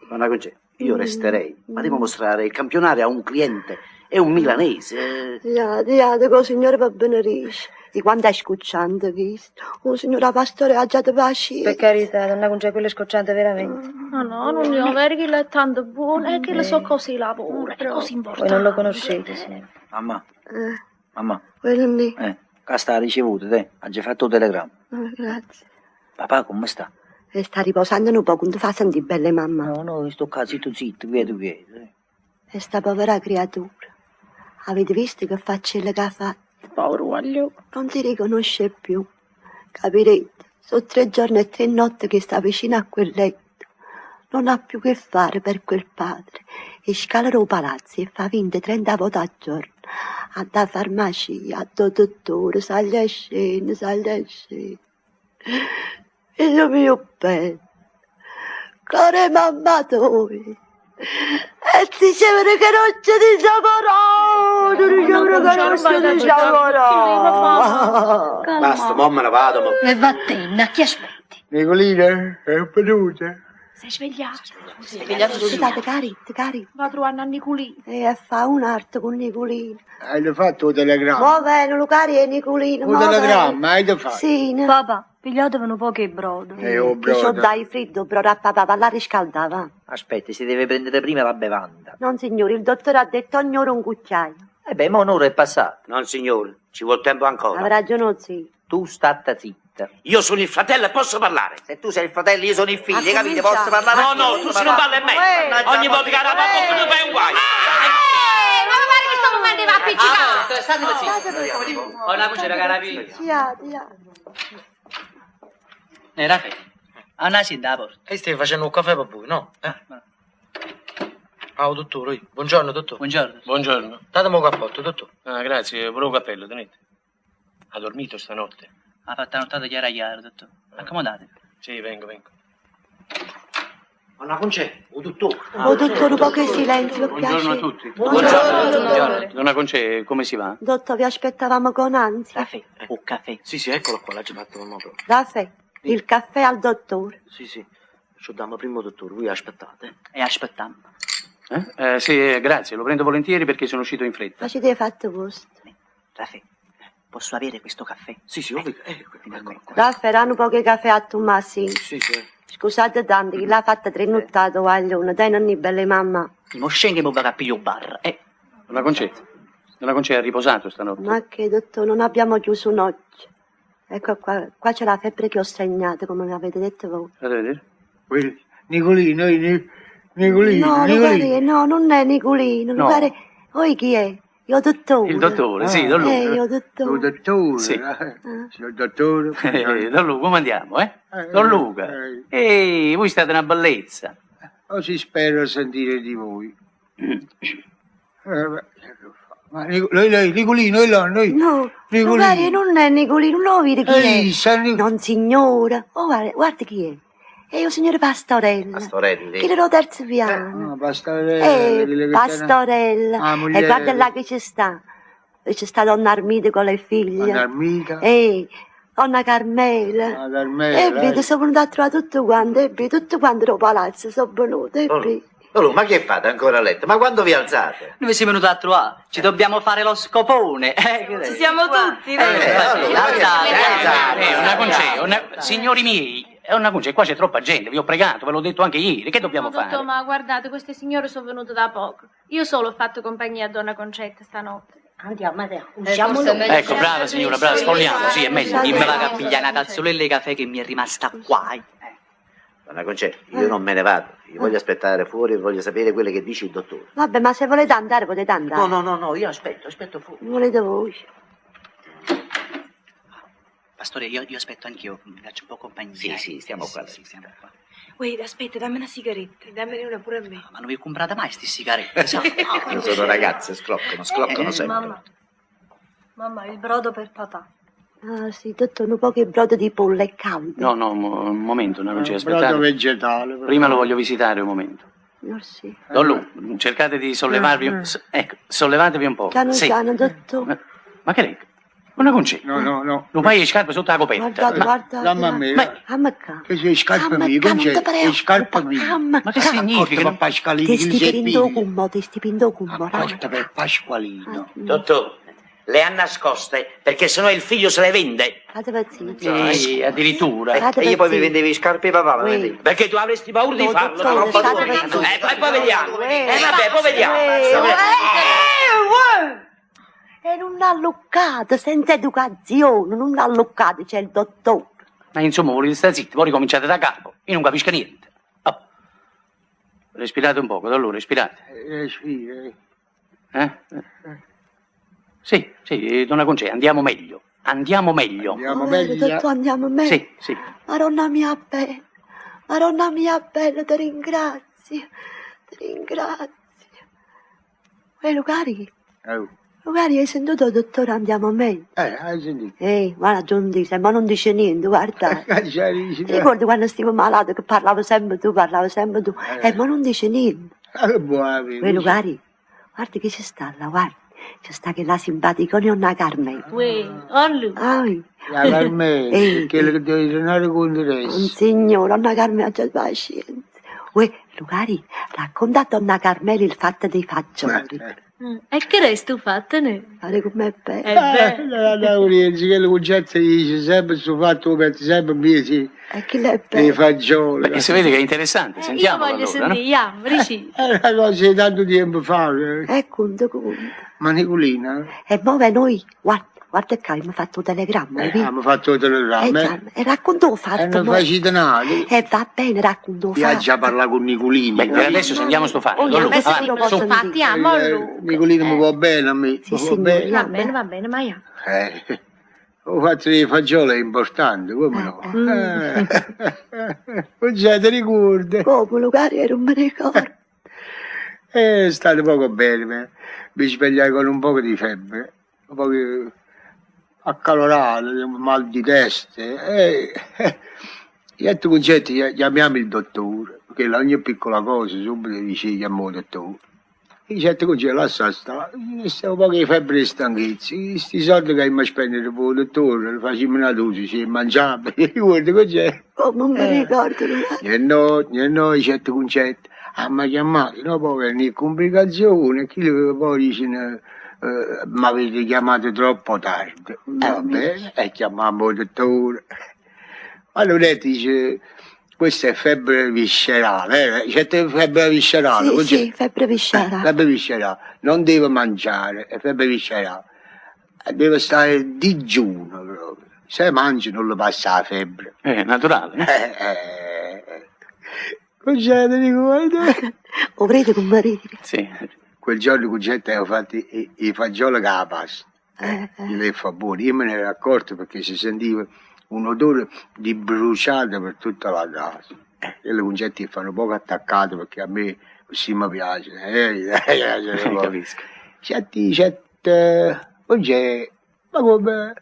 N: Donna Concetta, io resterei, ma devo mostrare il campionario a un cliente. È un milanese.
C: Io diate che il signore va bene riesce. Di quanto è scocciante visto? Un signore pastore ha già Oh, te
O: Per
C: paci.
O: carità, donna con quello è scocciante veramente.
L: Ma no, non ne ho vero che è tanto buono, è che le so cose lavora, è così
O: Voi non
L: importante.
O: lo conoscete, signore.
G: Mamma,
C: Eh,
G: mamma,
C: quello lì.
G: eh, casta ha ricevuto, te, ha già fatto un telegramma.
C: Ah, grazie.
G: Papà, come sta?
C: E Eh, sta riposando un po' quando fa sentire belle mamma.
G: No, no, sto qua, zitto, zitto, vedo, vedo. eh.
C: E sta povera creatura. Avete visto che faccelle che ha fatto? Povero aglio. Non si riconosce più. Capirete? Sono tre giorni e tre notti che sta vicino a quel letto. Non ha più che fare per quel padre. E scalano i palazzi e fa 20-30 voti al giorno. A da farmacia, a da dottore, sale e scende, sale e scende. Figlio mio bello, care mamma tua. E dicevano che non c'è di giacorò, non dicevano che non c'è di giacorò.
D: Basta, mo me ne vado, ma...
O: E vattene, chi aspetta?
E: Nicolina, è venuta.
L: Sei svegliato? Sei
C: svegliato tu? State cari, cari.
L: Va a trovare Nanni Culino.
C: E fa un arte con Nicolino.
E: Hai fatto un telegramma?
C: Ma bene, Lucari e Nicolino,
E: Un
C: ma
E: telegramma, hai fatto?
C: Sì, no. Papà, pigliatevano poche brodo.
G: Eh, oh,
C: Che so
G: brodo.
C: dai freddo, brodo a papà, va la riscaldava.
G: Aspetti, si deve prendere prima la bevanda.
C: Non signore, il dottore ha detto ogni ora un cucchiaio.
G: E Eh beh, ma un'ora è passata.
H: Non signore, ci vuol tempo ancora.
C: Avrà ragione, oh, zio.
G: Tu statta zitta.
H: Io sono il fratello e posso parlare.
G: Se tu sei il fratello, io sono il figlio, capite? Posso
H: cominciare.
G: parlare?
H: No, no, tu se non parli a me. Ogni volta che arrabbi qualcuno, fai un guaio.
A: Eh, ma mi pare che sto momento va appiccicato. Ah,
P: Ho una voce da carabinieri. Eh, Raffaele, andassi da porta. Che stai facendo un caffè per voi, no? Eh? Ah, oh, dottore, oi. buongiorno, dottore. Buongiorno. Buongiorno. Datemi un cappotto, dottore.
Q: Ah, grazie, pure un cappello, tenete. Ha dormito stanotte?
P: Ha fatto nottata chiara chiara, dottore. Accomodate.
Q: Sì, vengo, vengo.
N: Donna Concetta, o dottore.
C: Oh, dottore, un po' che silenzio, per
Q: Buongiorno a
C: piacere.
Q: tutti.
C: Buongiorno, dottore.
Q: Donna Concè, come si va?
C: Dottore, vi aspettavamo con ansia.
Q: Un caffè. Sì, sì, eccolo qua, l'ha già fatto mamma proprio.
C: Raffè, il caffè al dottore.
N: Sì, sì. Ci dammo primo dottore, voi aspettate.
P: E aspettiamo.
Q: Eh? Eh, sì, eh, grazie, lo prendo volentieri perché sono uscito in fretta.
C: Facete fatto vostro.
P: Raffaele, posso avere questo caffè?
Q: Sì, sì,
N: Ecco,
Q: ovvio. Eh,
P: ecco,
C: Raffè, hanno poche caffè a Tommasino.
Q: Sì, sì.
C: Scusate tanto, chi l'ha fatta tre nottate, guaglione. Dai, nonni, belle mamma.
P: Mo scendi e mo vado a pigliare un bar. Eh,
Q: Donna Concetta. Donna Concetta ha riposato stanotte.
C: Ma che, dottore, non abbiamo chiuso un'occhio. Ecco qua, qua c'è la febbre che ho segnato, come mi avete detto voi.
Q: Fate vedere.
E: Vedi? Nicolino, eh, Ni- Nicolino,
C: No,
E: Nicolino.
C: Lucarelli, no, non è Nicolino.
E: No.
C: Lucare, oi chi è? Io dottore.
Q: Il dottore, sì,
E: Ah.
Q: Don Luca.
C: Eh, Ah. io
E: Oh,
C: dottore.
E: dottore,
Q: Sì.
E: eh, signor dottore.
Q: Eh, Don Luca, come andiamo, eh? Don Luca.
E: eh,
Q: Ehi, voi state una bellezza.
E: Così spero sentire di voi. Eh, ma- Ma Nic- lei, lei, Nicolino, è là, noi.
C: No, Lucare,
E: Nicolino.
C: non è Nicolino, non lo vedi chi
E: Ehi,
C: è? Non signora. Oh, guarda, guarda chi è. E io, signore Pastorella.
I: Pastorelli.
C: Che le do terzo piano.
D: No, pastorella.
C: Eh, pastorella.
D: Ah,
C: e
D: mogliere.
C: guarda là che ci sta. E C'è sta donna Armide con le figlie.
D: Donna Armida.
C: Eh, donna Carmela.
D: Ah, Carmela,
C: E
D: eh.
C: vedo, sono venuta a trovare tutto quanto, e vedo, tutto quanto del palazzo, sono venuta, eh,
R: Oh.
C: e vedo.
I: Lulu, ma che fate ancora a letto? Ma quando vi alzate? Eh.
N: Noi siamo venuti a trovare, ci dobbiamo fare lo scopone.
R: eh,
L: Ci siamo tutti, dai.
Q: Eh, una concea, una- signori miei, è una concea, qua c'è troppa gente, vi ho pregato, ve l'ho detto anche ieri, che dobbiamo
L: Dottor,
Q: fare?
L: ma guardate, queste signore sono venute da poco. Io solo ho fatto compagnia a Donna Concetta stanotte. Eh,
S: Andiamo, andiamo.
N: Ecco, brava signora, brava,
L: sfogliamo,
N: sfogliamo,
L: sì,
N: sì,
L: è
N: è
L: meglio,
N: meglio.
L: di
N: Dimmi
L: meglio.
N: a pigliare una tazzolella di caffè che mi è rimasta qua. eh.
I: Donna Concetta, io non me ne vado. Io voglio aspettare fuori e voglio sapere quello che dice il dottore.
C: Vabbè, ma se volete andare, potete andare.
R: No, no, no, no, io aspetto, aspetto fuori.
C: Volete voi?
R: Pastore, io, io aspetto anch'io, mi faccio un po' compagnia. Sì, sì, stiamo qua. Sì, stiamo qua.
T: Wait, aspetta, dammi una sigaretta. Dammene una pure a me.
R: Ma non vi ho comprata mai sti sigarette, sa?
I: Io sono ragazze, scloccano, scloccano
R: Eh,
I: sempre.
T: Mamma. Mamma, il brodo per papà.
C: Ah, sì, dottore, un po' che brodo di pollo è caldo.
Q: No, no, mo- un momento, non ci
D: Brodo
Q: aspettate.
D: vegetale. però.
Q: Prima lo voglio visitare un momento.
C: No, sì. Mm.
Q: Don Lu, cercate di sollevarvi, s- ecco, sollevatevi un po'.
C: Piano
Q: Sì.
C: piano,
D: Eh.
C: dottore.
Q: Ma che leggo? Una concetta. No,
D: no, no.
Q: Lo fai le scarpe sotto la coperta.
C: Guarda, guarda.
D: Dammi a me.
C: Ma...
D: Che sei scarpa mia, Concetta, sei scarpa mia.
C: Ma
D: che significa? Ma Pasqualino,
C: Testi per
D: il
C: indocummo, testi per indocummo.
D: Porta per Pasqualino.
H: Dottore, le ha nascoste perché sennò il figlio se le vende.
C: Fate pazienza.
H: Sì,
Q: addirittura.
H: E io poi mi vendevi
G: le scarpe papà,
H: Ui.
G: vedi?
H: Perché tu avresti paura di
G: No,
H: farlo,
G: dottore,
H: la roba
G: state
H: tua.
G: tranquilli.
H: Eh, poi, poi vediamo.
C: Eh,
H: Eh, vabbè, poi vediamo.
C: eh, E non l'ha luccato, senza educazione, non l'ha luccato, c'è il dottore.
Q: Ma insomma, volete stare zitti, poi ricominciate da capo. Io non capisco niente. Oh. Respirate un poco, da allora, respirate.
D: Eh, sì, eh.
Q: Eh? Eh. Sì, sì, eh, donna Concea, andiamo meglio. Andiamo meglio.
D: Andiamo
C: Oh,
D: eh?
C: dottore, andiamo a me.
Q: Sì, sì.
C: Maronna mia bella, Maronna mia bella, ti ringrazio, ti ringrazio. E Lucari,
D: Eh,
C: Lucari, hai sentito, dottore, andiamo meglio.
D: eh, hai sentito? Eh,
C: Ehi, guarda, John dice, ma non dice niente, guarda. Ti ricordi quando stavo malato che parlavo sempre tu, parlavo sempre tu, eh, ma non dice niente.
D: Eh, buona vita.
C: Ehi, Lucari, guarda che ci sta là, guarda. Ci sta che la simpatica nonna Carmen.
L: Uè, Orlu.
C: Ai.
D: La Carmela,
C: Ehi,
D: che le devi tornare con il resto.
C: Un signore, Anna Carmela già pazienza. Uè, Lucari, racconta a Donna Carmela il fatto dei fagioli.
E: Eh.
L: Mm, E che resto fattene?
C: Guarda com'è bello.
D: Eh, la Laurienzi, che le concette dice sempre sul fatto che sempre mesi
C: E chi l'è
D: le fagioli.
Q: Perché si vede che è
C: Eh,
Q: interessante,
L: Io
Q: sentiamo allora,
L: voglio sentire,
Q: no?
L: Iam, Brici.
D: È una cosa di tanto tempo fa. Eh,
C: Eh, conto, conto.
D: Manicolina.
C: E muove noi, guarda, guarda che mi ha fatto un telegramma, hai
D: Eh,
C: visto?
D: abbiamo fatto il
C: Eh,
D: telegramma.
C: già,
D: eh.
C: e racconto un fatto.
D: E non
C: mo.
D: facite nada.
C: Eh, va bene, racconto un fatto.
D: Viaggia a parlare con Nicolino.
Q: Beh, per adesso sentiamo sto ah, fatto.
C: Oh,
Q: Don
C: a
Q: Lu,
C: me se
Q: avanti.
C: lo posso
A: Fatti,
C: dire.
A: amo,
D: Eh,
A: Lu.
D: Nicolino mi va bene a me. mi va bene.
A: Va bene, va bene, ma io.
D: Eh, ho fatto le fagiole è importante, come no? Eh, non c'è, ti ricordi?
C: Come, Lucari, non mi ricordo.
D: Eh, state poco bene, me. mi svegliai con un po' di febbre, un po' di accalorato, di mal di testa. eh. E eh, detto concetti, chia- chiamiamo il dottore, perché la- ogni piccola cosa subito dice chiamiamo il dottore. E certo concetti, lascia stare, stavo un po' di febbre e stanchezza, questi soldi che mi spendere per il dottore, li facciamo una dose, ci mangiamo, guarda concetti.
C: Oh, non mi
A: Eh.
C: ricordo, Lucari.
D: E noi, e noi certi concetti, ah, ma chiamate, no, poi viene le complicazioni, chi le- poi dice, eh, mi avete chiamato troppo tardi. Va bene, e chiamiamo il dottore. Allora dice, questa è febbre viscerale, eh? certe febbre viscerale,
C: Sì,
D: concetti.
C: sì, febbre viscera.
D: Eh, febbre viscerale, non deve mangiare, è febbre viscerale, Eh, deve stare digiuno proprio. Se mangi non lo passa la febbre. Eh,
Q: Eh, naturale. no?
D: Concetto di guarda.
C: Lo Oh, vedi con marito?
Q: Sì.
D: eh. Quel giorno Concetto avevo fatto i, i fagioli che la pasta. Eh, Lei fa buoni. Io me ne ero accorto perché si sentiva un odore di bruciato per tutta la casa. Eh, E le concette fanno poco attaccato perché a me così mi piace. Eh, eh, eh,
Q: Capisco.
D: Senti, senti, eh, oggi è- ma come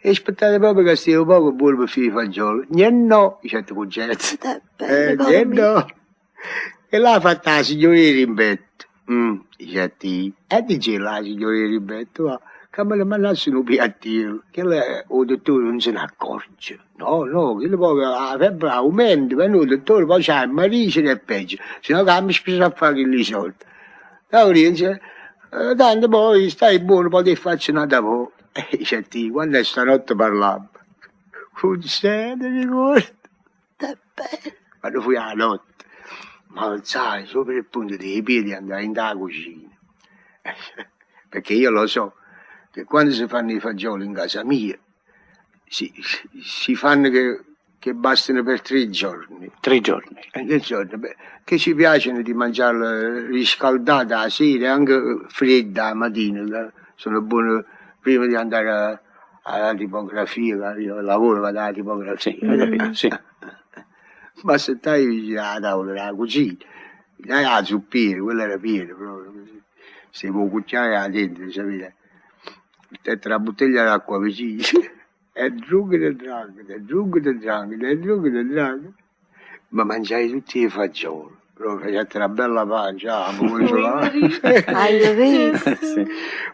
D: E aspettate proprio che stia un poco buono per fare i fagioli. Niente no, dice il concerto. Eh,
C: bello,
D: niente
C: amico.
D: no. E l'ha fatta la signorina Rimbetto. Mm, dice a te. E dice la signorina Rimbetto, va, ah, che me ne mandassero un piattino, che lei, il dottore non se ne accorge. No, no, che poi la febbre aumenta, ma noi, il dottore, poi c'è il marito che è peggio, se no che mi spesa a fare lì i soldi. Laurenza, eh, tanto poi stai buono, poi ti faccio una da voi. E Eh, dice a te, quando è stanotte parlavo, un sede di morte. Quando fui alla notte, ma alzai sopra il punto dei piedi e andai in da cucina. Perché io lo so che quando si fanno i fagioli in casa mia, si, si- si fanno che, che bastano per tre giorni.
Q: Tre giorni.
D: E tre giorni, beh, che ci piacciono di mangiarla riscaldata la sera e anche eh, fredda la mattina. eh, Sono buono prima di andare a- alla tipografia, che io lavoro vado alla tipografia. Ma se stai vicino alla tavola della cucina, dai la zuppiera, quella era piena proprio. così. Si può cucciare la dentro, sapete? Mette la bottiglia d'acqua vicino. E drughe e dranghe, drughe e dranghe, e drughe e dranghe. Ma mangiai tutti i fagioli. Proprio c'è una bella pancia, ah, ma quello là.
C: Hai visto?
D: Sì.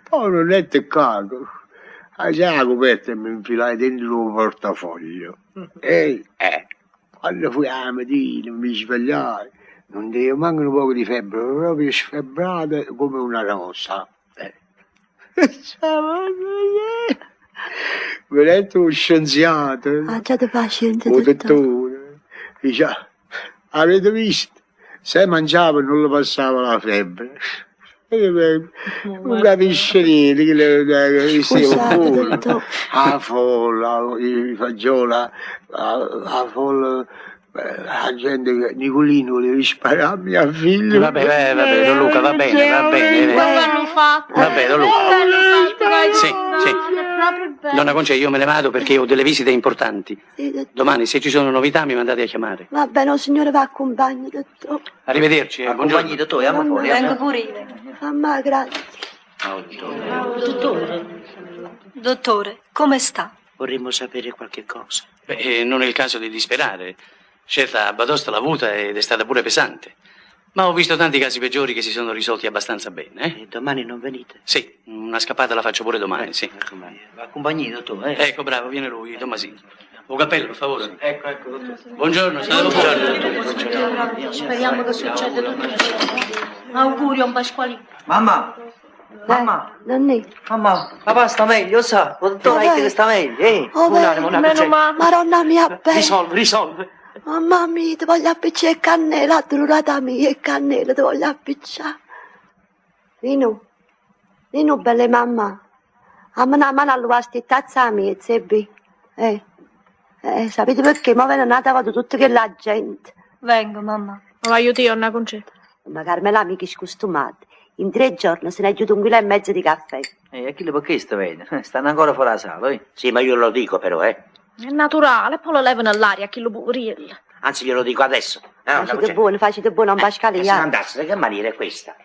D: Poi non è toccato. Ah, già la coperta e mi infilai dentro il portafoglio. E eh, quando fui alla mattina mi svegliai, non devo mancare un poco di febbre, ero proprio sfebbrata come una rosa. Eh. Veramente uno scienziato,
C: Ah, già ti pazienza,
D: un
C: dottore.
D: dottore. Dice, "Ah, avete visto? Se mangiava non lo passava la febbre. E io, eh, Non capisce niente, che le- le- che
C: Scusate,
D: stiamo fuori.
C: dottore.
D: La folla, i fagiola, la, la folla, eh, la gente che Nicolino voleva sparare a mia figlia.
Q: Vabbè, vabbè, Eh, vabbè, Don Luca, va bene, va bene.
U: L'hanno fatto.
Q: Va bene, Don Luca. Sì, sì.
U: Proprio bello.
Q: Donna Concia, io me ne vado perché ho delle visite importanti.
C: Sì, dottore.
Q: Domani, se ci sono novità, mi mandate a chiamare.
C: Va bene, oh, signore va accompagni, dottore.
Q: Arrivederci. eh, Buongiorno.
G: dottore, amma fuori, amma.
L: pure io.
C: Mamma, grazie.
L: Dottore. Dottore, come sta?
H: Vorremmo sapere qualche cosa.
Q: Beh, eh, non è il caso di disperare. Certa Badosta l'ha avuta ed è stata pure pesante. Ma ho visto tanti casi peggiori che si sono risolti abbastanza bene. eh.
H: E domani non venite. Eh, ecco,
Q: Sì, una scappata la faccio pure domani, sì.
H: Accompagni, dottore. Eh.
Q: Ecco, bravo, viene lui, Tommasini. Un cappello, per favore.
H: Ecco, ecco, dottore.
Q: Buongiorno, salve, buongiorno.
L: Speriamo che succeda tutto. Auguri, un Pasqualino.
A: Mamma, mamma,
C: Nonni.
A: mamma, papà sta meglio, sa, dottore
C: Eh, Dov'è?
A: che sta meglio, eh.
C: Oh,
A: Un attimo, un attimo,
G: cioè.
A: c'è.
C: Maronna mia bella.
A: Risolve, risolve.
C: Mamma mia, ti voglio appicciare cannella, addolorata mia e cannella, ti voglio appicciare. Nino, Nino, belle mamma, a mano a mano all'uasti tazza mia, zebbi. Eh, eh, sapete perché? Ma ve ne nata vado tutta che la gente.
V: Vengo, mamma. Lo aiuti io, una concetta.
C: Ma Carmela, amici scostumati, in tre giorni se ne aiuta un chilo e mezzo di caffè.
G: E Eh, chi le può questo, vedi? Eh, Stanno ancora fuori la sala, eh? Sì, ma io lo dico però, eh.
V: È naturale, poi lo levano all'aria, chi lo burilla.
H: Anzi, glielo dico adesso. Eh, No, una
C: Facete
H: voce-
C: buono, facete buono, non
L: Eh,
H: che se ne
C: bascaliate.
H: andasse, che maniera è questa?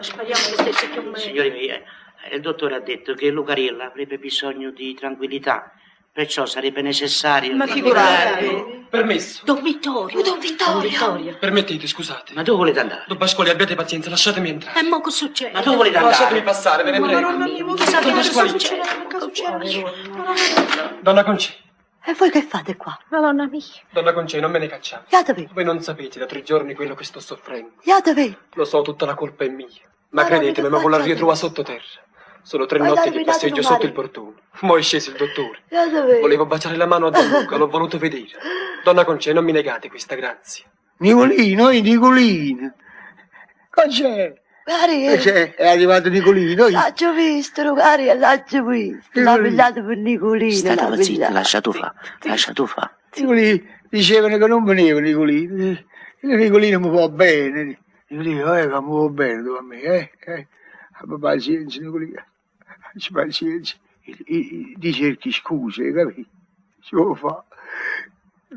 L: Speriamo che eh. stesse più meglio.
H: Signori miei, eh, il dottore ha detto che Lucarilla avrebbe bisogno di tranquillità, perciò sarebbe necessario...
L: Ma figurati.
J: Permesso.
L: Don Vittorio. Don Vittorio.
J: Permettete, scusate.
H: Ma dove volete andare?
J: Don Pasquale, abbiate pazienza, lasciatemi entrare.
L: E mo che succede?
H: Ma dove volete
J: Lasciatemi
H: andare?
J: passare, ve ne
L: Ma
J: prego.
L: non abbiamo chissà che
J: Don
L: cosa
J: Pasquale.
L: succede. Che succede?
J: Donna Concè,
C: E voi che fate qua?
V: Madonna mia.
J: donna Concè, non me ne cacciate.
C: Iate vedi,
J: Voi non sapete da tre giorni quello che sto soffrendo.
C: iate vedi.
J: Lo so, tutta la colpa è mia. Ma
C: Ma
J: credetemi,
C: non
J: mi
C: mi
J: con la
C: facciate-
J: ritrova sottoterra. Sono tre
C: Ma
J: notti
C: dai,
J: che
C: mi date
J: passeggio
C: domani.
J: sotto il portone. Mo' è sceso il dottore.
C: Iate vedi.
J: Volevo baciare la mano a Don Luca, l'ho voluto vedere. Donna Concè, non mi negate questa grazia.
D: Nicolino, eh, Nicolino. Cosa c'è?
A: Eh,
C: Cari,
D: Cioè, è arrivato Nicolino. io-
C: l'ho visto, cari, l'ho visto. L'ha pigliato per Nicolino, l'ha
H: State zitti,
C: pigliato.
H: lascia tu fa, lascia tu fa.
D: Nicolino dicevano che non veniva Nicolino. Eh, Nicolino mi va bene. Nicolino, eh, che mi va bene tu a me, eh. eh. Abbi pazienza, Nicolino. Abbi pazienza. I- i- i- Ti cerchi scuse, capito? Si può fare.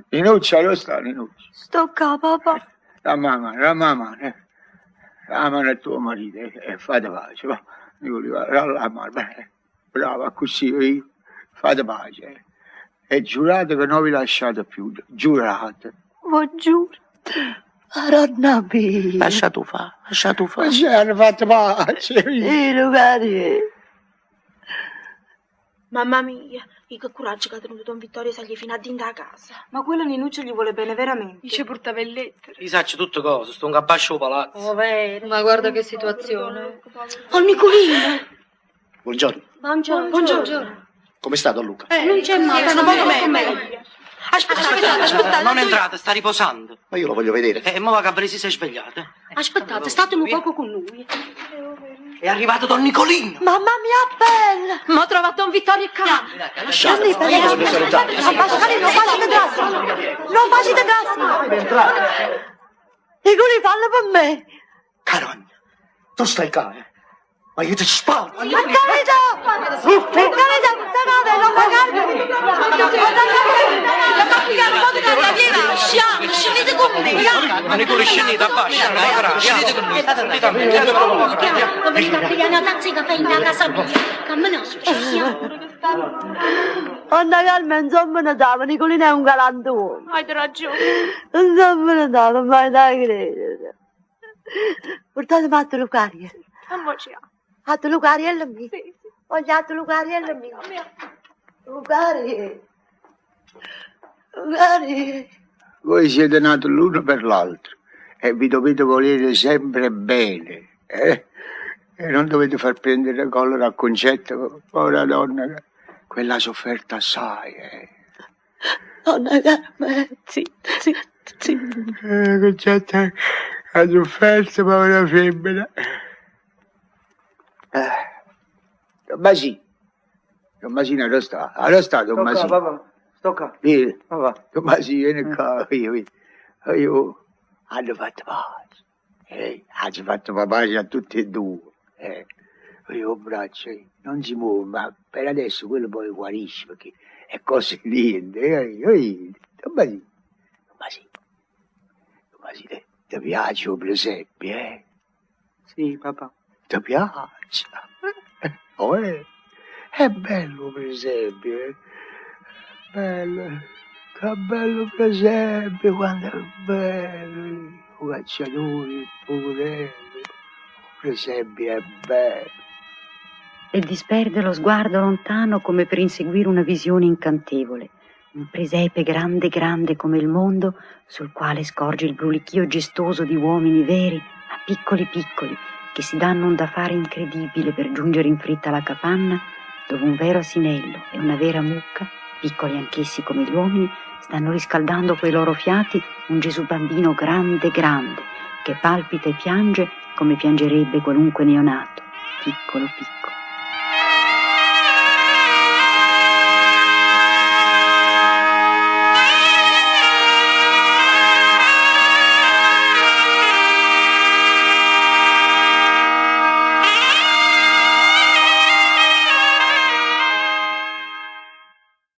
D: Rinuccia, lo sta, rinuccia.
C: Sto qua, papà.
D: La mamma, la mamma, eh. la mamma è tuo marito, e fate pace, va. Nicolino, la mamma, bene.
E: brava, così, eh? fate
D: eh.
E: pace. E giurate che non vi lasciate più, giurate.
A: Ma giuro. Ronna mia.
E: Lascia
D: tu fa, lascia tu
E: Ma ci hanno fatto pace.
A: I lugari.
L: Mamma mia, e che coraggio che ha tenuto Don Vittorio se gli fino a din da casa.
W: Ma quello Ninuccio gli vuole bene veramente. Dice brutta belletta.
N: Gli saccio tutto cosa, sto un gabbascio palazzo.
W: Ma guarda che situazione.
L: Oh, Nicolino!
H: Buongiorno,
L: Buongiorno. Buongiorno.
H: come sta Don Luca?
L: non c'è male,
W: stanno poco meglio.
L: Aspetta, aspettate, aspettate.
N: Cioè, non entrate, sta riposando. Eh,
H: Ma io lo voglio vedere.
N: E mo la Cabresi si è svegliata.
L: Aspettate, state un poco con lui.
N: È arrivato Don Nicolino.
L: Mamma mia, bella! Ma ho trovato Don Vittorio e Cam.
H: Lasciate, io voglio salutarvi.
L: Non facile, non facile grasso. Non facile grasso.
A: E quelli fanno per me.
H: Tu stai cane, ma io ti
A: Ma
H: sparo.
A: carità! Per carità, state, non pagate!
C: Sciamo, scendete con me, raga.
N: Ma Nicolino scendete, abbascia, non pagherà. Scendete con noi,
A: da.
N: scendete a me, scendete con noi.
C: Come ti capire una
L: da,
C: tazza che fai in casa mia? Cammino su, ci siamo.
A: Anna calma, insomma, non dava, Nicolino è un galantuomo.
C: Hai ragione.
A: Insomma, non dava, mai da credere. Portate matto Lucariel. Atto Lucariel mio. Voglio atto Lucariel mio. Lucariel. Lucariel.
E: Voi siete nati l'uno per l'altro e vi dovete volere sempre bene. eh? E non dovete far prendere collo al concetto, povera donna, che quella ha sofferto assai. eh.
A: Donna Carmen, zitta, zitta, zitta.
E: Eh, concetto ha sofferto, povera femmina. Eh. Don Masino, Don Masino, dove sta? Ah, dove sta Don
J: Sto Ecco qua,
E: Masino?
J: papà. Eh. Sto qua.
E: Vieni, Don Masino, vieni qua, vieni, vieni. Ah, Io, hanno fatto pace. Eh, hanno fatto pace a tutti e due. Eh, io braccio, eh, non si muove, ma per adesso quello poi guarisce, perché è cosa niente. Eh, eh, Don Masino, Don Masino, Don Masino, eh, ti piace il presepe, eh?
J: Sì, papà.
E: Ti piace? Oh, eh. È bello per esempio, eh. bello, che bello per esempio, quanto è bello, i cacciatori, il poverello, per esempio è bello.
B: e disperde lo sguardo lontano come per inseguire una visione incantevole. Un presepe grande, grande come il mondo, sul quale scorge il brulichio gestoso di uomini veri, ma piccoli piccoli, che si danno un da fare incredibile per giungere in fretta alla capanna, dove un vero asinello e una vera mucca, piccoli anch'essi come gli uomini, stanno riscaldando coi loro fiati un Gesù bambino grande, grande, che palpita e piange come piangerebbe qualunque neonato, piccolo, piccolo.